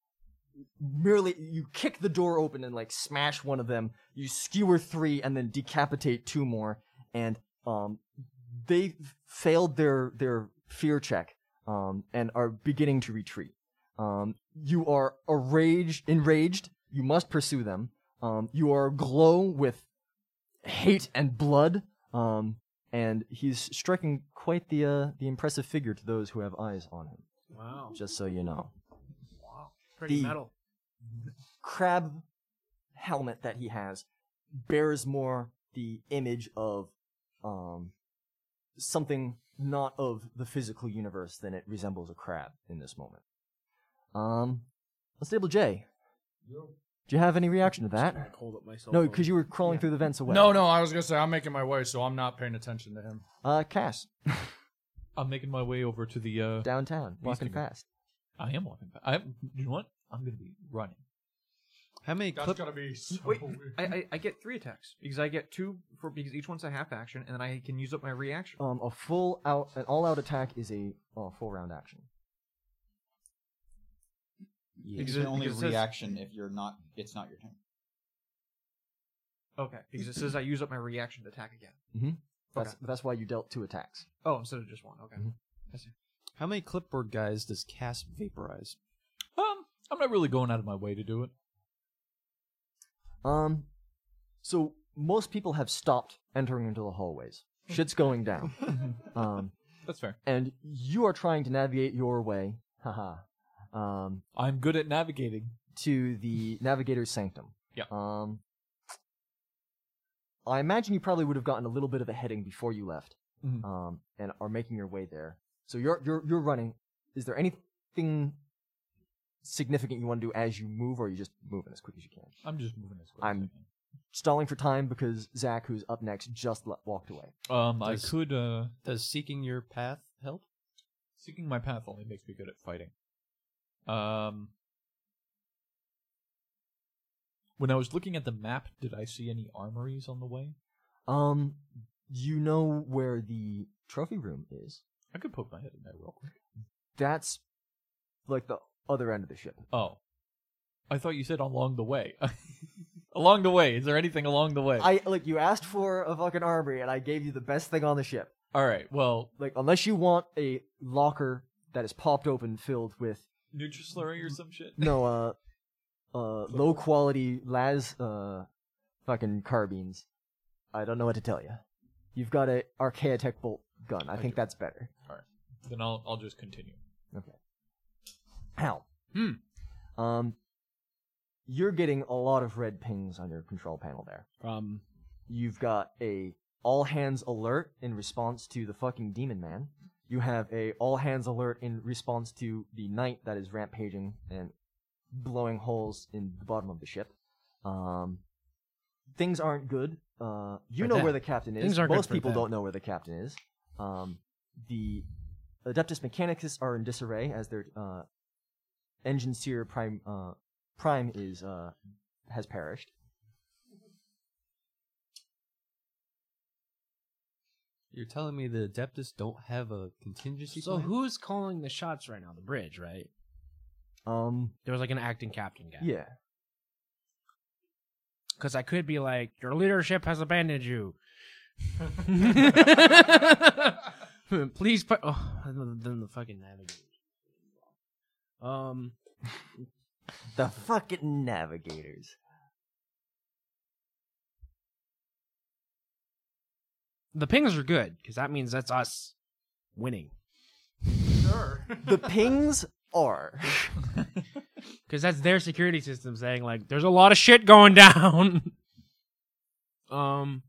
Speaker 1: Merely, you kick the door open and like smash one of them. You skewer three and then decapitate two more. And um, they f- failed their their fear check um, and are beginning to retreat. Um, you are enraged. Enraged. You must pursue them. Um, you are aglow with hate and blood. Um, and he's striking quite the uh, the impressive figure to those who have eyes on him.
Speaker 7: Wow.
Speaker 1: Just so you know,
Speaker 7: Pretty
Speaker 1: the-
Speaker 7: metal.
Speaker 1: crab helmet that he has bears more the image of um, something not of the physical universe than it resembles a crab in this moment. Um, Unstable J. Do you have any reaction to that?
Speaker 7: Like, hold up my cell
Speaker 1: No,
Speaker 7: phone.
Speaker 1: because you were crawling through the vents away.
Speaker 4: No, no, I was gonna say I'm making my way, so I'm not paying attention to him.
Speaker 1: Uh, Cass,
Speaker 3: I'm making my way over to the. Uh,
Speaker 1: downtown, walking
Speaker 3: Eastinger.
Speaker 1: fast.
Speaker 3: I am walking. Back. I. You know what? I'm gonna be running. Um,
Speaker 6: How many
Speaker 4: That's
Speaker 6: clip?
Speaker 4: gonna
Speaker 3: <laughs>
Speaker 4: be so
Speaker 2: Wait,
Speaker 4: weird.
Speaker 2: I, I, I get three attacks, because I get two, for because each one's a half action, and then I can use up my reaction.
Speaker 1: Um, a full out, an all-out attack is a uh, full round action.
Speaker 5: You
Speaker 2: Because
Speaker 5: can
Speaker 2: it-
Speaker 5: only
Speaker 2: because it says-
Speaker 5: reaction if you're not. It's not your turn.
Speaker 2: Okay, because it says I use up my reaction to attack again.
Speaker 1: That's that's why you dealt two attacks.
Speaker 2: Oh, instead of just one, okay.
Speaker 6: How many clipboard guys does Cass vaporize?
Speaker 3: Um, I'm not really going out of my way to do it.
Speaker 1: Um, so most people have stopped entering into the hallways. Shit's going down. Um,
Speaker 3: That's fair.
Speaker 1: and you are trying to navigate your way, haha, um,
Speaker 3: I'm good at navigating.
Speaker 1: to the navigator's sanctum.
Speaker 3: Yep.
Speaker 1: Um, I imagine you probably would have gotten a little bit of a heading before you left,
Speaker 3: Mhm.
Speaker 1: um, and are making your way there. So you're you're you're running. Is there anything significant you want to do as you move, or are you just moving as quick as you can?
Speaker 3: I'm just moving this way.
Speaker 1: I'm- Stalling for time because Zach, who's up next, just le- walked away.
Speaker 3: Um, I
Speaker 6: Does-
Speaker 3: could. uh
Speaker 6: Does seeking your path help?
Speaker 3: Seeking my path only makes me good at fighting. Um. When I was looking at the map, did I see any armories on the way?
Speaker 1: Um, you know where the trophy room is?
Speaker 3: I could poke my head in there real quick.
Speaker 1: That's like the other end of the ship.
Speaker 3: Oh. I thought you said along the way. <laughs> along the way. Is there anything along the way?
Speaker 1: I like you asked for a fucking armory, and I gave you the best thing on the ship.
Speaker 3: All right. Well,
Speaker 1: Like, unless you want a locker that is popped open filled with
Speaker 3: Nutrislurry or some shit?
Speaker 1: no uh uh low quality las uh fucking carbines, I don't know what to tell you. You've got a Archaeotech bolt gun. I, think
Speaker 3: do.
Speaker 1: that's better.
Speaker 3: Then I'll I'll just continue.
Speaker 1: How? Hmm. Um, you're getting a lot of red pings on your control panel there.
Speaker 6: Um,
Speaker 7: From
Speaker 1: You've got a all hands alert in response to the fucking demon man. You have a all hands alert in response to the knight that is rampaging and blowing holes in the bottom of the ship. Um, things aren't good. Uh, you
Speaker 7: For
Speaker 1: know where
Speaker 7: them.
Speaker 1: the captain is.
Speaker 7: Things aren't good
Speaker 1: Most
Speaker 7: for
Speaker 1: people
Speaker 7: them.
Speaker 1: don't know where the captain is. Um, the Adeptus Mechanicus are in disarray as their uh, engine seer prime uh, prime is uh, has perished.
Speaker 6: You're telling me the Adeptus don't have a contingency
Speaker 7: so
Speaker 6: plan?
Speaker 7: who's calling the shots right now? The bridge, right?
Speaker 1: Um,
Speaker 7: There was like an acting captain guy.
Speaker 1: yeah.
Speaker 7: Because I could be like, your leadership has abandoned you. <laughs> Please, put, oh, then the fucking navigator. Um,
Speaker 1: The fucking navigators.
Speaker 7: the pings are good because that means that's us winning.
Speaker 1: The pings are.
Speaker 7: Because that's their security system saying like, there's a lot of shit going <laughs> down. um,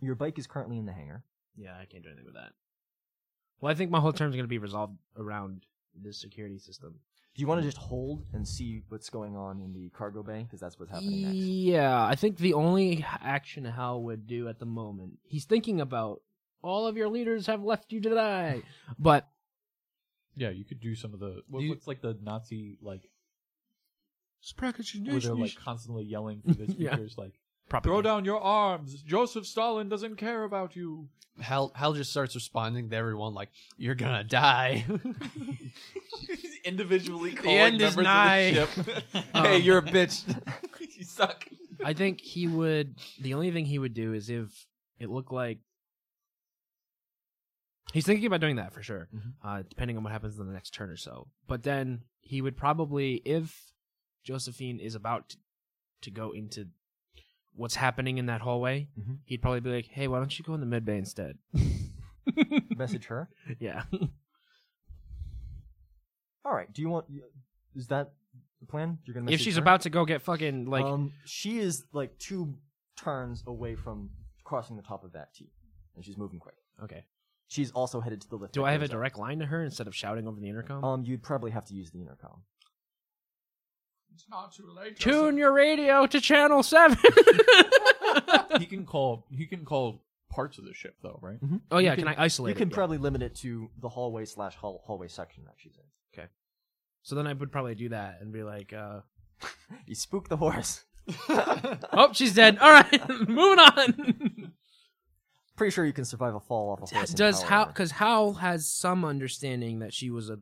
Speaker 1: Your bike is currently in the hangar.
Speaker 7: yeah, I can't do anything with that. Well, I think my whole term's gonna be resolved around this security system.
Speaker 1: Do you want to just hold and see what's going on in the cargo bay? Because that's what's happening next.
Speaker 7: Yeah, I think the only h- action Hal would do at the moment, he's thinking about all of your leaders have left you to die. But
Speaker 3: Yeah, you could do some of the what,
Speaker 6: Do you-
Speaker 3: what's like the Nazi like where they're like
Speaker 6: Like,
Speaker 3: constantly yelling through
Speaker 6: <laughs>
Speaker 3: the
Speaker 7: Yeah.
Speaker 3: speakers like
Speaker 7: probably
Speaker 3: throw down your arms. Joseph Stalin doesn't care about you.
Speaker 6: Hal, Hal just starts responding to everyone like, "You're gonna die." <laughs>
Speaker 5: Individually
Speaker 6: The end is nigh. Um,
Speaker 5: hey, you're a bitch. you suck.
Speaker 7: I think he would. The only thing he would do is if it looked like he's thinking about doing that for sure.
Speaker 1: Mm-hmm.
Speaker 7: Uh, depending on what happens in the next turn or so. But then he would probably, if Josephine is about to, to go into what's happening in that hallway,
Speaker 1: Mhm.
Speaker 7: he'd probably be like, "Hey, why don't you go in the mid bay instead?" <laughs>
Speaker 1: Message her.
Speaker 7: yeah.
Speaker 1: All right. Do you want? Is that the plan? You're gonna.
Speaker 7: if
Speaker 1: Message
Speaker 7: she's
Speaker 1: her?
Speaker 7: about to go get fucking like
Speaker 1: um, she is like two turns away from crossing the top of that T, and she's moving quick.
Speaker 7: okay.
Speaker 1: She's also headed to the lift.
Speaker 7: Do
Speaker 1: that
Speaker 7: I have a
Speaker 1: goes up.
Speaker 7: direct line to her instead of shouting over the intercom?
Speaker 1: Um, you'd probably have to use the intercom.
Speaker 11: It's not too late.
Speaker 7: Tune your radio to channel <laughs> seven.
Speaker 3: he can call he can call parts of the ship though, right?
Speaker 7: oh
Speaker 1: You
Speaker 7: yeah, can, I isolate?
Speaker 1: You can
Speaker 7: it? Yeah.
Speaker 1: probably limit it to the hallway slash hall- hallway section that she's in.
Speaker 7: So then I would probably do that and be like, uh,
Speaker 1: You spook the
Speaker 7: <laughs>
Speaker 1: horse.
Speaker 7: "Oh, she's dead. All right, <laughs> moving on."
Speaker 1: Pretty sure you can survive a fall off a horse. in
Speaker 7: <laughs> Does
Speaker 1: power
Speaker 7: how?
Speaker 1: armor.
Speaker 7: Because Hal has some understanding that she was a,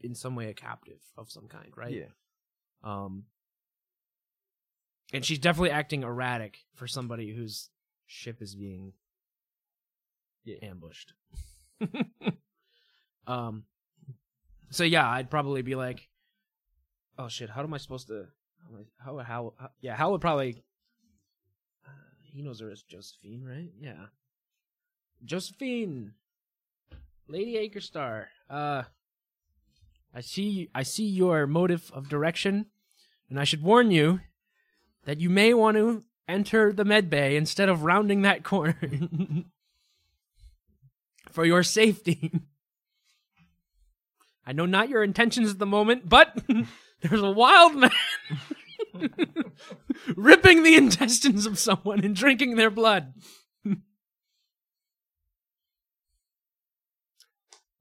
Speaker 7: in some way, a captive of some kind, right?
Speaker 1: Yeah.
Speaker 7: Um. And she's definitely acting erratic for somebody whose ship is being ambushed. <laughs> um. So yeah, I'd probably be like, "Oh shit, how am I supposed to? How? am I- How? How? how yeah, Hal would probably. Uh, He knows her as Josephine, right? Yeah. Josephine, Lady Acrestar. Uh, I see. I see your motive of direction, and I should warn you that you may want to enter the med bay instead of rounding that corner <laughs> for your safety. I know not your intentions at the moment, but <laughs> there's a wild man <laughs> ripping the intestines of someone and drinking their blood.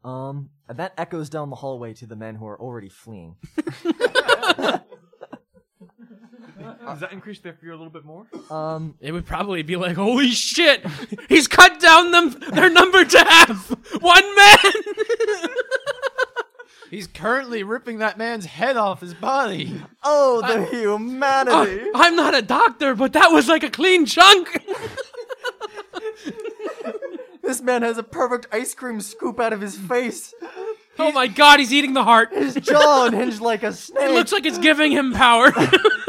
Speaker 1: Um, and that echoes down the hallway to the men who are already fleeing.
Speaker 2: Uh, Does that increase their fear a little bit more?
Speaker 1: Um,
Speaker 7: It would probably be like, "Holy shit, he's cut down them their number to half, one man." <laughs>
Speaker 6: He's currently ripping that man's head off his body.
Speaker 1: oh, the humanity!
Speaker 7: <laughs> I, am Oh, not a doctor, but that was like a clean chunk. Oh.
Speaker 1: This man has a perfect ice cream scoop out of his face.
Speaker 7: oh my god, he's eating the heart.
Speaker 1: His
Speaker 7: It
Speaker 1: jaw <laughs> unhinged like a snake.
Speaker 7: looks like it's giving him power.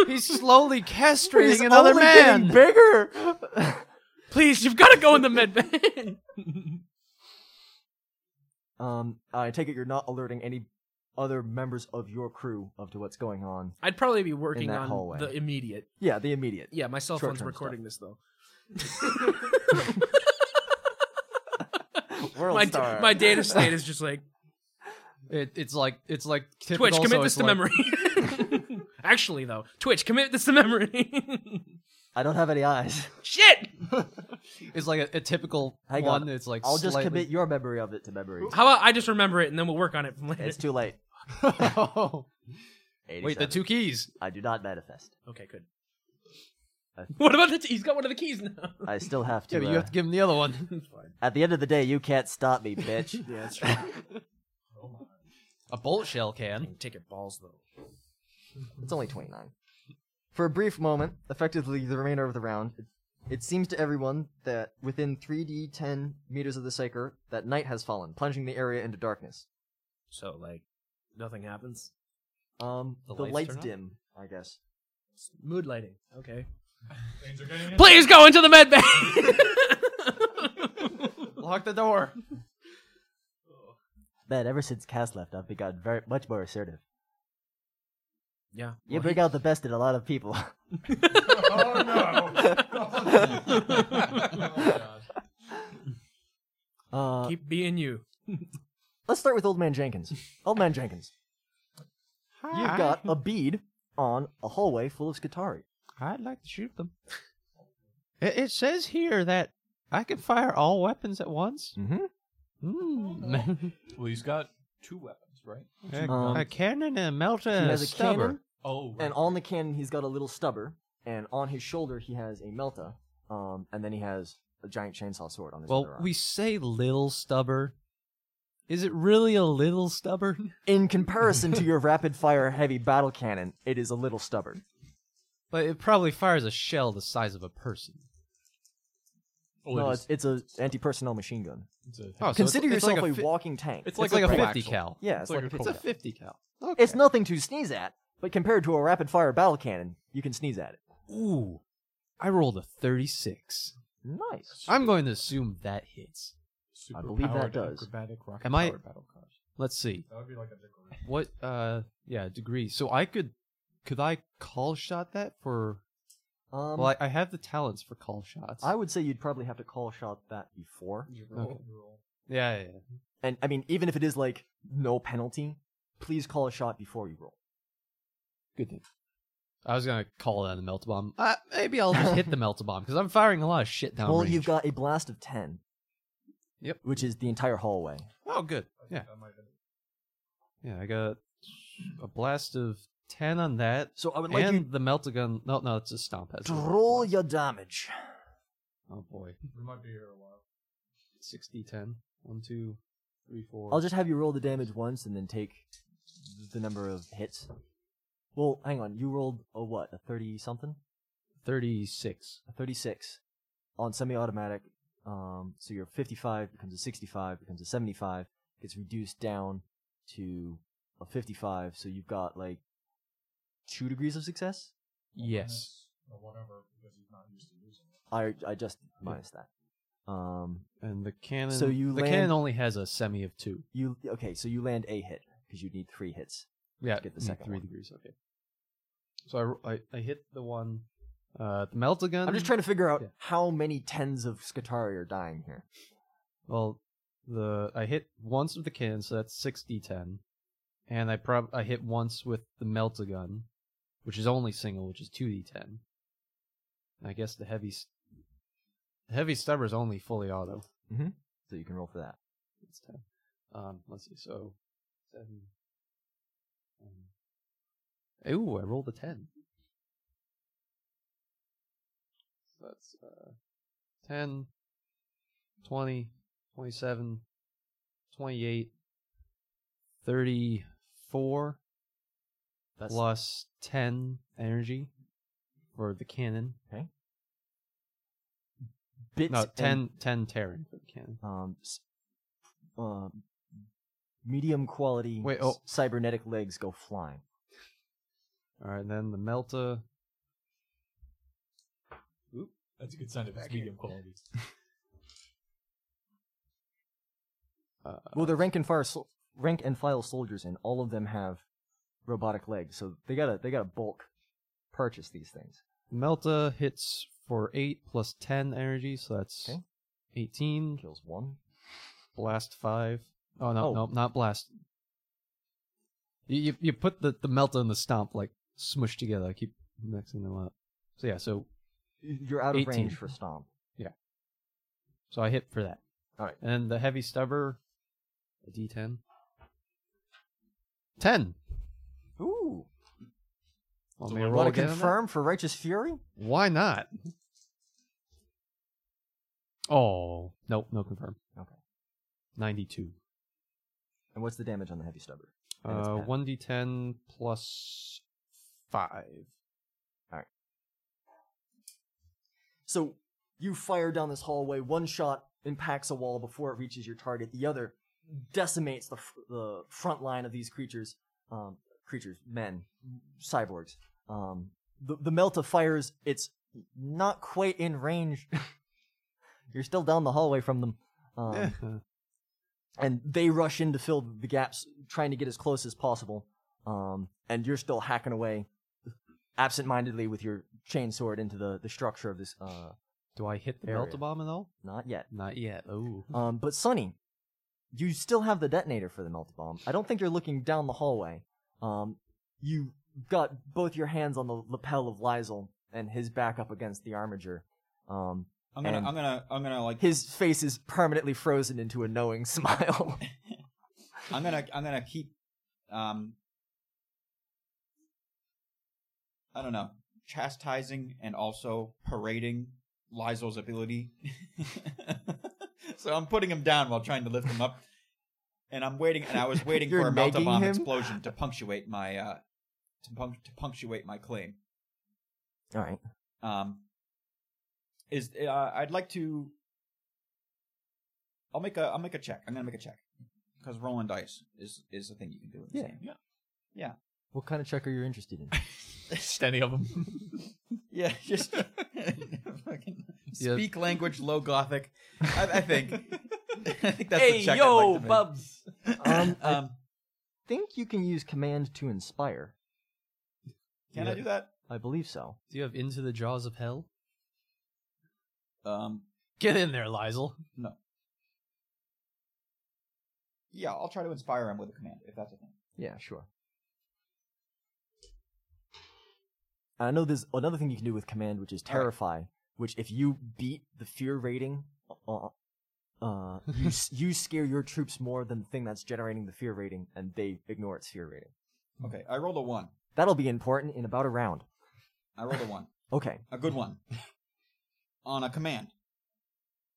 Speaker 6: He's slowly castrating
Speaker 1: He's
Speaker 6: another
Speaker 1: only
Speaker 6: man.
Speaker 1: getting bigger. <laughs>
Speaker 7: Please, you've got to go in the med bay.
Speaker 1: Um, I take it you're not alerting any other members of your crew of to what's going on.
Speaker 7: I'd probably be working
Speaker 1: that
Speaker 7: on
Speaker 1: hallway.
Speaker 7: the immediate.
Speaker 1: Yeah, the immediate.
Speaker 7: Yeah, my cell phone's
Speaker 1: Short-term
Speaker 7: recording this though.
Speaker 1: World
Speaker 7: My,
Speaker 1: star.
Speaker 7: my data state is just like
Speaker 6: It, it's like it's like typical,
Speaker 7: Twitch. Commit
Speaker 6: so
Speaker 7: this
Speaker 6: it's
Speaker 7: to
Speaker 6: like-
Speaker 7: memory. Actually, though, Twitch, commit this to memory. <laughs>
Speaker 1: I don't have any eyes.
Speaker 7: Shit.
Speaker 6: It's like a, a typical
Speaker 1: Hang
Speaker 6: one.
Speaker 1: on.
Speaker 6: It's like
Speaker 1: I'll just
Speaker 6: slightly-
Speaker 1: commit your memory of it to
Speaker 7: <laughs>
Speaker 1: memory.
Speaker 7: How about I just remember it and then we'll work on it from later.
Speaker 1: It's too late.
Speaker 6: <laughs> Wait, the
Speaker 1: 87.
Speaker 6: Oh, two keys.
Speaker 1: I do not manifest.
Speaker 7: okay, good.
Speaker 1: I-
Speaker 7: <laughs> What about the? T- he's got one of the keys now.
Speaker 1: I still have to.
Speaker 6: Yeah, but
Speaker 1: uh,
Speaker 6: you have to give him the other one. <laughs>
Speaker 1: At the end of the day, you can't stop me, bitch.
Speaker 7: Yeah, that's right.
Speaker 6: a bolt shell can.
Speaker 7: Take your balls though.
Speaker 1: It's only 29. For a brief moment, effectively the remainder of the round, it, it seems to everyone that within 3d 10 meters of the Psyker, that night has fallen, plunging the area into darkness.
Speaker 7: So like, nothing happens.
Speaker 1: Um,
Speaker 6: The
Speaker 1: the,
Speaker 6: lights
Speaker 1: lights
Speaker 6: turn off?
Speaker 1: dim, I guess.
Speaker 7: Mood lighting. Okay.
Speaker 4: Things are getting
Speaker 7: Please go into the med bay.
Speaker 6: Lock the door.
Speaker 1: Man, ever since Cass left, I've become very much more assertive.
Speaker 7: yeah.
Speaker 1: You bring out the best in a lot of people. <laughs>
Speaker 4: Oh no!
Speaker 1: Uh,
Speaker 7: Keep being you.
Speaker 1: let's start with Old Man Jenkins. Old Man Jenkins, you've got a bead on a hallway full of Skatari.
Speaker 6: I'd like to shoot them. It, it says here that I can fire all weapons at once.
Speaker 1: Mm-hmm.
Speaker 6: Mm.
Speaker 3: Well, he's got two weapons, right?
Speaker 6: a,
Speaker 1: Um,
Speaker 6: a cannon and a melter
Speaker 1: He
Speaker 6: and a
Speaker 1: has a
Speaker 6: stubber.
Speaker 1: cannon,
Speaker 3: Oh, right.
Speaker 1: and on the cannon he's got a little stubber, and on his shoulder he has a melta, um, and then he has a giant chainsaw sword on his
Speaker 6: Well,
Speaker 1: other arm.
Speaker 6: we say little stubber. Is it really a little stubber? <laughs>
Speaker 1: In comparison to your rapid fire heavy battle cannon, it is a little stubborn.
Speaker 6: But it probably fires a shell the size of a person.
Speaker 3: Oh,
Speaker 1: no,
Speaker 3: it is.
Speaker 1: it's, it's a anti personnel machine gun.
Speaker 3: It's a-
Speaker 6: Oh, so
Speaker 1: Consider
Speaker 6: it's, it's
Speaker 1: yourself
Speaker 6: like
Speaker 1: a,
Speaker 6: fi-
Speaker 1: walking tank.
Speaker 3: It's like
Speaker 6: It's like,
Speaker 3: a
Speaker 6: a
Speaker 3: pole
Speaker 6: fifty
Speaker 3: axle.
Speaker 6: cal.
Speaker 1: yeah, it's, like, a
Speaker 6: It's
Speaker 1: pole
Speaker 6: a
Speaker 1: gun.
Speaker 6: fifty cal.
Speaker 1: It's nothing to sneeze at, but compared to a rapid fire battle cannon, you can sneeze at it.
Speaker 6: Ooh, I rolled a thirty-six.
Speaker 1: Nice.
Speaker 6: I'm going to assume that hits.
Speaker 1: I believe that
Speaker 4: Powered
Speaker 1: does.
Speaker 4: Acrobatic rocket
Speaker 6: Am I-
Speaker 4: powered battle cars.
Speaker 6: Let's see.
Speaker 4: That would be like a degree.
Speaker 6: What? Uh, yeah, degree. So I could, could I call shot that for?
Speaker 1: Um,
Speaker 6: well, I, I have the talents for call shots.
Speaker 1: I would say you'd probably have to call shot that before.
Speaker 6: Okay. Yeah, yeah, yeah.
Speaker 1: And I mean, even if it is like no penalty, please call a shot before you roll.
Speaker 6: Good thing. I was gonna call that a melt bomb. Uh, maybe I'll
Speaker 1: <laughs>
Speaker 6: just hit the melt bomb because I'm firing a lot of shit down
Speaker 1: well,
Speaker 6: range.
Speaker 1: you've got a blast of 10.
Speaker 6: Yep.
Speaker 1: Which is the entire hallway.
Speaker 6: Oh, good. Yeah. Yeah, I got a blast of 10 on that.
Speaker 1: So I would like
Speaker 6: and
Speaker 1: you
Speaker 6: the melted gun. No, no, it's a stomp. That's
Speaker 1: to
Speaker 6: a-
Speaker 1: roll your damage.
Speaker 6: Oh, boy.
Speaker 4: We might be here a while.
Speaker 6: 60, 10. 1, 2, 3, 4.
Speaker 1: I'll just have you roll the damage once and then take the number of hits. Well, hang on. You rolled a what? A 30 something?
Speaker 6: 36.
Speaker 1: A 36 on semi automatic. Um, so your 55 becomes a 65, becomes a 75, gets reduced down to a 55. So you've got like two degrees of success?
Speaker 6: Yes.
Speaker 4: Or whatever, because he's not used to using it.
Speaker 1: I I just minus that. Um,
Speaker 6: And the cannon.
Speaker 1: So you
Speaker 6: the cannon
Speaker 1: land-
Speaker 6: only has a semi of two.
Speaker 1: you okay? So you land a hit because you need three hits.
Speaker 6: Yeah,
Speaker 1: get the
Speaker 6: need
Speaker 1: second
Speaker 6: three
Speaker 1: one.
Speaker 6: degrees. Okay. So I, I, I hit the one, uh, the melta gun.
Speaker 1: I'm just trying to figure out
Speaker 6: Yeah.
Speaker 1: how many tens of Skatari are dying here.
Speaker 6: Well, the I hit once with the cannon, so that's six d10, and I prob I hit once with the melta gun, which is only single, which is two d10. I guess the heavy, s- the heavy stubber is only fully auto.
Speaker 1: So you can roll for that.
Speaker 6: It's ten. Um, let's see. So seven. um, ooh, I rolled a ten. So that's uh, 10, 20, 27, 28, 34
Speaker 1: That's
Speaker 6: plus 10 energy for the cannon.
Speaker 1: bits
Speaker 6: No,
Speaker 1: and,
Speaker 6: 10, 10 Terran for the cannon.
Speaker 1: um, s- um, medium quality
Speaker 6: Wait,
Speaker 1: s-
Speaker 6: oh.
Speaker 1: cybernetic legs go flying.
Speaker 6: All right, then the Melta.
Speaker 4: That's a good sign of it's medium quality.
Speaker 6: Uh,
Speaker 1: Well, they're rank and file sol- rank and file soldiers, and all of them have robotic legs, so they gotta they gotta bulk purchase these things.
Speaker 6: Melta hits for 8 plus 10 energy, so that's
Speaker 1: Okay.
Speaker 6: 18.
Speaker 1: Kills one.
Speaker 6: Blast 5. Oh, no,
Speaker 1: Oh.
Speaker 6: no, not blast. You, you, you put the, the Melta and the Stomp like smushed together. I keep mixing them up. So, yeah, so
Speaker 1: You're out of
Speaker 6: 18.
Speaker 1: range for stomp.
Speaker 6: So I hit for that.
Speaker 1: All right.
Speaker 6: And then the heavy stubber, a D10. 10.
Speaker 1: Ooh.
Speaker 6: Want
Speaker 1: So we
Speaker 6: me to roll
Speaker 1: wanna
Speaker 6: again on that?
Speaker 1: confirm for righteous fury?
Speaker 6: Why not? Oh, nope, no confirm.
Speaker 1: Okay.
Speaker 6: 92.
Speaker 1: And what's the damage on the heavy stubber? And it's
Speaker 6: Uh,
Speaker 1: Pat.
Speaker 6: 1D10 plus 5.
Speaker 1: So you fire down this hallway. One shot impacts a wall before it reaches your target. The other decimates the fr- the front line of these creatures, um, creatures, men, cyborgs. Um, the the Melta fires. It's not quite in range. <laughs> You're still down the hallway from them. Um,
Speaker 6: Eh.
Speaker 1: and they rush in to fill the gaps, trying to get as close as possible. Um, and you're still hacking away, absent-mindedly, with your chainsword into the, the structure of this. Uh,
Speaker 6: <laughs> Do I hit the
Speaker 1: Area.
Speaker 6: Melta bomb at all?
Speaker 1: not yet.
Speaker 6: Not yet. Oh.
Speaker 1: Um, but Sonny, you still have the detonator for the melted bomb. I don't think you're looking down the hallway. Um, you got both your hands on the lapel of Lizel and his back up against the armiger. Um,
Speaker 5: <laughs> I'm gonna,
Speaker 1: And-
Speaker 5: I'm gonna, I'm gonna like,
Speaker 1: his face is permanently frozen into a knowing <laughs> smile.
Speaker 5: I'm gonna, I'm gonna keep, um, I don't know, chastising and also parading Lysol's ability. <laughs> so I'm putting him down while trying to lift him up, and I'm waiting, and I was
Speaker 1: <laughs>
Speaker 5: waiting
Speaker 1: You're
Speaker 5: for a melta
Speaker 1: negging
Speaker 5: bomb
Speaker 1: him?
Speaker 5: explosion to punctuate my, uh, to, punct- to punctuate my claim.
Speaker 1: All right.
Speaker 5: Um, is uh, I'd like to. I'll make a I'll make a check. I'm gonna make a check because rolling dice is is a thing you can do. In this
Speaker 1: Yeah.
Speaker 5: game.
Speaker 1: What kind of check are you interested in?
Speaker 3: Just any of them.
Speaker 5: <laughs> yeah, just <laughs> fucking speak language low gothic. I, I think. <laughs> I think that's the check I'd like to
Speaker 7: Bubs.
Speaker 5: make.
Speaker 1: Um, I-
Speaker 5: <laughs> um,
Speaker 1: think you can use command to inspire.
Speaker 5: can I do that?
Speaker 1: I believe so.
Speaker 6: Do you have Into the Jaws of Hell?
Speaker 5: Um,
Speaker 6: Get in there, Lizel.
Speaker 5: yeah, I'll try to inspire him with a command if that's a thing.
Speaker 1: Yeah, sure. And I know there's another thing you can do with command, which is terrify. Which, if you beat the fear rating, uh, uh,
Speaker 4: <laughs>
Speaker 1: you s- you scare your troops more than the thing that's generating the fear rating, and they ignore its fear rating.
Speaker 5: Okay, I rolled a one.
Speaker 1: That'll be important in about a round.
Speaker 5: I rolled a one.
Speaker 1: Okay,
Speaker 5: a good
Speaker 1: <laughs>
Speaker 5: one on a command,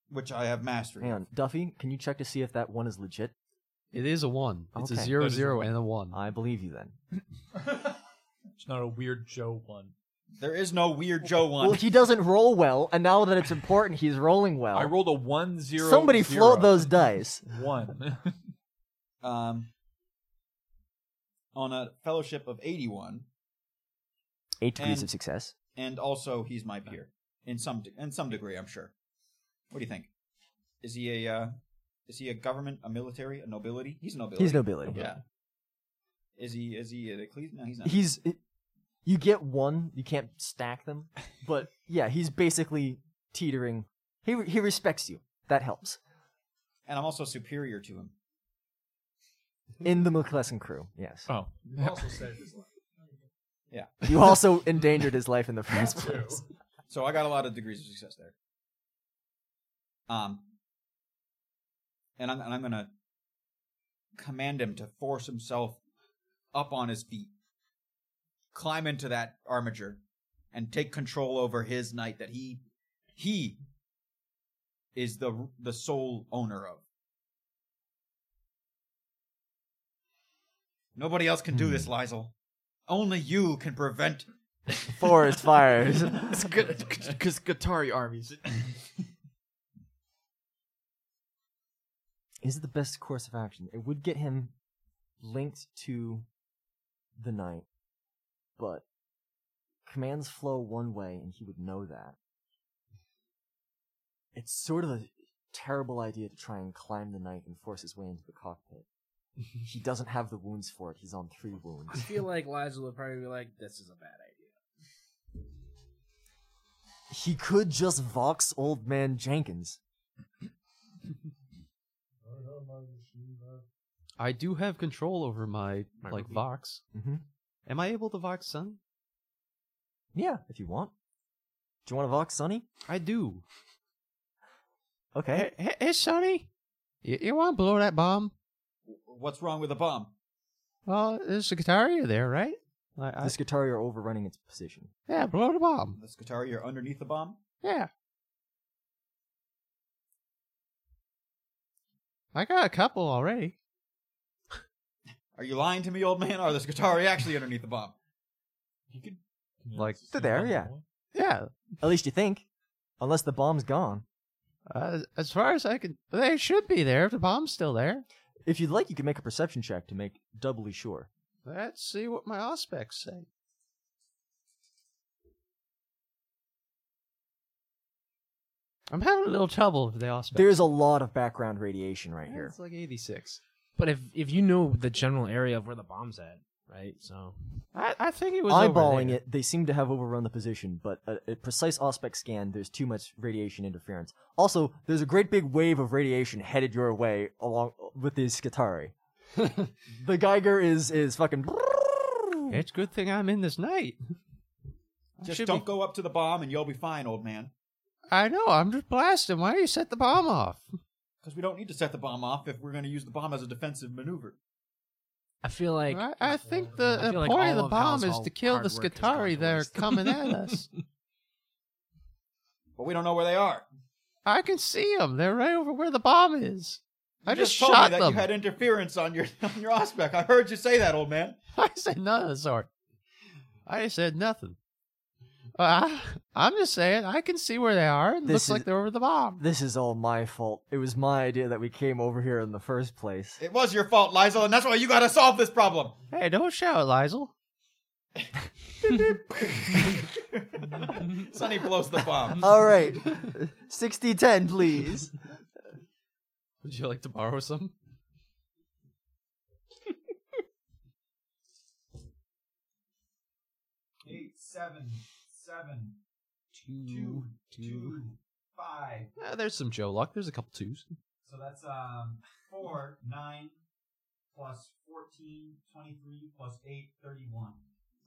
Speaker 5: which I have mastery.
Speaker 1: hang on, Duffy, can you check to see if that one is legit?
Speaker 6: It is a 1. It's a
Speaker 1: Okay.
Speaker 6: zero
Speaker 4: That is a
Speaker 6: zero
Speaker 4: one.
Speaker 6: and a 1.
Speaker 1: I believe you then.
Speaker 4: It's not a weird Joe one.
Speaker 5: There is no weird Joe one.
Speaker 1: Well, he doesn't roll well, and now that it's important, he's rolling well.
Speaker 4: I rolled a one zero.
Speaker 1: Somebody
Speaker 4: zero.
Speaker 1: float those dice.
Speaker 4: one.
Speaker 5: um, on a fellowship of eighty-one,
Speaker 1: Eight degrees
Speaker 5: And-
Speaker 1: of success.
Speaker 5: and also he's my peer. in some de- in some degree, I'm sure. What do you think? Is he a uh, is he a government, a military, a nobility? He's a nobility.
Speaker 1: He's nobility.
Speaker 5: Yeah. Is he is he an ecclesi? No, he's not.
Speaker 1: He's it- you get one, you can't stack them,
Speaker 12: <laughs>
Speaker 1: but yeah, he's basically teetering. He he respects you. That helps
Speaker 5: and I'm also superior to him.
Speaker 1: in the McClellan crew.
Speaker 12: <laughs>
Speaker 1: Yes,
Speaker 3: Oh,
Speaker 4: Also saved his life.
Speaker 1: you also endangered his life in the first place.
Speaker 5: So I got a lot of degrees of success there. Um, and I'm and I'm gonna command him to force himself up on his feet, climb into that armature, and take control over his knight that he he is the the sole owner of. Nobody else can do this,
Speaker 1: Hmm.
Speaker 5: Lizel. Only you can prevent
Speaker 1: <laughs>
Speaker 12: <laughs>
Speaker 1: Forest <laughs> fires.
Speaker 12: Because Qatari armies.
Speaker 1: is the best course of action. It would get him linked to the knight, but commands flow one way, and he would know that. It's sort of a terrible idea to try and climb the knight and force his way into the
Speaker 7: <laughs>
Speaker 1: cockpit. he doesn't have the wounds for it. He's on three
Speaker 7: I
Speaker 1: wounds.
Speaker 7: feel
Speaker 1: <laughs>
Speaker 7: like Liza would probably be like, "This is a bad idea."
Speaker 1: He could just vox old man Jenkins.
Speaker 6: I do have control over my, like Vox.
Speaker 1: Mhm.
Speaker 6: Am I able to Vox Sun?
Speaker 1: Yeah, if you want. Do you want to vox Sonny?
Speaker 6: I do.
Speaker 1: Okay.
Speaker 6: Hey, hey, hey Sonny, you, you want to blow that bomb?
Speaker 5: <laughs> what's wrong with a bomb?
Speaker 6: Well, there's a Qatari there, right? I, I,
Speaker 1: This guitar you're overrunning its position.
Speaker 6: yeah, blow the bomb.
Speaker 5: This guitar, you're underneath the bomb.
Speaker 6: Yeah. I got a couple already.
Speaker 5: Are you lying to me, old man? Or this guitar actually underneath the bomb?
Speaker 3: he could
Speaker 6: Like-
Speaker 1: They're there, yeah.
Speaker 6: Yeah.
Speaker 1: At least you think. Unless the bomb's gone.
Speaker 6: Uh, as far as I can, they should be there if the bomb's still there.
Speaker 1: If you'd like, you can make a perception check to make doubly sure.
Speaker 6: Let's see what my aspects say. I'm having a little trouble with the aspects.
Speaker 1: There's a lot of background radiation right here.
Speaker 6: It's like 86.
Speaker 8: But if if you know the general area of where the bomb's at, right? So
Speaker 6: I, I think it was over
Speaker 1: Eyeballing
Speaker 6: there.
Speaker 1: it, they seem to have overrun the position, but a, a precise aspect scan, there's too much radiation interference. Also, there's a great big wave of radiation headed your way along with the
Speaker 6: <laughs>
Speaker 1: Skatari. the Geiger is is fucking.
Speaker 6: It's a good thing I'm in this night. I
Speaker 5: Just
Speaker 6: Uh, should
Speaker 5: don't
Speaker 6: be-
Speaker 5: go up to the bomb, and you'll be fine, old man.
Speaker 6: I know. I'm just blasting. Why do you set the bomb off?
Speaker 5: Because we don't need to set the bomb off if we're going to use the bomb as a defensive maneuver.
Speaker 8: I feel like
Speaker 6: I, I think the,
Speaker 8: I
Speaker 6: the
Speaker 8: feel like
Speaker 6: point
Speaker 8: all
Speaker 6: of the
Speaker 8: of
Speaker 6: bomb is
Speaker 8: household
Speaker 6: to kill
Speaker 8: hard
Speaker 6: the
Speaker 8: work has gone
Speaker 6: Skatari
Speaker 8: to
Speaker 6: that are
Speaker 8: waste.
Speaker 6: coming
Speaker 8: <laughs>
Speaker 6: at us.
Speaker 5: But we don't know where they are.
Speaker 6: I can see them. They're right over where the bomb is. I
Speaker 5: You
Speaker 6: just,
Speaker 5: told
Speaker 6: shot
Speaker 5: me that
Speaker 6: them.
Speaker 5: you
Speaker 6: <laughs>
Speaker 5: had interference on your <laughs> on your aspect. I heard you say that, old man.
Speaker 6: I said none of the sort. I said nothing. Uh, <laughs> I, am just saying I can see where they are. It
Speaker 1: This
Speaker 6: looks like
Speaker 1: is-
Speaker 6: they're over the bomb.
Speaker 1: This is all my fault. It was my idea that we came over here in the first
Speaker 5: <laughs>
Speaker 1: place.
Speaker 5: It was your fault, Lizel, and that's why you got to solve this problem.
Speaker 6: Hey, don't shout, Lizel.
Speaker 5: Sonny blows the bomb.
Speaker 1: All right, sixty ten, please.
Speaker 6: Would you like to borrow some?
Speaker 5: Eight, seven, seven, two, two, five.
Speaker 6: Uh, there's some Joe luck. There's a couple twos.
Speaker 5: So that's um four, nine, plus 14, 23, plus 8, 31.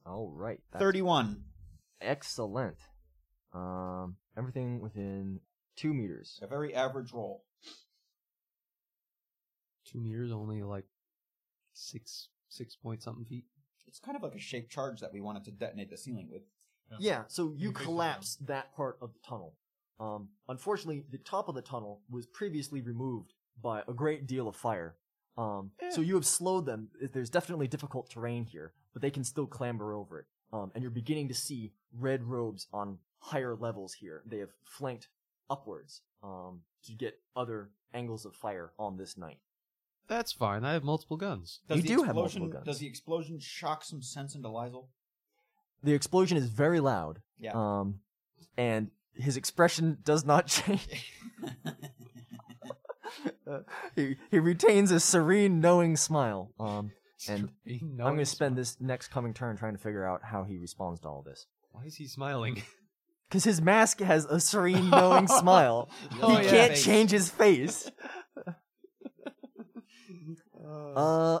Speaker 1: All right, that's
Speaker 5: 31.
Speaker 1: excellent. Um, everything within two meters.
Speaker 5: A very average roll.
Speaker 6: Two meters, only like six six point something feet.
Speaker 5: It's kind of like a shaped charge that we wanted to detonate the ceiling with.
Speaker 1: Yeah, so you collapse that part of the tunnel. Um, unfortunately, the top of the tunnel was previously removed by a great deal of fire. Um, so you have slowed them. There's definitely difficult terrain here, but they can still clamber over it. Um, and you're beginning to see red robes on higher levels here. They have flanked upwards um, to get other angles of fire on this night.
Speaker 6: That's fine. I have multiple guns.
Speaker 5: Does
Speaker 1: You
Speaker 5: the
Speaker 1: do have
Speaker 5: explosion,
Speaker 1: multiple guns.
Speaker 5: Does the explosion shock some sense into Lizel?
Speaker 1: the explosion is very loud.
Speaker 5: Yeah.
Speaker 1: Um, and his expression does not <laughs> change. Uh, he he retains a serene, knowing smile. Um, and I'm going to spend this next coming turn trying to figure out how he responds to all this.
Speaker 6: Why is he smiling? <laughs>
Speaker 1: Because his mask has a serene, knowing smile.
Speaker 5: Oh,
Speaker 1: he
Speaker 5: yeah.
Speaker 1: can't
Speaker 5: Face.
Speaker 1: change his face. uh,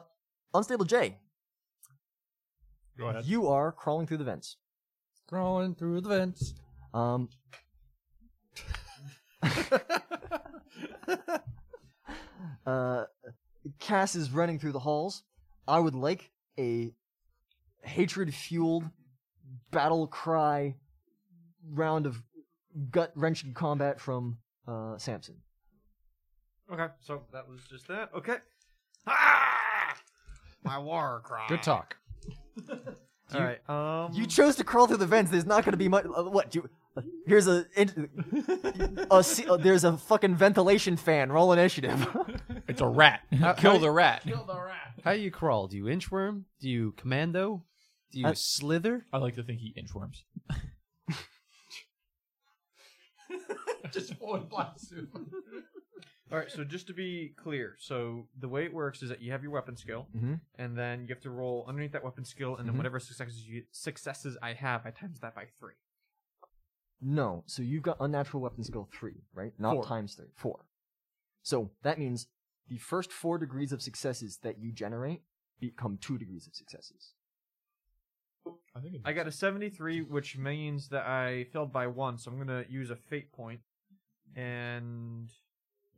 Speaker 1: Unstable J,
Speaker 4: Go ahead.
Speaker 1: you are crawling through the vents.
Speaker 4: Crawling through the vents.
Speaker 1: Um, uh, Cass is running through the halls. I would like a hatred fueled battle cry round of gut wrenching combat from uh, Samson.
Speaker 2: Okay, so that was just that. Okay. Ah! My war cry. <laughs>
Speaker 4: Good talk.
Speaker 2: All right. Um.
Speaker 1: You chose to crawl through the vents. There's not going to be much. Uh, what? Do you, uh, here's a, in- a se- uh, there's a fucking ventilation fan. Roll initiative. <laughs>
Speaker 4: It's a rat.
Speaker 12: Kill the rat.
Speaker 6: How do you crawl? Do you inchworm? Do you commando? Do you
Speaker 1: I-
Speaker 6: slither?
Speaker 3: I like to think he inchworms.
Speaker 2: All right. So just to be clear, so the way it works is that you have your weapon skill,
Speaker 1: Mhm.
Speaker 2: and then you have to roll underneath that weapon skill, and then whatever successes you successes I have, I times that by three.
Speaker 1: no, so you've got unnatural weapon skill three, right? Not
Speaker 2: Four.
Speaker 1: times three, four. So that means the first four degrees of successes that you generate become two degrees of successes.
Speaker 3: I think
Speaker 2: I got a seventy-three, which means that I failed by one. So I'm gonna use a fate point, and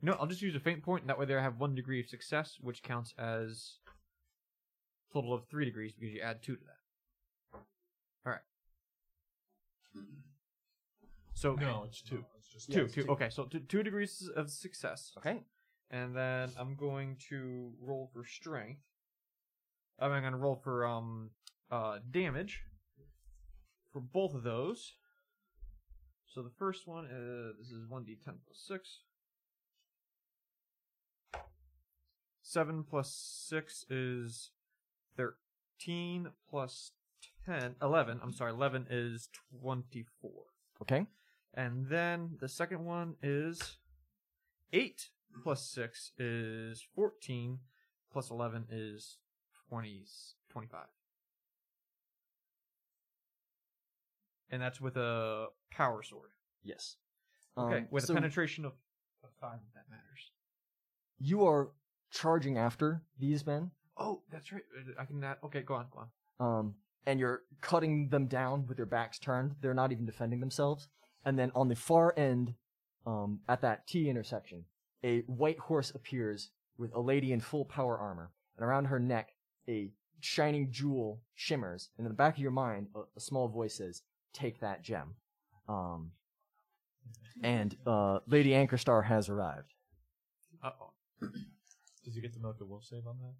Speaker 2: no, I'll just use a fate point, and that way there I have one degree of success, which counts as total of three degrees because you add two to that. All right. So
Speaker 3: no, it's two.
Speaker 2: two, two. Okay, so two, two degrees of success.
Speaker 1: Okay.
Speaker 2: And then I'm going to roll for strength. I'm going to roll for um uh damage for both of those. So the first one is this is one d10 plus six. Seven plus six is thirteen plus 10, 11, I'm sorry, eleven is twenty-four.
Speaker 1: Okay.
Speaker 2: And then the second one is 8 plus 6 is 14 plus 11 is 20, 25. And that's with a power sword.
Speaker 1: Yes.
Speaker 2: Okay,
Speaker 1: Um,
Speaker 2: with
Speaker 1: so
Speaker 2: a penetration of, of 5, if that matters.
Speaker 1: You are charging after these men,
Speaker 2: Oh, that's right. I can add. Okay, go on, go on.
Speaker 1: um, and you're cutting them down with their backs turned. They're not even defending themselves. And then on the far end, um, at that T intersection, a white horse appears with a lady in full power armor, and around her neck, a shining jewel shimmers. And in the back of your mind, a, a small voice says, "Take that gem." Um, and uh, Lady Anchorstar has arrived.
Speaker 2: Uh oh.
Speaker 3: Does he get the Milk of Wolf save on that?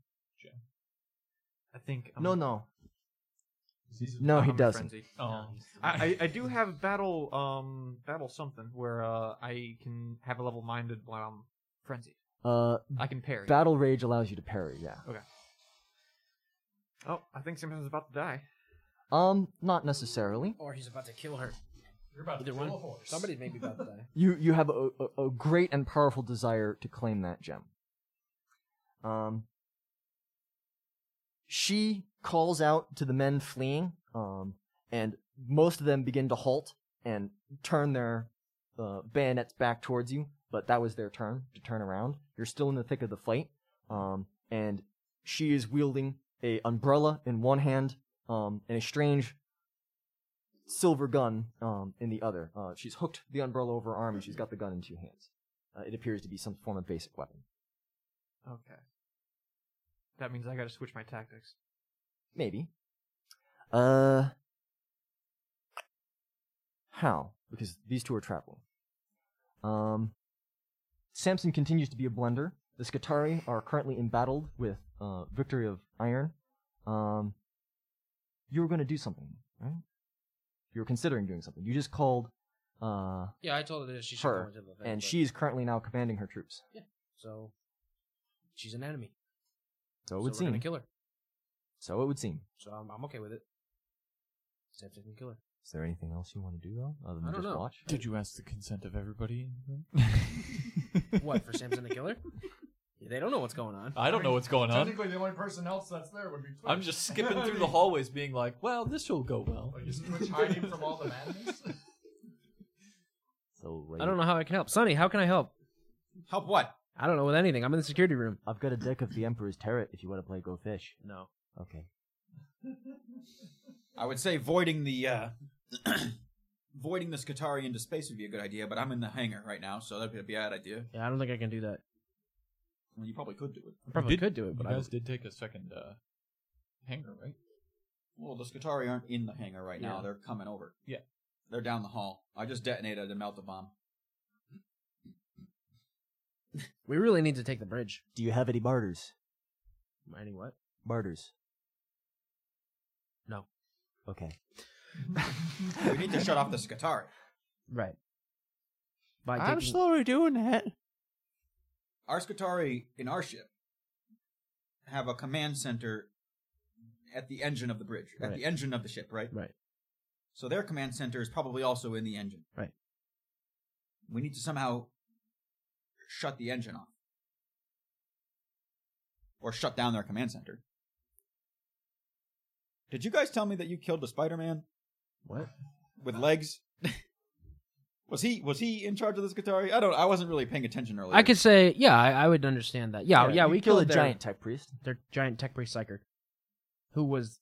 Speaker 2: I think. I'm,
Speaker 1: No, no,
Speaker 3: He's
Speaker 1: no,
Speaker 2: I'm
Speaker 1: he
Speaker 2: in
Speaker 1: doesn't.
Speaker 2: frenzy.
Speaker 3: Oh,
Speaker 2: I, I, I do have battle um battle something where uh I can have a um, level minded while I'm frenzied.
Speaker 1: Uh,
Speaker 2: I can parry.
Speaker 1: battle rage allows you to parry. Yeah.
Speaker 2: Oh, I think Simpson's about to die.
Speaker 1: Um, not necessarily.
Speaker 7: Or he's about to kill her.
Speaker 4: You're about
Speaker 7: Either one.
Speaker 4: horse.
Speaker 7: Somebody's maybe about to die.
Speaker 1: <laughs> You you have a, a, a great and powerful desire to claim that gem. Um, she calls out to the men fleeing, um, and most of them begin to halt and turn their uh, bayonets back towards you. But that was their turn to turn around. You're still in the thick of the fight, um, and she is wielding a umbrella in one hand um, and a strange silver gun um, in the other. Uh, she's hooked the umbrella over her arm and she's got the gun in two hands. Uh, it appears to be some form of basic weapon.
Speaker 2: Okay. That means I gotta switch my tactics.
Speaker 1: Maybe. Uh. How? Because these two are traveling. Um. Samson continues to be a blender. The Skatari are currently embattled with uh, Victory of Iron. Um. You were going to do something, right? You were considering doing something. You just called. Uh,
Speaker 7: Yeah, I told her that she should go
Speaker 1: her,
Speaker 7: into the vent,
Speaker 1: and
Speaker 7: but-
Speaker 1: she is currently now commanding her troops.
Speaker 7: So she's an enemy.
Speaker 1: So it
Speaker 7: So
Speaker 1: would
Speaker 7: we're
Speaker 1: seem.
Speaker 7: gonna kill her.
Speaker 1: So it would seem.
Speaker 7: So I'm, I'm okay with it. Samson can kill her.
Speaker 1: Is there anything else you want to do though, other than
Speaker 7: don't
Speaker 1: just
Speaker 7: know.
Speaker 1: watch?
Speaker 3: Did you ask the consent of everybody?
Speaker 7: What for Samson the <laughs> Killer? They don't know what's going on.
Speaker 3: I don't know what's going on.
Speaker 4: Technically, the only person else that's there would be Twitch.
Speaker 3: I'm just skipping through the hallways, being like, "Well, this will go well."
Speaker 4: Like, is Twitch hiding from all the madness?
Speaker 1: So
Speaker 7: I don't know how I can help. Sonny, how can I help?
Speaker 5: <laughs> Help what?
Speaker 7: I don't know with anything. I'm in the security room.
Speaker 1: I've got a deck of the Emperor's Turret. If you want to play Go Fish. No. Okay.
Speaker 5: I would say voiding the uh <clears throat> voiding the Skatari into space would be a good idea, but I'm in the hangar right now, so that'd be a bad idea.
Speaker 7: Yeah, I don't think I can do that.
Speaker 5: Well, you probably could do it.
Speaker 7: I probably could do it, but
Speaker 3: you
Speaker 7: I
Speaker 3: guys did take a second uh, hanger, right?
Speaker 5: Well, the Skatari aren't in the hangar right now;
Speaker 7: Yeah.
Speaker 5: they're coming over.
Speaker 3: Yeah.
Speaker 5: they're down the hall. I just detonated a melt bomb.
Speaker 7: we really need to take the bridge.
Speaker 1: Do you have any martyrs?
Speaker 7: Any what?
Speaker 1: Martyrs.
Speaker 7: No.
Speaker 1: Okay.
Speaker 5: we need to shut off the Skatari.
Speaker 7: Right. By
Speaker 6: I'm
Speaker 7: taking-
Speaker 6: slowly doing that.
Speaker 5: Our Skatari in our ship have a command center at the engine of the bridge, at
Speaker 7: Right.
Speaker 5: the engine of the ship, right?
Speaker 7: Right.
Speaker 5: So their command center is probably also in the engine.
Speaker 7: Right.
Speaker 5: We need to somehow shut the engine off. Or shut down their command center. Did you guys tell me that you killed a Spider Man?
Speaker 7: What?
Speaker 5: With legs? <laughs> was he was he in charge of this Qatari? I don't I wasn't really paying attention earlier.
Speaker 7: I could say, yeah, I, I would understand that. Oh, Yeah, yeah,
Speaker 1: you
Speaker 7: we
Speaker 1: kill
Speaker 7: killed
Speaker 1: a
Speaker 7: their,
Speaker 1: giant tech priest.
Speaker 7: Their giant tech priest psyker, who was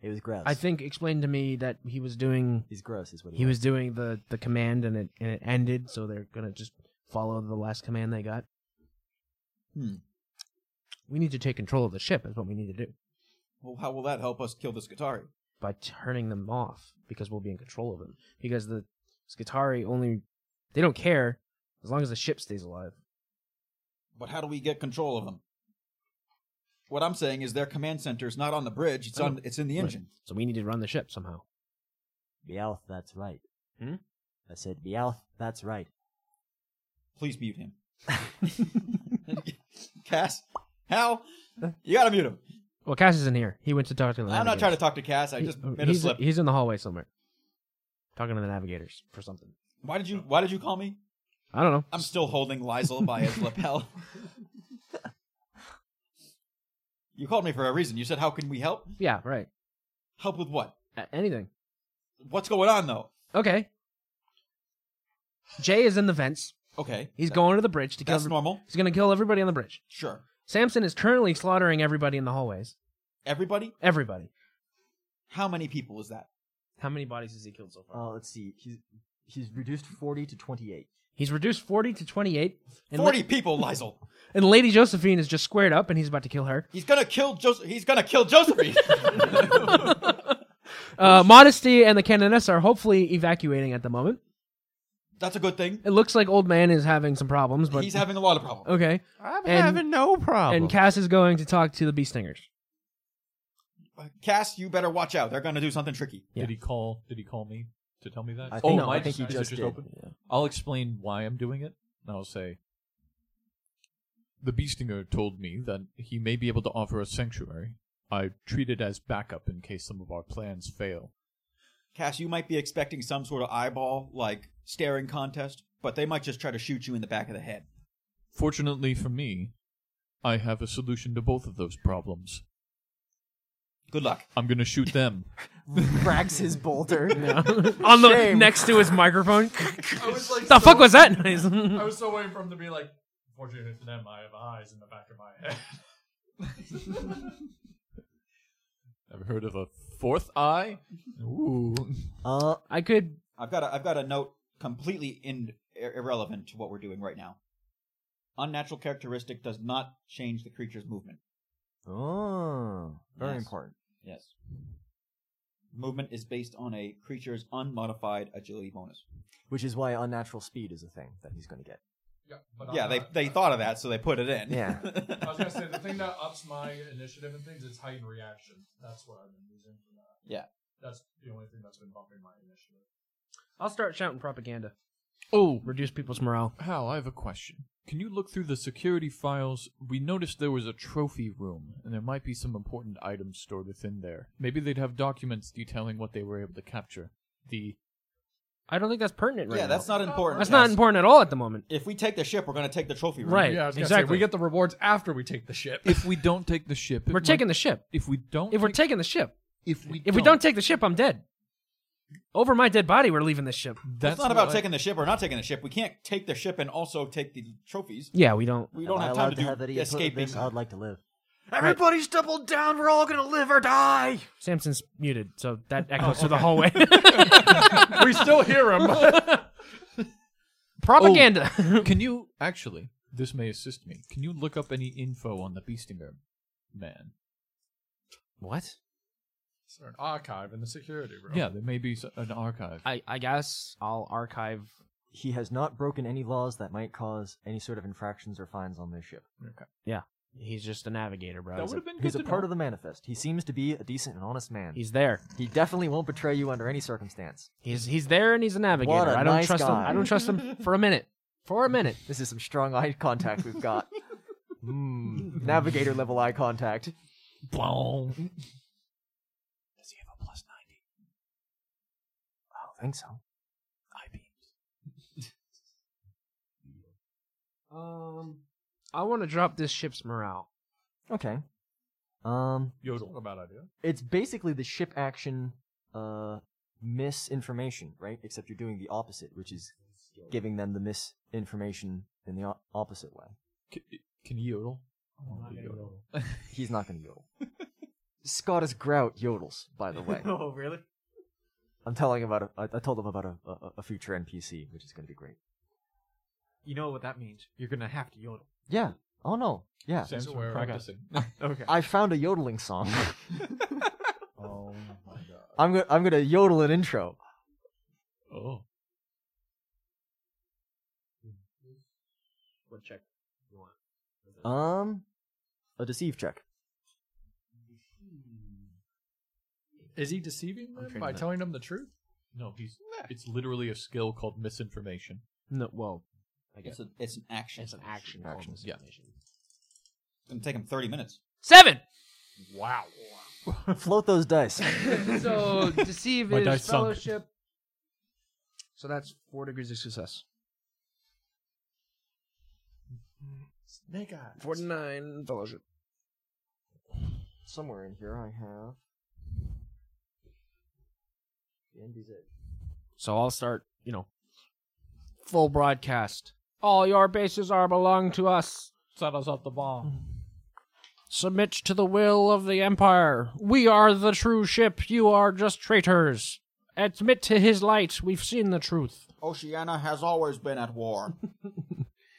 Speaker 1: He was gross.
Speaker 7: I think explained to me that he was doing
Speaker 1: he's gross. Is what he,
Speaker 7: he was doing the the command and it and it ended, so they're gonna just follow the last command they got.
Speaker 5: Hmm.
Speaker 7: We need to take control of the ship. Is what we need to do
Speaker 5: Well, how will that help us kill this Qatari?
Speaker 7: by turning them off because we'll be in control of them. Because the Skatari only they don't care as long as the ship stays alive.
Speaker 5: But how do we get control of them? What I'm saying is their command center is not on the bridge, it's
Speaker 7: I
Speaker 5: on
Speaker 7: know.
Speaker 5: it's in the
Speaker 7: Right.
Speaker 5: engine.
Speaker 7: So we need to run the ship somehow.
Speaker 1: Meowth. That's right.
Speaker 7: Hmm?
Speaker 1: I said meowth. That's right.
Speaker 5: Please
Speaker 7: <laughs>
Speaker 5: mute him. Cass, Hal, you gotta mute him.
Speaker 7: Well, Cass isn't here. He went to talk to the.
Speaker 5: I'm not
Speaker 7: navigators.
Speaker 5: trying to talk to Cass. I just
Speaker 7: He- oh,
Speaker 5: made a
Speaker 7: he's,
Speaker 5: slip.
Speaker 7: he's in the hallway somewhere, talking to the navigators for something.
Speaker 5: Why did you Why did you call me?
Speaker 7: I don't know.
Speaker 5: I'm still holding Lizel by
Speaker 7: <laughs>
Speaker 5: his lapel. you called me for a reason. You said, "How can we help?
Speaker 7: Yeah, right.
Speaker 5: Help with what?
Speaker 7: A- anything.
Speaker 5: What's going on, though?"
Speaker 7: Okay. Jay is in the vents.
Speaker 5: Okay,
Speaker 7: He's going to the bridge to kill.
Speaker 5: That's
Speaker 7: every-
Speaker 5: normal.
Speaker 7: He's going to kill everybody on the bridge.
Speaker 5: Sure,
Speaker 7: Samson is currently slaughtering everybody in the hallways.
Speaker 5: everybody.
Speaker 7: Everybody.
Speaker 5: How many people is that?
Speaker 7: How many bodies has he killed so far?
Speaker 1: Uh, let's see. He's he's reduced forty to twenty-eight.
Speaker 7: He's reduced forty to twenty-eight. And la-
Speaker 5: Forty people, Lizel.
Speaker 7: and Lady Josephine is just squared up, and he's about to kill her. <laughs>
Speaker 5: He's gonna kill Joseph. He's gonna kill Josephine.
Speaker 7: Uh, Modesty and the canoness are hopefully evacuating at the moment.
Speaker 5: That's a good thing.
Speaker 7: It looks like old man is having some problems, but
Speaker 5: He's having a lot of problems.
Speaker 7: okay.
Speaker 6: I'm
Speaker 7: And-
Speaker 6: having no problem.
Speaker 7: And Cass is going to talk to the bee
Speaker 5: <laughs>
Speaker 7: stingers.
Speaker 5: Cass, you better watch out. They're gonna do something tricky.
Speaker 7: Yeah.
Speaker 3: Did he call? Did he call me to tell me that?
Speaker 1: I think-
Speaker 3: oh,
Speaker 1: no,
Speaker 3: my
Speaker 1: I think he
Speaker 3: message
Speaker 1: just
Speaker 3: is
Speaker 1: did.
Speaker 3: I'll explain why I'm doing it, and I'll say the Beastinger told me that he may be able to offer a sanctuary. I treat it as backup in case some of our plans fail.
Speaker 5: Cass, you might be expecting some sort of eyeball, like staring contest, but they might just try to shoot you in the back of the head.
Speaker 3: Fortunately for me, I have a solution to both of those problems.
Speaker 5: Good luck.
Speaker 3: I'm gonna shoot them.
Speaker 9: Cracks his
Speaker 6: <laughs>
Speaker 9: boulder.
Speaker 7: on the
Speaker 9: Shame.
Speaker 7: next to his
Speaker 5: <laughs>
Speaker 7: microphone.
Speaker 4: <laughs> I was like,
Speaker 7: the
Speaker 4: so-
Speaker 7: fuck was that noise?
Speaker 4: I was so waiting for him to be like, fortunately for them, I have eyes in the back of my head.
Speaker 3: <laughs> Ever heard of a fourth eye? Ooh.
Speaker 1: Uh,
Speaker 7: I could.
Speaker 5: I've got a, I've got a note completely in, ir- irrelevant to what we're doing right now. Unnatural characteristic does not change the creature's movement.
Speaker 1: oh, very
Speaker 5: Yes.
Speaker 1: important.
Speaker 5: Yes. Movement is based on a creature's unmodified agility bonus.
Speaker 1: Which is why unnatural speed is a thing that he's going to get.
Speaker 4: yeah, but I'm
Speaker 5: yeah, they
Speaker 4: not-
Speaker 5: they thought of that, so they put it in.
Speaker 1: Yeah.
Speaker 4: I was gonna say the thing that ups my initiative and things is heightened reaction. That's what I've been using for that.
Speaker 5: <laughs> Yeah.
Speaker 4: That's the only thing that's been bumping my initiative.
Speaker 7: I'll start shouting propaganda.
Speaker 3: Oh,
Speaker 7: Reduce people's morale.
Speaker 3: Hal, I have a question. Can you look through the security files? We noticed there was a trophy room, and there might be some important items stored within there. Maybe they'd have documents detailing what they were able to capture. the
Speaker 7: I don't think that's pertinent right
Speaker 5: yeah,
Speaker 7: now.
Speaker 5: that's not important.
Speaker 7: That's not
Speaker 5: Yes.
Speaker 7: important at all at the moment.
Speaker 5: If we take the ship, we're gonna take the trophy. room.
Speaker 7: Right.
Speaker 4: Yeah, I was gonna say,
Speaker 7: exactly.
Speaker 4: we get the rewards after we take the ship.
Speaker 3: <laughs> if we don't take the ship,
Speaker 7: We're taking the ship.
Speaker 3: if we don't
Speaker 7: If we're
Speaker 3: take-
Speaker 7: taking the ship.
Speaker 3: if we
Speaker 7: If we don't take the ship, I'm dead. Over my dead body, we're leaving this ship.
Speaker 3: that's
Speaker 5: it's not about
Speaker 3: what I-
Speaker 5: taking the ship or not taking the ship. We can't take the ship and also take the trophies.
Speaker 7: Yeah, we don't.
Speaker 5: We don't
Speaker 1: Am I
Speaker 5: have
Speaker 1: allowed
Speaker 5: time to,
Speaker 1: have
Speaker 5: do
Speaker 1: any input in
Speaker 5: escaping.
Speaker 1: This? I'd like to live.
Speaker 2: <laughs> Everybody's doubled down. We're all gonna live or die.
Speaker 7: Samson's muted, so that echoes through the hallway.
Speaker 8: <laughs>
Speaker 4: we still hear him.
Speaker 7: Propaganda.
Speaker 3: Can you actually? This may assist me. Can you look up any info on the Beastinger man?
Speaker 7: What?
Speaker 4: Is there an archive in the security room?
Speaker 3: Yeah, there may be s- an archive.
Speaker 8: <laughs> I, I guess I'll archive.
Speaker 1: He has not broken any laws that might cause any sort of infractions or fines on this ship.
Speaker 8: He's just a navigator, bro.
Speaker 3: that would have been good
Speaker 1: He's a
Speaker 3: to
Speaker 1: part
Speaker 3: know.
Speaker 1: of the manifest. He seems to be a decent and honest man.
Speaker 8: He's there.
Speaker 1: he definitely won't betray you under any circumstance.
Speaker 8: He's he's there and he's a navigator.
Speaker 1: What a
Speaker 8: I don't
Speaker 1: nice
Speaker 8: trust him.
Speaker 1: guy.
Speaker 8: I don't trust him for a minute. For a minute.
Speaker 1: This is some strong eye contact we've
Speaker 2: <laughs>
Speaker 1: got. Hmm. Navigator level eye contact.
Speaker 3: Boom.
Speaker 1: I don't think so.
Speaker 8: Um, I want to drop this ship's morale.
Speaker 1: Okay. Um,
Speaker 4: Yo, not a bad idea.
Speaker 1: it's basically the ship action uh misinformation, right? Except you're doing the opposite, which is giving them the misinformation in the o- opposite way.
Speaker 3: Can, can you yodel? I wanna do yodel. <laughs>
Speaker 1: He's not going to yodel. Scottish Grout yodels, by the way.
Speaker 2: <laughs> Oh, really?
Speaker 1: I'm telling about. A, I, I told him about a, a, a future NPC, which is going to be great.
Speaker 2: You know what that means. You're gonna have to yodel.
Speaker 1: Yeah. Oh no. Yeah.
Speaker 3: Sam's
Speaker 4: Somewhere.
Speaker 3: been practicing.
Speaker 2: Okay.
Speaker 8: Uh,
Speaker 1: I found a yodeling song. <laughs>
Speaker 4: Oh my god.
Speaker 1: I'm gonna I'm gonna yodel an intro.
Speaker 3: oh.
Speaker 1: Um, a deceive <laughs> check.
Speaker 4: Is he deceiving them by telling them the truth?
Speaker 3: No, he's. It's literally a skill called misinformation.
Speaker 8: No, well,
Speaker 5: It's, a, it's an action.
Speaker 8: it's an action. called
Speaker 1: Action,
Speaker 3: yeah.
Speaker 8: misinformation.
Speaker 5: It's gonna take him thirty minutes.
Speaker 7: Seven.
Speaker 4: Wow.
Speaker 1: Float those dice.
Speaker 8: So deceive
Speaker 3: My
Speaker 8: is
Speaker 3: dice sunk.
Speaker 8: fellowship. So that's four degrees of success.
Speaker 4: Snake eyes.
Speaker 8: Forty-nine fellowship.
Speaker 1: Somewhere in here I have. The NBZ.
Speaker 8: So I'll start, you know, full broadcast. All your bases are belong to us.
Speaker 3: Set us off the bomb.
Speaker 8: Submit to the will of the Empire. We are the true ship. You are just traitors. Admit to his light. We've seen the truth.
Speaker 5: Oceania has always been at <laughs> war.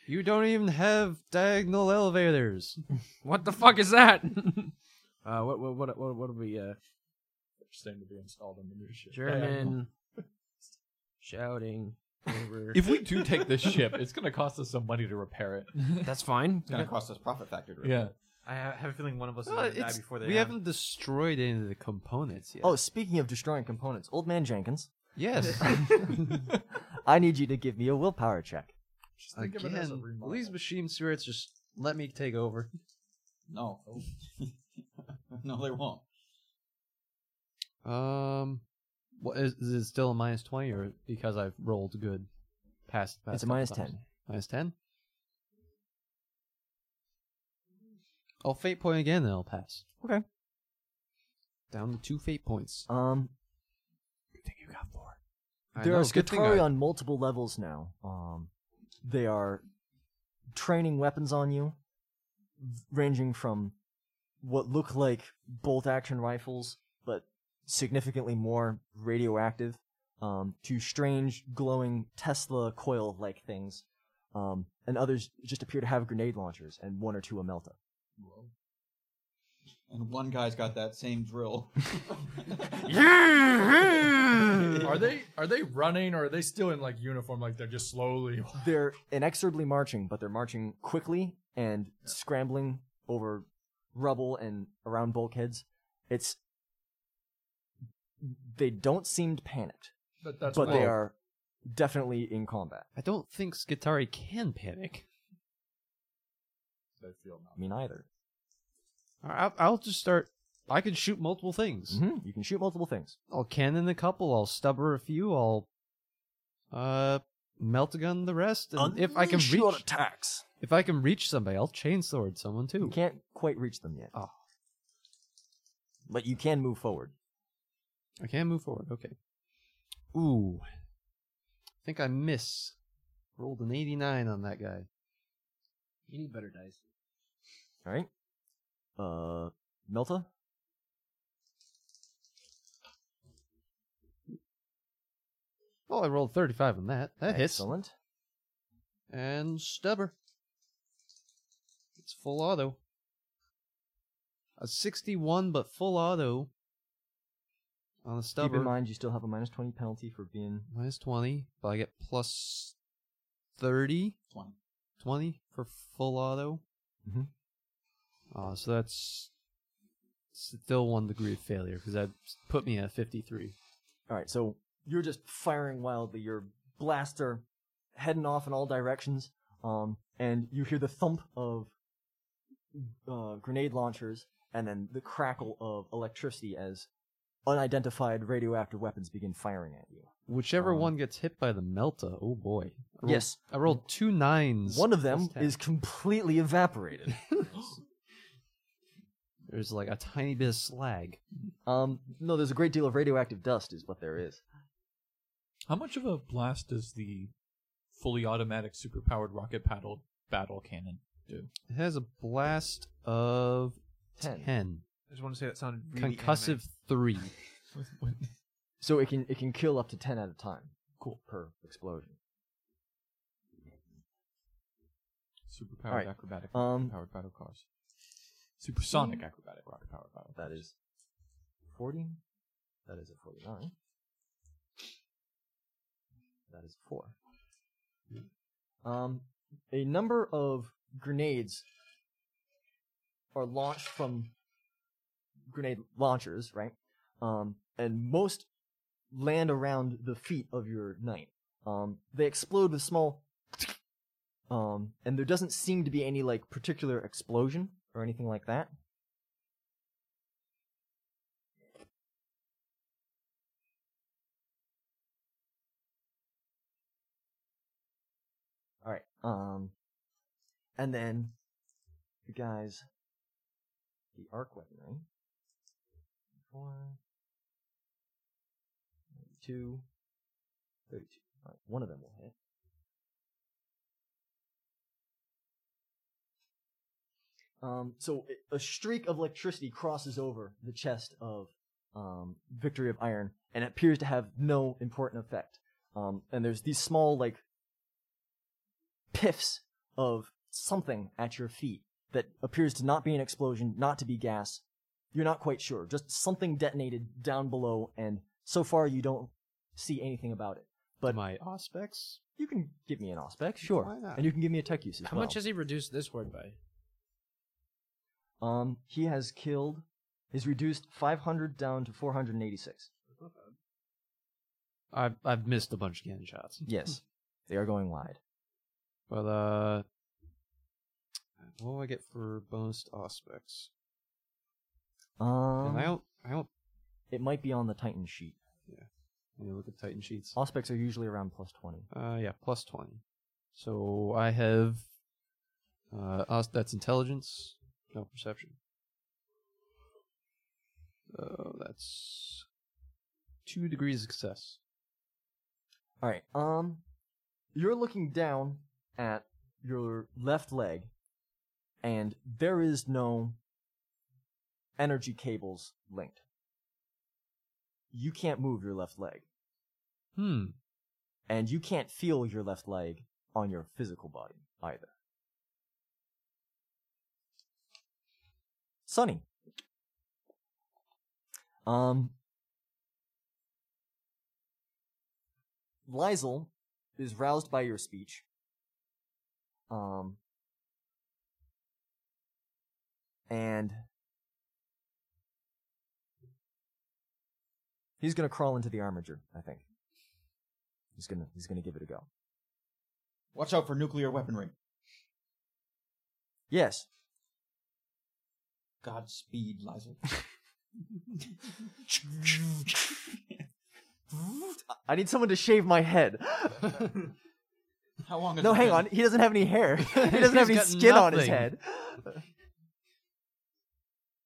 Speaker 6: You don't even have diagonal elevators.
Speaker 8: What the fuck is that? uh, what, what, what, what, what are we, uh,
Speaker 4: First thing to be installed on the new ship.
Speaker 8: German shouting over.
Speaker 3: If we do take this ship, it's going to cost us some money to
Speaker 7: <laughs>
Speaker 3: repair it.
Speaker 8: That's fine.
Speaker 5: It's gonna cost us profit factor. to-
Speaker 3: Yeah.
Speaker 2: I ha- have a feeling one of us is
Speaker 6: Uh,
Speaker 2: gonna die
Speaker 6: it's-
Speaker 2: before they.
Speaker 6: we
Speaker 2: have.
Speaker 6: haven't destroyed any of the components yet.
Speaker 1: Oh, speaking of destroying components, old man Jenkins,
Speaker 6: yes.
Speaker 1: I need you to give me a willpower check.
Speaker 4: Just think of it as a
Speaker 6: Again,
Speaker 4: remodel.
Speaker 6: these machine spirits just let me take over.
Speaker 5: No. <laughs> no, they won't.
Speaker 6: Um, what is, is it still a minus twenty or because I've rolled good? Past, past
Speaker 1: It's a
Speaker 6: couple
Speaker 1: minus
Speaker 6: times?
Speaker 1: 10.
Speaker 6: Minus ten. I'll fate point again, then I'll pass.
Speaker 1: Okay.
Speaker 6: Down to two fate points.
Speaker 1: Um,
Speaker 6: I
Speaker 1: there
Speaker 6: know,
Speaker 1: are
Speaker 6: good thing
Speaker 1: Skatari
Speaker 6: I-
Speaker 1: on multiple levels now. Um, they are training weapons on you, ranging from what look like bolt action rifles, but significantly more radioactive, um, to strange glowing Tesla coil like things. Um, and others just appear to have grenade launchers and one or two Amelta.
Speaker 5: And one guy's got that same
Speaker 4: <laughs>
Speaker 5: drill.
Speaker 1: Mm-hmm.
Speaker 4: Are they are they running or are they still in like uniform? Like they're just slowly. <laughs>
Speaker 1: They're inexorably marching, but they're marching quickly and scrambling over rubble and around bulkheads. It's they don't seem panicked,
Speaker 4: But that's
Speaker 1: but
Speaker 4: what
Speaker 1: they are definitely in combat.
Speaker 6: I don't think Skatari can panic.
Speaker 4: They feel now.
Speaker 1: Me neither.
Speaker 6: All right, I'll, I'll just start I can shoot multiple things.
Speaker 1: Mhm, You can shoot multiple things.
Speaker 6: I'll cannon a couple. I'll stubber a few. I'll uh melt a gun the rest. And if I can
Speaker 9: Unleash
Speaker 6: reach,
Speaker 9: your attacks.
Speaker 6: if I can reach somebody, I'll chainsword someone
Speaker 1: You
Speaker 6: too.
Speaker 1: can't quite reach them yet.
Speaker 6: Oh.
Speaker 1: But you can move forward.
Speaker 6: I can move forward. Okay. Ooh, I think I miss. Rolled an eighty-nine on that guy.
Speaker 8: You need better dice.
Speaker 1: All right. Uh, Melta.
Speaker 6: Well, I rolled thirty-five on that. That hits
Speaker 1: Excellent.
Speaker 6: and stubber. It's full auto. A sixty-one, but full auto. On the stubber.
Speaker 1: Keep in mind, you still have a minus twenty penalty for being
Speaker 6: minus 20, but I get plus 30,
Speaker 5: 20.
Speaker 6: 20 for full auto.
Speaker 1: Mhm.
Speaker 6: Uh, so that's still one degree of failure because that put me at 53.
Speaker 1: All right, so you're just firing wildly. Your blaster heading off in all directions, um, and you hear the thump of uh, grenade launchers, and then the crackle of electricity as unidentified radioactive weapons begin firing at you.
Speaker 6: Whichever
Speaker 1: Um,
Speaker 6: one gets hit by the melta, oh boy. I rolled-
Speaker 1: Yes.
Speaker 6: I rolled two nines.
Speaker 1: One of them
Speaker 6: plus 10.
Speaker 1: is completely evaporated.
Speaker 6: There's like a tiny bit of slag.
Speaker 1: um, no, there's a great deal of radioactive dust, is what there is.
Speaker 3: How much of a blast does the fully automatic superpowered rocket paddle battle cannon do?
Speaker 6: It has a blast of
Speaker 1: Ten.
Speaker 6: 10.
Speaker 2: I just want to say that sounded really
Speaker 6: Concussive 3.
Speaker 1: So it can it can kill up to ten at a time. Cool per explosion.
Speaker 3: Superpowered
Speaker 1: Alright,
Speaker 3: acrobatic
Speaker 1: um, Hmm.
Speaker 3: rocket powered battle cars. Supersonic acrobatic rocket powered battle.
Speaker 1: That is 40. That is a 49. That is a 4. Um, a number of grenades are launched from grenade launchers, right? Um, and most land around the feet of your knight. Um, they explode with small. Um, and there doesn't seem to be any like particular explosion or anything like that. All right. Um, and then you guys, the arc weaponry. Four, two, thirty-two. All right, one of them will hit. Um, so it- a streak of electricity crosses over the chest of um, Victory of Iron, and it appears to have no important effect. Um, and there's these small like piffs of something at your feet that appears to not be an explosion, not to be gas. You're not quite sure. Just something detonated down below, and so far you don't see anything about it. But
Speaker 6: My aspects?
Speaker 1: you can give me an aspect, sure,
Speaker 6: Why not?
Speaker 1: and you can give me a tech use as
Speaker 7: How
Speaker 1: well.
Speaker 7: much has he reduced this word by?
Speaker 1: Um, he has killed. He's reduced 500 down to 486.
Speaker 6: I've, I've missed a bunch of cannon shots. <laughs>
Speaker 1: Yes, they are going wide.
Speaker 6: But uh, what do I get for bonus aspects? And I
Speaker 1: Um,
Speaker 6: don't, I don't.
Speaker 1: it might be on the Titan sheet.
Speaker 6: Let me look at Titan sheets.
Speaker 1: Aspects are usually around plus 20.
Speaker 6: Uh, yeah, plus twenty. So I have. Uh, us, that's intelligence, no perception. Oh, that's two degrees of success.
Speaker 1: All right. Um, you're looking down at your left leg, and there is no energy cables linked. You can't move your left leg,
Speaker 6: Hmm.
Speaker 1: and you can't feel your left leg on your physical body either. Sunny. Um, Lizel is roused by your speech. Um, and he's gonna crawl into the armiger. I think he's gonna he's gonna give it a go.
Speaker 5: Watch out for nuclear weaponry.
Speaker 1: Yes,
Speaker 6: <laughs>
Speaker 5: Godspeed, Lizel.
Speaker 1: I need someone to shave my head.
Speaker 5: How long is
Speaker 1: No,
Speaker 5: it
Speaker 1: hang
Speaker 5: been?
Speaker 1: on. He doesn't have any
Speaker 6: <laughs>
Speaker 1: hair. He doesn't have
Speaker 6: He's
Speaker 1: any
Speaker 6: got
Speaker 1: skin on his
Speaker 6: nothing.
Speaker 1: head.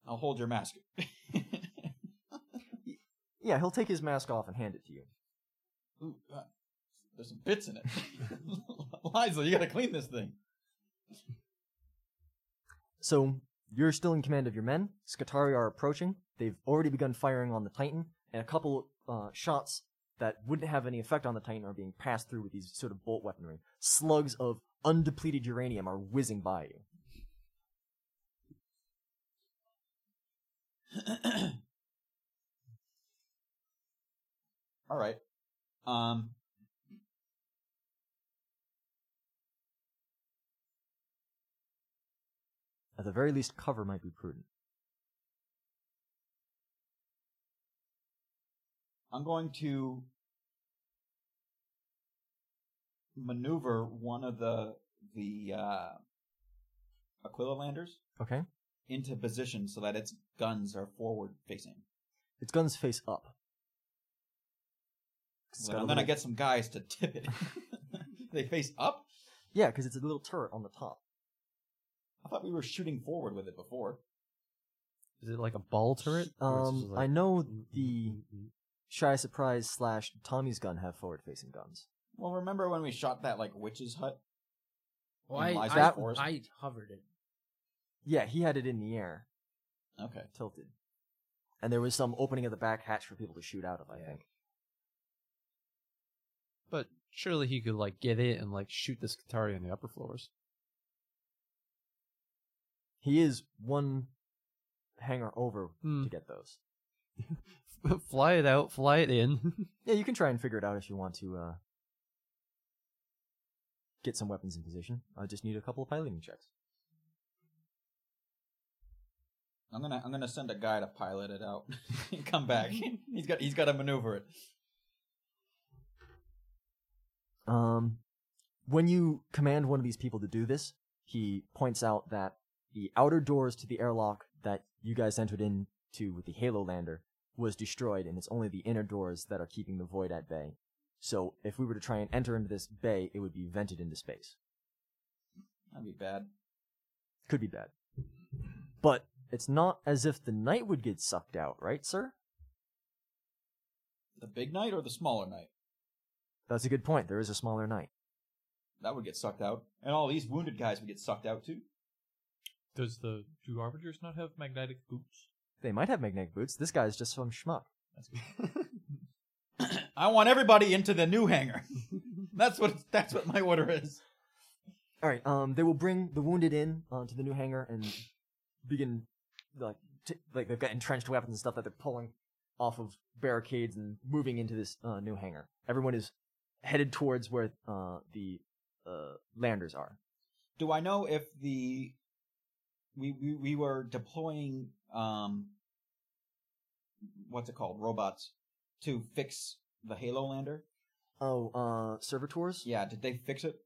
Speaker 5: I'll hold your mask. <laughs>
Speaker 1: Yeah, he'll take his mask off and hand it to you.
Speaker 5: Ooh, uh, there's some bits in it. <laughs> Liza, you gotta clean this thing. <clears throat>
Speaker 1: So you're still in command of your men. Skatari are approaching. They've already begun firing on the Titan, and a couple uh, shots that wouldn't have any effect on the Titan are being passed through with these sort of bolt weaponry. Slugs of undepleted uranium are whizzing by you.
Speaker 5: All right. Um.
Speaker 1: At the very least, cover might be prudent.
Speaker 5: I'm going to maneuver one of the the uh, Aquila landers
Speaker 1: Okay.
Speaker 5: into position so that its guns are forward facing.
Speaker 1: Its guns face up. It's
Speaker 5: So
Speaker 1: got a
Speaker 5: I'm gonna
Speaker 1: little-
Speaker 5: get some guys to tip it. they face up.
Speaker 1: Yeah, because it's a little turret on the top.
Speaker 5: I thought we were shooting forward with it before.
Speaker 6: Is it like a ball turret? Or it's mm-hmm. just
Speaker 1: Um,
Speaker 6: like- mm,
Speaker 1: I know the Shy Surprise slash Tommy's gun have forward facing guns.
Speaker 5: Well, remember when we shot that like witch's hut?
Speaker 7: Well,
Speaker 5: in
Speaker 7: I,
Speaker 5: Liza's
Speaker 7: I,
Speaker 5: forest?
Speaker 7: I hovered it.
Speaker 1: Yeah, he had it in the air.
Speaker 5: okay.
Speaker 1: tilted. And there was some opening of the back hatch for people to shoot out of, I think.
Speaker 6: But surely he could like get it and like shoot this Qatari on the upper floors. <laughs>
Speaker 1: He is one hanger over
Speaker 6: Hmm.
Speaker 1: to get those.
Speaker 6: fly it out, fly it in. <laughs>
Speaker 1: Yeah, you can try and figure it out if you want to uh, get some weapons in position. I just need a couple of piloting checks.
Speaker 5: I'm gonna I'm gonna send a guy to pilot it out. <laughs> Come back. he's got he's got to maneuver it.
Speaker 1: Um, when you command one of these people to do this, he points out that the outer doors to the airlock that you guys entered into with the Halo lander was destroyed, and it's only the inner doors that are keeping the void at bay. So if we were to try and enter into this bay, it would be vented into space.
Speaker 5: That'd be bad.
Speaker 1: Could be bad. But it's not as if the night would get sucked out, right, sir?
Speaker 5: The big knight or the smaller knight?
Speaker 1: That's a good point. There is a smaller night.
Speaker 5: That would get sucked out, and all these wounded guys would get sucked out too. <clears throat>
Speaker 3: Does the do arbiters not have magnetic boots?
Speaker 1: They might have magnetic boots. This guy's just some schmuck.
Speaker 5: I want everybody into the new hangar. <laughs> that's what that's what my order is.
Speaker 1: All right. Um, they will bring the wounded in uh, to the new hangar and begin like t- like they've got entrenched weapons and stuff that they're pulling off of barricades and moving into this uh, new hangar. Everyone is headed towards where uh, the uh, landers are.
Speaker 5: Do I know if the we we, we were deploying um what's it called robots to fix the Halo lander?
Speaker 1: Oh, uh, servitors.
Speaker 5: Yeah, did they fix it?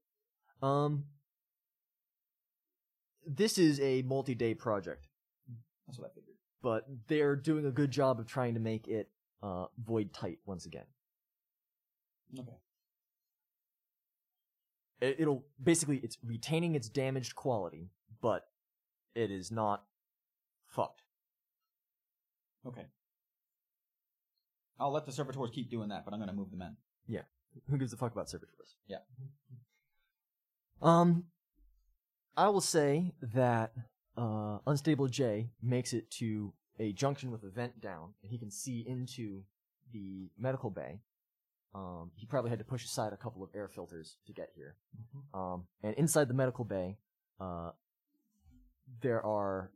Speaker 1: Um, this is a multi-day project,
Speaker 5: That's what I figured.
Speaker 1: but they're doing a good job of trying to make it uh, void tight once again.
Speaker 5: Okay.
Speaker 1: it, it'll basically it's retaining its damaged quality, but it is not fucked.
Speaker 5: Okay. I'll let the servitors keep doing that, but I'm gonna move the men.
Speaker 1: Who gives a fuck about servitors?
Speaker 5: Yeah.
Speaker 1: Um, I will say that uh, unstable J makes it to a junction with a vent down, and he can see into the medical bay. Um, he probably had to push aside a couple of air filters to get here. Um, and inside the medical bay, uh, there are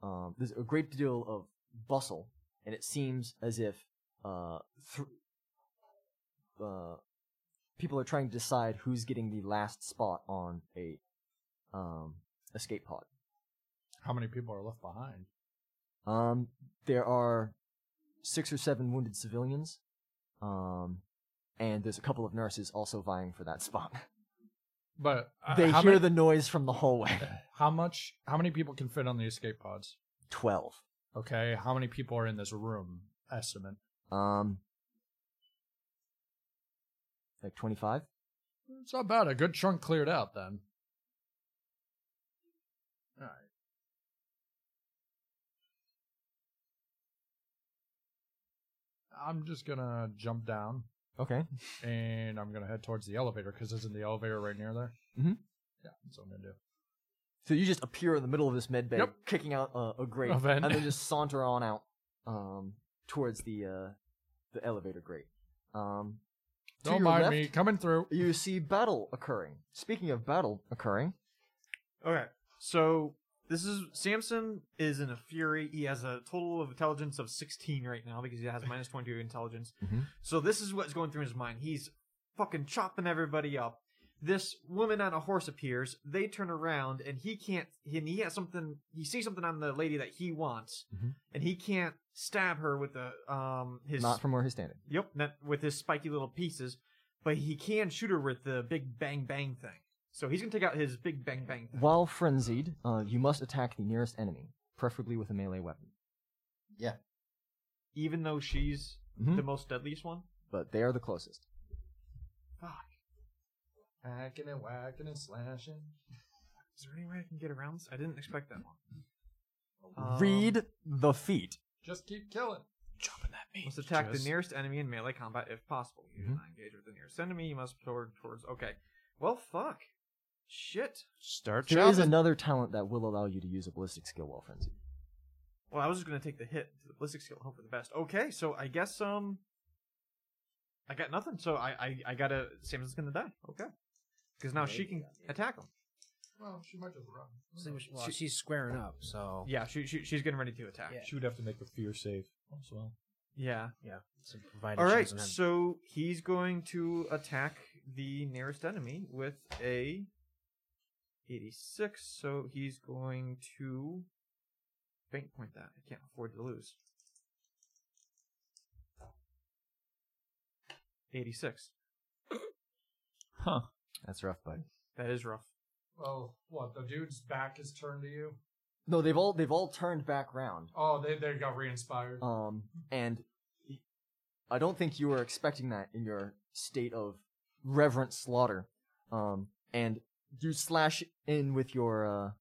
Speaker 1: um, there's a great deal of bustle, and it seems as if uh, th- uh, people are trying to decide who's getting the last spot on a um, escape pod.
Speaker 4: How many people are left behind?
Speaker 1: Um, there are six or seven wounded civilians, um, and there's a couple of nurses also vying for that spot.
Speaker 4: But
Speaker 1: <laughs>
Speaker 4: uh,
Speaker 1: they
Speaker 4: how
Speaker 1: hear
Speaker 4: many-
Speaker 1: the noise from the hallway.
Speaker 4: how much? How many people can fit on the escape pods?
Speaker 1: <laughs> Twelve.
Speaker 4: Okay, how many people are in this room? Estimate.
Speaker 1: Um, like 25?
Speaker 4: It's not bad. A good chunk cleared out then. All right. I'm just gonna jump down
Speaker 1: Okay.
Speaker 4: and I'm gonna head towards the elevator because isn't the elevator right near there?
Speaker 3: Mm-hmm.
Speaker 1: Mhm.
Speaker 4: Yeah, that's what I'm gonna do.
Speaker 1: So you just appear in the middle of this med bay,
Speaker 4: Yep.
Speaker 1: kicking out uh, a grate,
Speaker 4: A vent.
Speaker 1: and then
Speaker 4: <laughs>
Speaker 1: just saunter on out um, towards the uh, the elevator grate. Um, to
Speaker 4: Don't
Speaker 1: your
Speaker 4: mind
Speaker 1: left,
Speaker 4: me coming through.
Speaker 1: You see battle occurring. Speaking of battle occurring,
Speaker 2: Okay, so this is Samson is in a fury. He has a total of intelligence of sixteen right now because he has
Speaker 1: <laughs>
Speaker 2: minus twenty two intelligence.
Speaker 1: Mhm.
Speaker 2: So this is what's going through his mind. He's fucking chopping everybody up. This woman on a horse appears. They turn around and he can't. And he has something. He sees something on the lady that he wants,
Speaker 1: Mhm.
Speaker 2: and he can't stab her with the um his
Speaker 1: not from where he's standing.
Speaker 2: Yep, not with his spiky little pieces, but he can shoot her with the big bang bang thing. So he's gonna take out his big bang bang. Thing.
Speaker 1: While frenzied, uh, you must attack the nearest enemy, preferably with a melee weapon.
Speaker 2: Even though she's
Speaker 1: Mhm.
Speaker 2: the most deadliest one.
Speaker 1: But they are the closest.
Speaker 4: Hacking and whacking and slashing.
Speaker 2: Is there any way I can get around this? I didn't expect that one. Um,
Speaker 1: Read the feat.
Speaker 4: Just keep killing.
Speaker 2: Must attack
Speaker 4: Just-
Speaker 2: the nearest enemy in melee combat if possible. You do not engage with the nearest enemy. You must toward towards. Okay. Well, fuck. Shit.
Speaker 6: Start
Speaker 1: There is
Speaker 6: chopping.
Speaker 1: another talent that will allow you to use a ballistic skill while frenzied.
Speaker 2: Well, I was just gonna take the hit to the ballistic skill, and hope for the best. Okay, so I guess um, I got nothing. So I I, I gotta Samson's gonna die. Okay, because now she can attack him.
Speaker 4: Well, she might just run.
Speaker 7: Well, she's squaring up, so
Speaker 2: Yeah, she, she she's getting ready to attack.
Speaker 7: Yeah.
Speaker 3: She would have to make a fear save as well.
Speaker 2: Yeah.
Speaker 7: so provided
Speaker 2: All
Speaker 7: she
Speaker 2: right.
Speaker 7: doesn't have-
Speaker 2: So he's going to attack the nearest enemy with a eighty-six. So he's going to bank point that. I can't afford to lose. Eighty-six.
Speaker 3: Huh.
Speaker 1: That's rough,
Speaker 4: Mm.
Speaker 1: bud.
Speaker 2: That is rough.
Speaker 4: Oh, what? The dude's back is turned to you.
Speaker 1: No, they've all they've all turned back round.
Speaker 4: Oh, they they got re-inspired.
Speaker 1: Um, and I don't think you were expecting that in your state of reverent slaughter. Um, and you slash in with your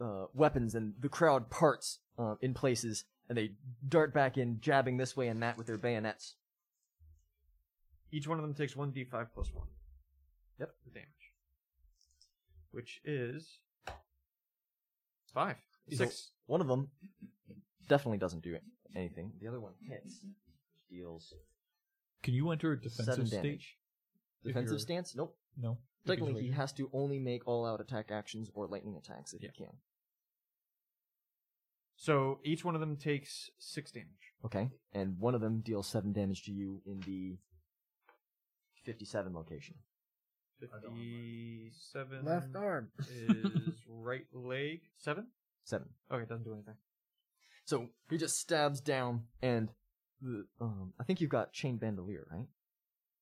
Speaker 1: uh, uh, weapons, and the crowd parts uh, in places, and they dart back in, jabbing this way and that with their bayonets.
Speaker 2: Each one of them takes one d5 plus one.
Speaker 1: Yep.
Speaker 2: The damage, which is five,
Speaker 1: So
Speaker 2: six.
Speaker 1: one of them definitely doesn't do anything. The other one hits, deals
Speaker 3: Can you enter a
Speaker 1: seven
Speaker 3: defensive state?
Speaker 1: damage.
Speaker 3: If
Speaker 1: Defensive
Speaker 3: you're-
Speaker 1: stance? Nope.
Speaker 3: No.
Speaker 1: Technically, he
Speaker 3: has.
Speaker 1: has to only make all-out attack actions or lightning attacks if he can.
Speaker 2: So each one of them takes six damage.
Speaker 1: Okay. And one of them deals seven damage to you in the 57 location.
Speaker 2: Fifty-seven.
Speaker 7: left arm. <laughs>
Speaker 2: is right leg seven.
Speaker 1: Seven.
Speaker 2: Okay, it doesn't do anything.
Speaker 1: So he just stabs down, and the, um, I think you've got chain bandolier, right?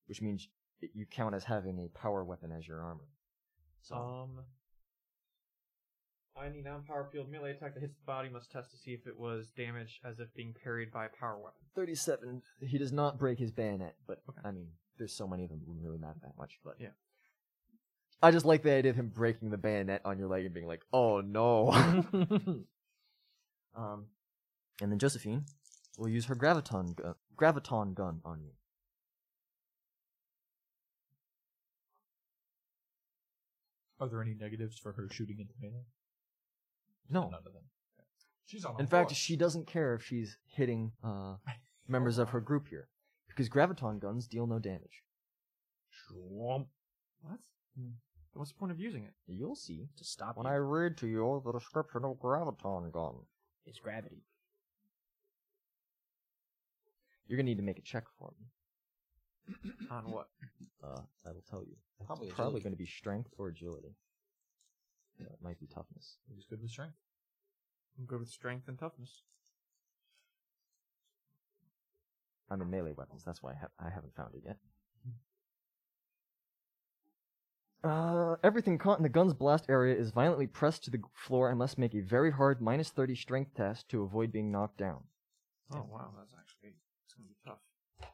Speaker 1: Which means it, you count as having a power weapon as your armor. So
Speaker 2: Um, I need non-power field melee attack that hits the body must test to see if it was damaged as if being parried by a power weapon.
Speaker 1: 37. He does not break his bayonet, but
Speaker 2: Okay.
Speaker 1: I mean, there's so many of them, it wouldn't really matter that much. But
Speaker 2: Yeah.
Speaker 1: I just like the idea of him breaking the bayonet on your leg and being like, "Oh
Speaker 2: <laughs>
Speaker 1: no." um, and then Josephine will use her graviton gu- graviton gun on you.
Speaker 3: Are there any negatives for her shooting into melee?
Speaker 1: No.
Speaker 3: None of them.
Speaker 4: She's on.
Speaker 1: In fact, she doesn't care if she's hitting
Speaker 2: <laughs>
Speaker 1: uh, members of her group here because graviton guns deal no damage.
Speaker 2: What?
Speaker 3: Hmm.
Speaker 2: What's the point of using it?
Speaker 1: You'll see
Speaker 7: to stop
Speaker 1: when
Speaker 7: you.
Speaker 1: I read to you the description of graviton gun.
Speaker 7: It's gravity.
Speaker 1: You're gonna need to make a check for me.
Speaker 2: On what?
Speaker 1: Uh, I will tell you. It's
Speaker 5: Probably
Speaker 1: probably,
Speaker 5: agility.
Speaker 1: going to be strength or agility. Uh, it might be toughness.
Speaker 3: He's good with strength.
Speaker 2: I'm good with strength and toughness.
Speaker 1: I'm in melee weapons. That's why I, ha- I haven't found it yet. <laughs> Uh, everything caught in the gun's blast area is violently pressed to the floor and must make a very hard minus 30 strength test to avoid being knocked down.
Speaker 2: Oh wow, that's actually it's gonna be tough.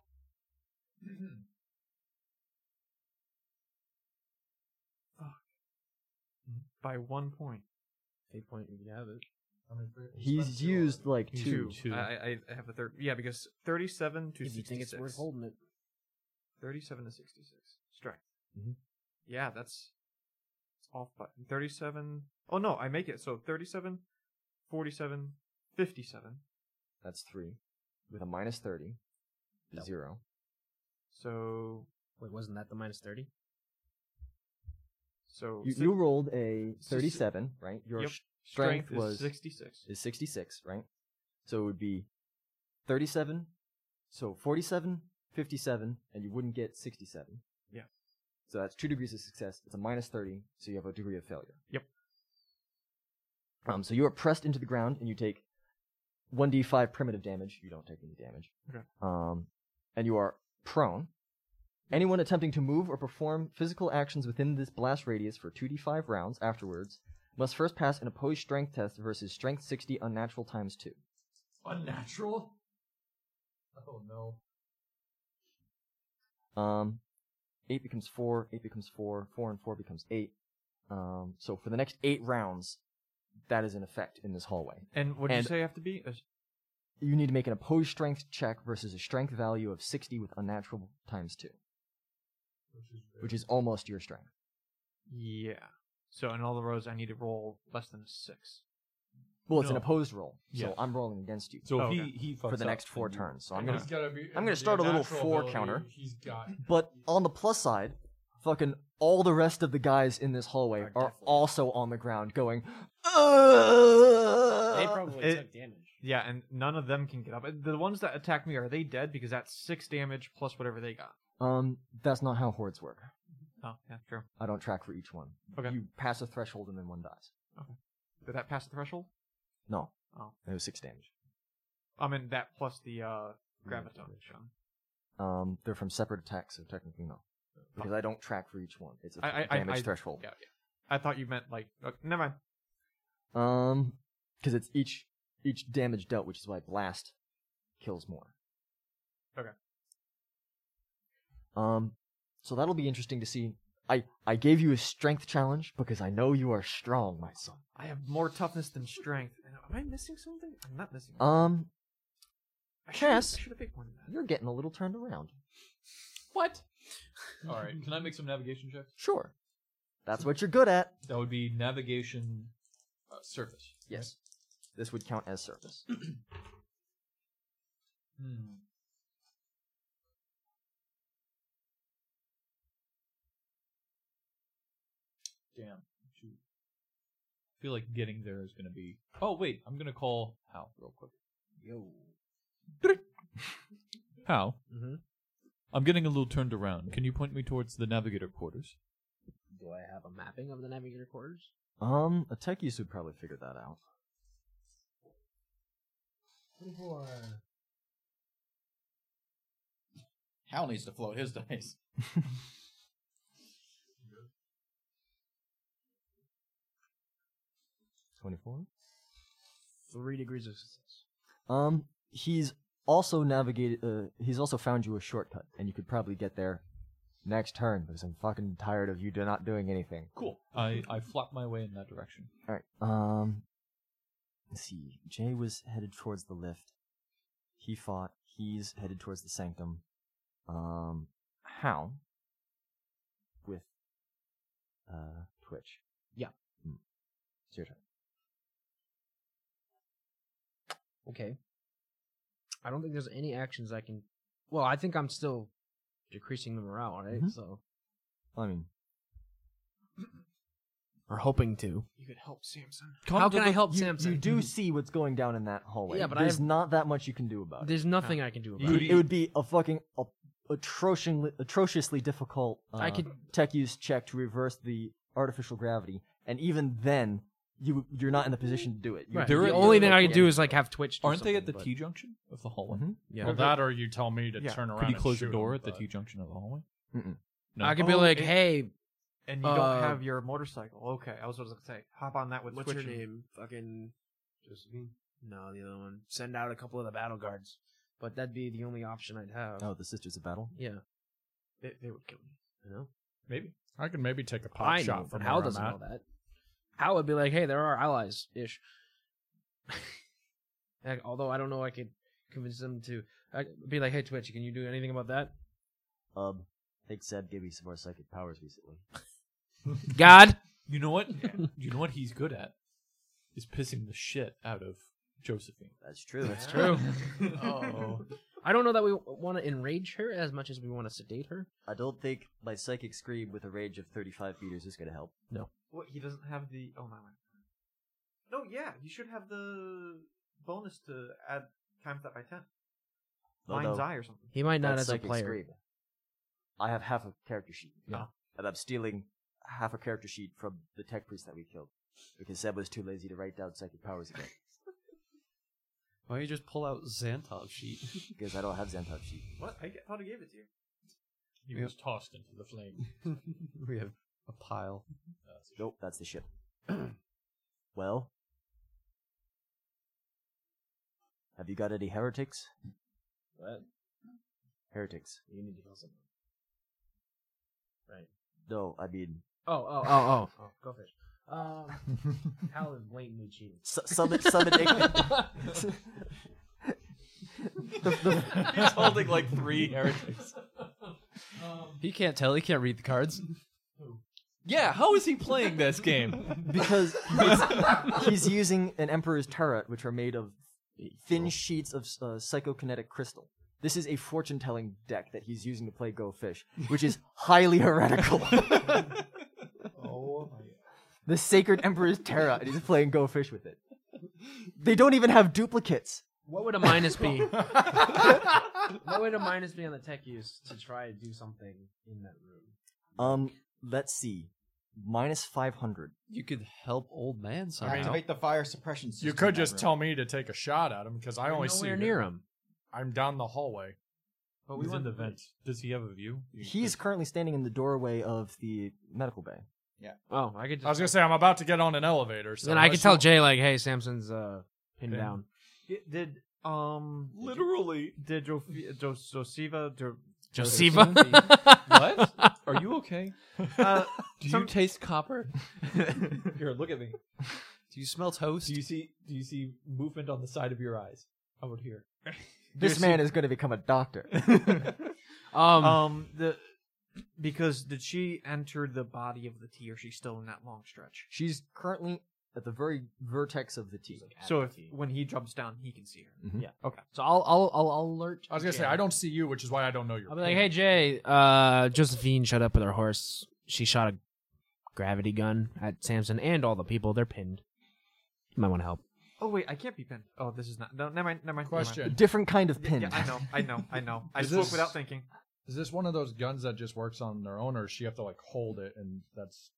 Speaker 2: <clears throat> Fuck. By one point.
Speaker 6: Eight point, you have it.
Speaker 1: He's used like two.
Speaker 2: Two. I, I I have a third. Yeah, because thirty-seven to
Speaker 7: If you
Speaker 2: sixty-six.
Speaker 7: think it's worth holding it,
Speaker 2: Thirty-seven to sixty-six. Strength.
Speaker 1: Mm-hmm.
Speaker 2: Yeah, that's it's off button. Thirty-seven. Oh no, I make it. So 37, 47, 57.
Speaker 1: That's three. With a minus 30. Zero.
Speaker 2: So
Speaker 7: wait, wasn't that the minus thirty?
Speaker 2: Oh, so
Speaker 1: You,
Speaker 2: six-
Speaker 1: you rolled a
Speaker 2: si-
Speaker 1: 37, right? Your
Speaker 2: Yep.
Speaker 1: sh- strength,
Speaker 2: is
Speaker 1: was
Speaker 2: sixty-six.
Speaker 1: is 66, right? So it would be 37, so 47, 57, and you wouldn't get 67.
Speaker 2: Yeah.
Speaker 1: So that's two degrees of success. It's a minus 30, so you have a degree of failure.
Speaker 2: Yep.
Speaker 1: Um, so you are pressed into the ground and you take 1d5 primitive damage. You don't take any damage.
Speaker 2: Okay.
Speaker 1: Um, and you are prone. Anyone attempting to move or perform physical actions within this blast radius for 2d5 rounds afterwards must first pass an opposed strength test versus strength 60 unnatural times 2.
Speaker 4: Unnatural? Oh no.
Speaker 1: Um, 8 becomes 4, 8 becomes 4, 4 and 4 becomes 8. Um, so for the next 8 rounds, that is in effect in this hallway.
Speaker 2: And what do you
Speaker 1: And-
Speaker 2: say have to be? A s-
Speaker 1: You need to make an opposed strength check versus a strength value of 60 with unnatural times 2, which is almost your strength.
Speaker 2: Yeah. So in all the rows, I need to roll less than a six.
Speaker 1: Well, it's an
Speaker 3: No.
Speaker 1: opposed roll,
Speaker 3: Yeah.
Speaker 1: so I'm rolling against you
Speaker 3: So
Speaker 2: Oh,
Speaker 3: he
Speaker 2: okay.
Speaker 3: he
Speaker 1: for
Speaker 3: fucks
Speaker 1: the
Speaker 3: up,
Speaker 1: next 4
Speaker 3: then you-
Speaker 1: turns. So I'm
Speaker 2: Okay.
Speaker 1: going to
Speaker 4: He's gotta be,
Speaker 1: I'm gonna start a little
Speaker 4: natural
Speaker 1: four
Speaker 4: ability
Speaker 1: counter.
Speaker 4: He's got.
Speaker 1: But on the plus side, fucking all the rest of the guys in this hallway are, also on the ground going,
Speaker 7: They
Speaker 1: "Ugh."
Speaker 7: probably
Speaker 2: it-
Speaker 7: took damage.
Speaker 2: Yeah, and none of them can get up. The ones that attack me are they dead? Because that's six damage plus whatever they got.
Speaker 1: Um, that's not how hordes work.
Speaker 2: Oh, yeah, true.
Speaker 1: I don't track for each one.
Speaker 2: Okay.
Speaker 1: You pass a threshold and then one dies.
Speaker 2: Did that pass the threshold?
Speaker 1: No.
Speaker 2: Oh.
Speaker 1: It was six damage.
Speaker 2: I mean that plus the uh, graviton.
Speaker 1: Um, they're from separate attacks, so technically no. Because I don't track for each one. It's a
Speaker 2: I, I, I,
Speaker 1: damage
Speaker 2: I-
Speaker 1: threshold.
Speaker 2: Yeah, yeah. I thought you meant like. Okay, never mind.
Speaker 1: Um, because it's each each damage dealt, which is why blast kills more.
Speaker 2: Okay.
Speaker 1: Um, so that'll be interesting to see. I I gave you a strength challenge because I know you are strong, my son.
Speaker 2: I have more toughness than strength. And Am I missing something? I'm not missing.
Speaker 1: Um,
Speaker 2: I should've-
Speaker 1: Cass.
Speaker 2: I should have picked one. of that.
Speaker 1: you're getting a little turned around.
Speaker 3: <laughs> All right, can I make some navigation checks?
Speaker 1: Sure, that's what you're good at.
Speaker 3: That would be navigation uh, surface.
Speaker 1: Yes, this would count as service.
Speaker 3: Hmm. Damn. shoot. I feel like getting there is going to be. Oh, wait. I'm going to call Hal real quick. Yo. <laughs> Hal. Mm-hmm. I'm getting a little turned around. Can you point me towards the navigator quarters?
Speaker 7: Do I have a mapping of the navigator quarters?
Speaker 1: Um, a tech use would probably figure that out.
Speaker 5: Hal needs to float his dice.
Speaker 1: <laughs> Twenty-four.
Speaker 7: Three degrees of success.
Speaker 1: Um, he's also navigated. Uh, he's also found you a shortcut, and you could probably get there next turn because I'm fucking tired of you do- not doing anything.
Speaker 3: Cool. I, I flop my way in that direction.
Speaker 1: All right. Um, let's see. Jay was headed towards the lift. He fought. He's headed towards the sanctum. Um, how? With uh Twitch.
Speaker 7: Yeah.
Speaker 1: Hmm. It's your turn.
Speaker 7: Okay. I don't think there's any actions I can. Well, I think I'm still decreasing the morale, right?
Speaker 3: Mm-hmm.
Speaker 1: Mhm.
Speaker 7: So
Speaker 1: I mean,
Speaker 7: or hoping to.
Speaker 2: You could help Samson.
Speaker 7: How can I help Mm-hmm.
Speaker 1: you,
Speaker 7: Samson?
Speaker 1: you do see what's going down in that hallway.
Speaker 7: Yeah, but I
Speaker 1: there's
Speaker 7: have-
Speaker 1: not that much you can do about it.
Speaker 7: There's nothing I can do about
Speaker 1: You-
Speaker 7: it.
Speaker 1: it would be a fucking a, atrociously, atrociously difficult uh,
Speaker 7: I could-
Speaker 1: tech use check to reverse the artificial gravity, and even then, you you're not in the position to do it. You-
Speaker 7: Right.
Speaker 3: There
Speaker 7: The
Speaker 3: are-
Speaker 7: only thing
Speaker 3: there are-
Speaker 7: I can do is like have Twitch. do
Speaker 3: Aren't they at the
Speaker 7: something, but-
Speaker 3: T junction of the hallway?
Speaker 1: Mhm.
Speaker 7: Yeah.
Speaker 4: Well, that or you tell me to
Speaker 2: Yeah.
Speaker 4: turn around.
Speaker 3: Could you
Speaker 4: and
Speaker 3: close the
Speaker 4: shoot
Speaker 3: door
Speaker 4: him,
Speaker 3: at the
Speaker 4: but-
Speaker 3: T junction of the hallway?
Speaker 1: Mm-mm.
Speaker 3: No.
Speaker 7: I could be
Speaker 2: Oh,
Speaker 7: like,
Speaker 2: it-
Speaker 7: hey,
Speaker 2: And you don't
Speaker 7: Uh,
Speaker 2: have your motorcycle. Okay, I was what I was gonna say. Hop on that with
Speaker 7: What's
Speaker 2: Twitch
Speaker 7: her
Speaker 2: and- <laughs>
Speaker 7: name? Fucking
Speaker 1: Mm-hmm.
Speaker 7: Josephine. No, the other one. Send out a couple of the battle guards, but that'd be the only option I'd have.
Speaker 1: Oh, the Sisters of Battle.
Speaker 7: Yeah, they, they would kill me. You know,
Speaker 4: Maybe I can maybe take a pop
Speaker 7: I
Speaker 4: shot
Speaker 7: know,
Speaker 4: from
Speaker 7: but
Speaker 4: where
Speaker 7: Hal
Speaker 4: I'm
Speaker 7: doesn't
Speaker 4: at.
Speaker 7: know that. Hal would be like, "Hey, there are allies <laughs> ish." Although I don't know, I could convince them to I'd be like, "Hey, Twitch, can you do anything about that?"
Speaker 1: Um, think Seb gave me some more psychic powers recently.
Speaker 7: God,
Speaker 3: You know what? <laughs> you know what he's good at is pissing the shit out of Josephine.
Speaker 1: That's true. That's
Speaker 7: true.
Speaker 3: Oh,
Speaker 7: I don't know that we want to enrage her as much as we want to sedate her.
Speaker 1: I don't think my psychic scream with a range of 35 meters is going to help.
Speaker 2: <laughs> What he doesn't have the oh my word. No, yeah, you should have the bonus to add times that by ten.
Speaker 1: No,
Speaker 2: Mind's
Speaker 1: no.
Speaker 2: eye or something.
Speaker 7: He might not
Speaker 1: That's
Speaker 7: as a
Speaker 1: psychic
Speaker 7: player.
Speaker 1: scream. I have half a character sheet.
Speaker 2: Yeah.
Speaker 1: And I'm stealing half a character sheet from the tech priest that we killed because Seb was too lazy to write down psychic powers again
Speaker 6: Why don't you just pull out Xantov sheet? <laughs>
Speaker 1: because I don't have Xanthov sheet.
Speaker 2: What? I get- thought I gave it to you.
Speaker 3: he was tossed into the flame.
Speaker 6: we have a pile.
Speaker 1: Nope, that's the ship. <clears throat> well, have you got any heretics?
Speaker 7: What?
Speaker 1: Heretics.
Speaker 7: You need to kill someone.
Speaker 1: No, I mean
Speaker 7: Oh, oh, oh, oh, oh. Go fish. Um, <laughs> Hal is blatantly cheating.
Speaker 1: su- summon
Speaker 7: <laughs>
Speaker 1: summon ign- <laughs>
Speaker 5: He's holding like three heretics.
Speaker 6: He can't tell. He can't read the cards. Yeah, how is he playing this <laughs> game?
Speaker 1: because it's- he's using an emperor's turret, which are made of thin sheets of uh, psychokinetic crystal. This is a fortune-telling deck that he's using to play Go Fish, which
Speaker 2: <laughs>
Speaker 1: is highly heretical.
Speaker 2: Oh my
Speaker 1: the sacred emperor's Terra, and he's playing Go Fish
Speaker 2: <laughs>
Speaker 1: with it. They don't even have duplicates.
Speaker 7: What would a minus be? <laughs> what would a minus be on the tech use to try to do something in that room?
Speaker 1: Um, let's see, minus five hundred.
Speaker 6: you could help old man somehow.
Speaker 5: Activate the fire suppression system.
Speaker 4: You could just tell me to take a shot at him because I only see
Speaker 7: Nowhere
Speaker 4: him.
Speaker 7: near him.
Speaker 4: I'm down the hallway.
Speaker 3: But we went the vent. Does he have a view?
Speaker 1: He's currently standing in the doorway of the medical bay.
Speaker 7: Oh, I could. Just,
Speaker 4: I was gonna say I'm about to get on an elevator. So
Speaker 7: then I could
Speaker 4: unless
Speaker 7: tell
Speaker 4: you-
Speaker 7: Jay like, "Hey, Samson's uh, pinned
Speaker 4: Pin.
Speaker 7: down."
Speaker 2: god. Did um
Speaker 12: Literally.
Speaker 2: did Jofi- Jo- Josiva Jo-
Speaker 7: Josiva.
Speaker 4: <laughs>
Speaker 3: What? Are you okay?
Speaker 2: uh,
Speaker 3: Do
Speaker 2: Some-
Speaker 3: you taste copper? Here, look at me.
Speaker 6: Do you smell toast?
Speaker 3: Do you see? Do you see movement on the side of your eyes? Out
Speaker 2: <laughs>
Speaker 3: here.
Speaker 1: This man is going to become a doctor.
Speaker 7: um,
Speaker 2: um the because did she enter the body of the T or she's still in that long stretch?
Speaker 1: She's currently at the very vertex of the T.
Speaker 2: So if when he jumps down, he can see her.
Speaker 1: Mhm.
Speaker 2: Yeah. Okay.
Speaker 7: so I'll I'll I'll, I'll alert.
Speaker 4: I was gonna say I don't see you, which is why I don't know your.
Speaker 7: I'll be like, "Hey, Jay, uh, Josephine shut up with her horse. She shot a gravity gun at Samson and all the people. They're pinned. You might want to help."
Speaker 2: Oh wait, I can't be pinned. Oh, this is not. No, never mind. Never mind. never mind.
Speaker 4: question.
Speaker 1: Different kind of
Speaker 2: Yeah,
Speaker 1: pin.
Speaker 2: Yeah, I know, I know, I know. I
Speaker 4: Is
Speaker 2: spoke
Speaker 4: this-
Speaker 2: without thinking.
Speaker 4: Is this one of those guns that just works on their own, or does she have to like hold it and that's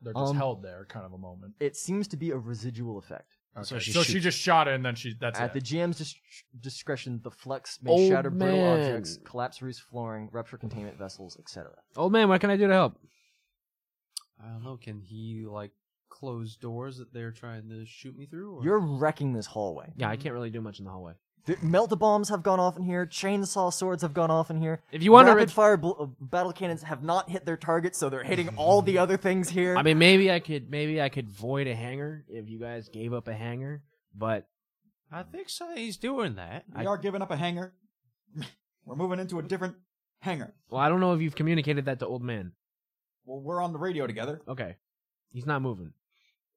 Speaker 4: they're just
Speaker 1: Um,
Speaker 4: held there, kind of a moment?
Speaker 1: It seems to be a residual effect.
Speaker 4: Okay.
Speaker 7: So
Speaker 4: So,
Speaker 7: she
Speaker 4: she,
Speaker 7: shoots.
Speaker 4: just shot it, and then she that's
Speaker 1: At the
Speaker 4: it.
Speaker 1: GM's dis- discretion, the flex may
Speaker 7: Old
Speaker 1: shatter brittle
Speaker 7: man.
Speaker 1: objects, collapse roof flooring, rupture containment vessels, etc.
Speaker 7: Old "Oh, man, what can I do to help?
Speaker 6: I don't know. Can he like close doors that they're trying to shoot me through? Or?
Speaker 1: You're wrecking this hallway.
Speaker 7: Yeah,
Speaker 4: Mm-hmm.
Speaker 7: I can't really do much in the hallway.
Speaker 1: The melt bombs have gone off in here. Chainsaw swords have gone off in here.
Speaker 7: If you want to,
Speaker 1: Rapid fire bl- uh, battle cannons have not hit their targets, so they're hitting all the other things here.
Speaker 7: <laughs> I mean, maybe I could, maybe I could void a hanger if you guys gave up a hanger. But
Speaker 6: I think so. He's doing that.
Speaker 5: We are giving up a hangar. <laughs> We're moving into a different hangar.
Speaker 7: well, I don't know if you've communicated that to old man.
Speaker 5: Well, we're on the radio together.
Speaker 7: Okay, he's not moving.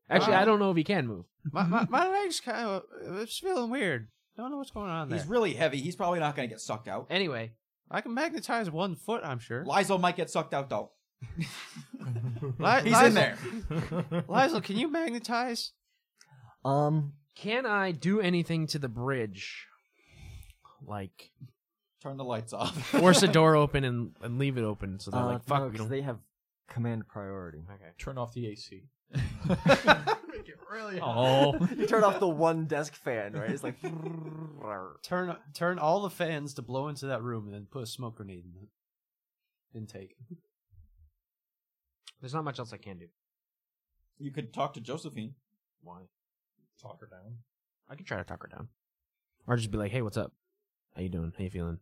Speaker 7: Actually, I don't know if he can move.
Speaker 6: my, my my leg's kind of it's feeling weird. Don't know what's going on there.
Speaker 5: He's really heavy. He's probably not going to get sucked out.
Speaker 6: anyway, I can magnetize one foot. I'm sure.
Speaker 5: Lizel might get sucked out though.
Speaker 6: Li-
Speaker 5: He's
Speaker 6: Lizel-
Speaker 5: in there.
Speaker 6: <laughs> Lizel, can you magnetize?
Speaker 1: um,
Speaker 7: Can I do anything to the bridge? Like
Speaker 5: Turn the lights off.
Speaker 7: <laughs> force
Speaker 1: <laughs>
Speaker 7: a door open and, and leave it open so they're
Speaker 1: uh,
Speaker 7: like, fuck,
Speaker 1: no,
Speaker 7: we
Speaker 1: 'cause
Speaker 7: don't.
Speaker 1: they have command
Speaker 5: <laughs>
Speaker 1: priority.
Speaker 3: Turn off the AC.
Speaker 1: You turn off the one desk fan, right? It's like
Speaker 7: <laughs>
Speaker 6: Turn turn all the fans to blow into that room and then put a smoke grenade in the intake.
Speaker 8: <laughs> There's not much else I can do.
Speaker 5: You could talk to Josephine.
Speaker 8: Why?
Speaker 4: Talk her down.
Speaker 8: I could try to talk her down, or just be like, "Hey, what's up? How you doing? How you feeling?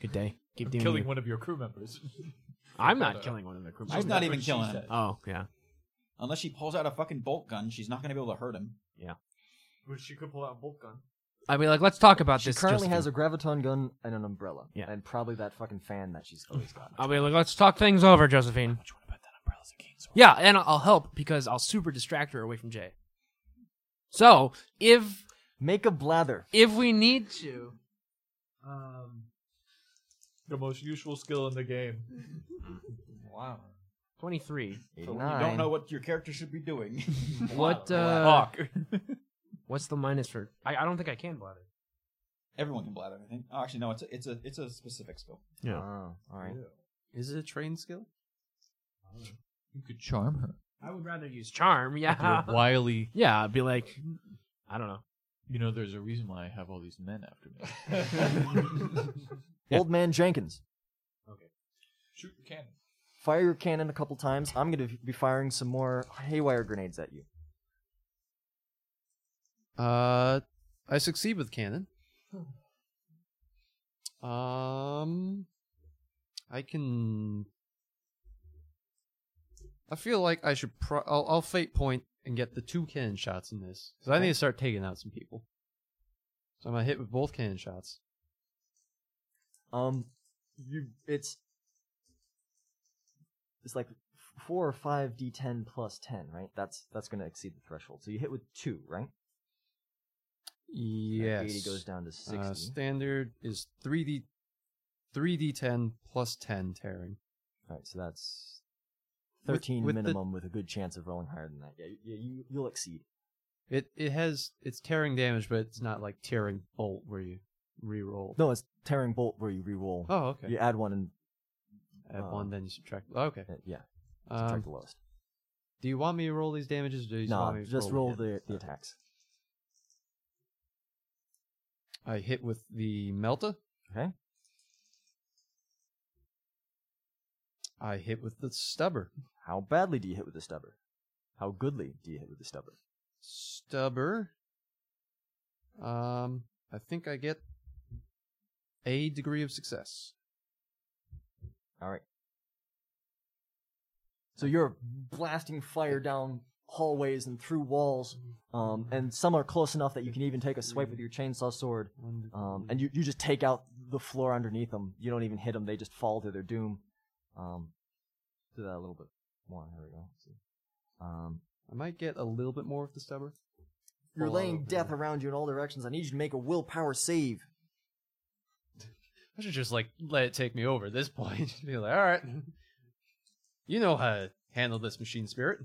Speaker 8: Good
Speaker 1: <laughs>
Speaker 8: day. Keep doing.
Speaker 4: Killing
Speaker 8: you."
Speaker 4: one of your crew members.
Speaker 8: <laughs> I'm
Speaker 2: <laughs>
Speaker 8: not killing one of the crew.
Speaker 5: She's not even killing him.
Speaker 8: Oh yeah.
Speaker 5: Unless she pulls out a fucking bolt gun, she's not going to be able to hurt him.
Speaker 2: Which she could pull out a bolt gun.
Speaker 8: I'd be like, let's talk about
Speaker 1: <laughs> She
Speaker 8: this.
Speaker 1: currently
Speaker 8: Josephine.
Speaker 1: has a graviton gun and an umbrella.
Speaker 8: Yeah.
Speaker 1: And probably that fucking fan that she's always got.
Speaker 7: Um,
Speaker 8: I'll be like, let's talk things over, Josephine. Yeah, and I'll- I'll help because I'll super distract her away from Jay. So if
Speaker 1: Make a blather.
Speaker 8: if we need to, um,
Speaker 4: the most useful skill in
Speaker 8: <laughs>
Speaker 4: the game.
Speaker 5: Wow.
Speaker 8: twenty three.
Speaker 5: So when you
Speaker 1: 89.
Speaker 5: don't know what your character should be doing. <laughs>
Speaker 8: What uh, <laughs> what's the minus for? I, I don't think I can bother.
Speaker 5: Everyone can bladder, I think. Oh, actually, no. It's a, it's a it's a specific skill.
Speaker 1: Oh, all right.
Speaker 6: Is it a trained skill?
Speaker 3: You could charm her.
Speaker 8: I would rather use charm.
Speaker 3: You're
Speaker 8: Yeah,
Speaker 3: wily.
Speaker 8: yeah. I'd be like, I don't know.
Speaker 3: You know, there's a reason why I have all these men after me.
Speaker 4: <laughs>
Speaker 1: Old man Jenkins.
Speaker 4: Shoot the cannon.
Speaker 1: Fire your cannon a couple times. I'm going to be firing some more haywire grenades at you.
Speaker 6: Uh, I succeed with cannon. Um, I can. I feel like I should. Pro- I'll, I'll fate point and get the two cannon shots in this because I need to start taking out some people. So I'm gonna hit with both cannon shots.
Speaker 1: Um, you it's it's like four or five d10 plus 10, right? That's that's going to exceed the threshold. So you hit with two, right? And
Speaker 6: Yes.
Speaker 1: 80 goes down to 60.
Speaker 6: Uh, standard is three d, three d ten plus ten tearing.
Speaker 1: All right, so that's
Speaker 6: With-
Speaker 1: 13
Speaker 6: with the-
Speaker 1: minimum with a good chance of rolling higher than that. Yeah, yeah, you you'll exceed.
Speaker 6: It it has it's tearing damage, but it's not like tearing bolt where you reroll.
Speaker 1: No, it's tearing bolt where you re-roll.
Speaker 6: Oh, okay.
Speaker 1: You add one and
Speaker 6: Add
Speaker 1: Uh,
Speaker 6: one, then you subtract. oh, okay.
Speaker 1: uh, yeah, subtract
Speaker 6: Um,
Speaker 1: the lowest.
Speaker 6: do you want me to roll these damages? Or do you
Speaker 1: No,
Speaker 6: want me to
Speaker 1: just roll the,
Speaker 6: hit?
Speaker 1: the attacks.
Speaker 6: I hit with the melta.
Speaker 1: Okay.
Speaker 6: I hit with the stubber.
Speaker 1: How badly do you hit with the stubber? How goodly do you hit with the stubber?
Speaker 6: Stubber. Um, I think I get a degree of success.
Speaker 1: All right. So you're blasting fire down hallways and through walls, um, and some are close enough that you can even take a swipe with your chainsaw sword, um, and you, you just take out the floor underneath them. You don't even hit them; they just fall to their doom. Um, do that a little bit more. Here we go. Let's see. Um,
Speaker 6: I might get a little bit more with the stubber.
Speaker 1: you're
Speaker 6: Fall
Speaker 1: laying
Speaker 6: over.
Speaker 1: death around you in all directions. I need you to make a willpower save.
Speaker 6: I should just like let it take me over at this <laughs> point. Just be like, all right, you know how to handle this machine spirit.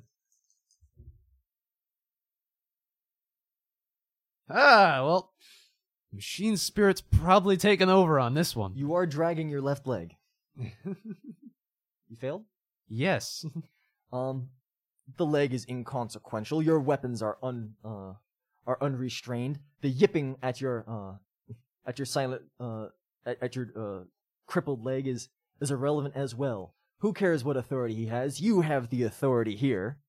Speaker 6: Ah, well, machine spirit's probably taken over on this one.
Speaker 1: You are dragging your left <laughs> leg. you failed.
Speaker 6: Yes,
Speaker 1: Um, the leg is inconsequential. Your weapons are un uh, are unrestrained. The yipping at your uh, at your silent uh, at, at your uh, crippled leg is is irrelevant as well. Who cares what authority he has? You have the authority here.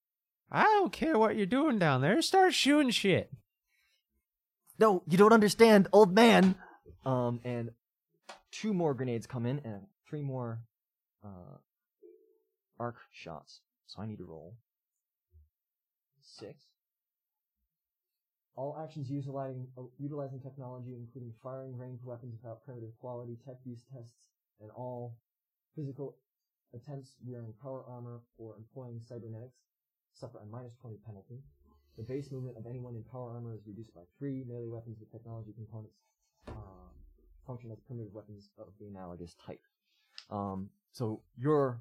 Speaker 6: I don't care what you're doing down there. Start shooting shit.
Speaker 1: No, you don't understand, old man. Um, and two more grenades come in, and three more uh, arc shots. So I need to roll six. All actions utilizing uh, utilizing technology, including firing ranged weapons without primitive quality, tech use tests, and all physical attempts wearing power armor or employing cybernetics, suffer a minus twenty penalty. The base movement of anyone in power armor is reduced by three. Melee weapons with technology components uh, function as primitive weapons of the analogous type. Um, so your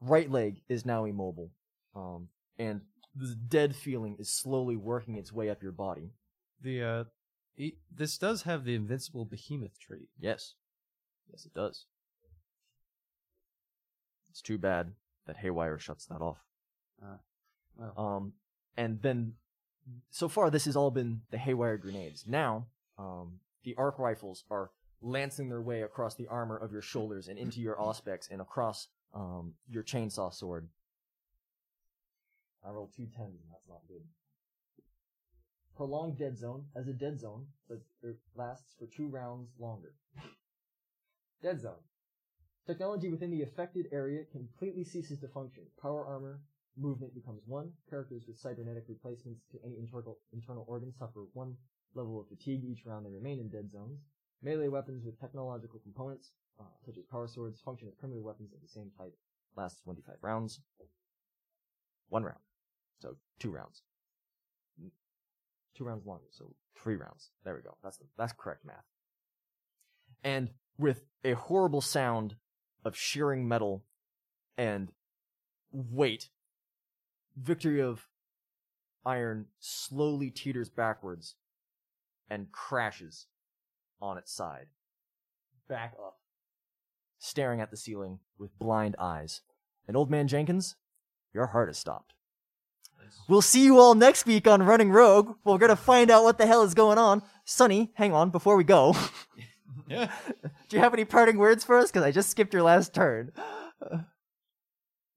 Speaker 1: right leg is now immobile, um, and this dead feeling is slowly working its way up your body.
Speaker 6: <laughs> The uh, e- this does have the invincible behemoth trait.
Speaker 1: Yes, yes, it does. It's too bad that Haywire shuts that off.
Speaker 6: Well,
Speaker 1: Um, and then, so far, this has all been the haywire grenades. Now, um, the arc rifles are lancing their way across the armor of your shoulders and into your auspex and across um, your chainsaw sword. I rolled two tens, and that's not good. Prolonged dead zone as a dead zone, but it lasts for two rounds longer. Dead zone. Technology within the affected area completely ceases to function. Power armor movement becomes one. Characters with cybernetic replacements to any internal internal organ suffer one level of fatigue each round they remain in dead zones. Melee weapons with technological components, uh, such as power swords, function as primitive weapons of the same type. Lasts 25 rounds. One round. So two rounds. Mm. Two rounds longer, so three rounds. There we go. That's the, that's correct math. And with a horrible sound of shearing metal and weight, Victory of Iron slowly teeters backwards and crashes on its side. Back up. Staring at the ceiling with blind eyes. And old man Jenkins, your heart has stopped. We'll see you all next week on Running Rogue. We're gonna find out what the hell is going on. Sonny, hang on before we go. <laughs>
Speaker 5: Yeah.
Speaker 1: Do you have any parting words for us? Because I just skipped your last turn.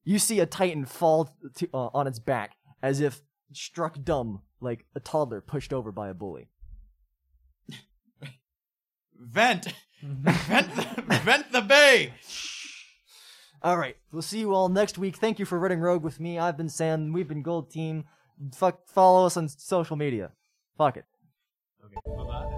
Speaker 1: You see a titan fall to, uh, on its back as if struck dumb, like a toddler pushed over by a bully.
Speaker 5: Vent. <laughs> vent, the, <laughs> vent the bay.
Speaker 1: All right, we'll see you all next week. Thank you for running rogue with me. I've been Sam. We've been Gold Team. Fuck, follow us on social media. Fuck it.
Speaker 2: Bye bye.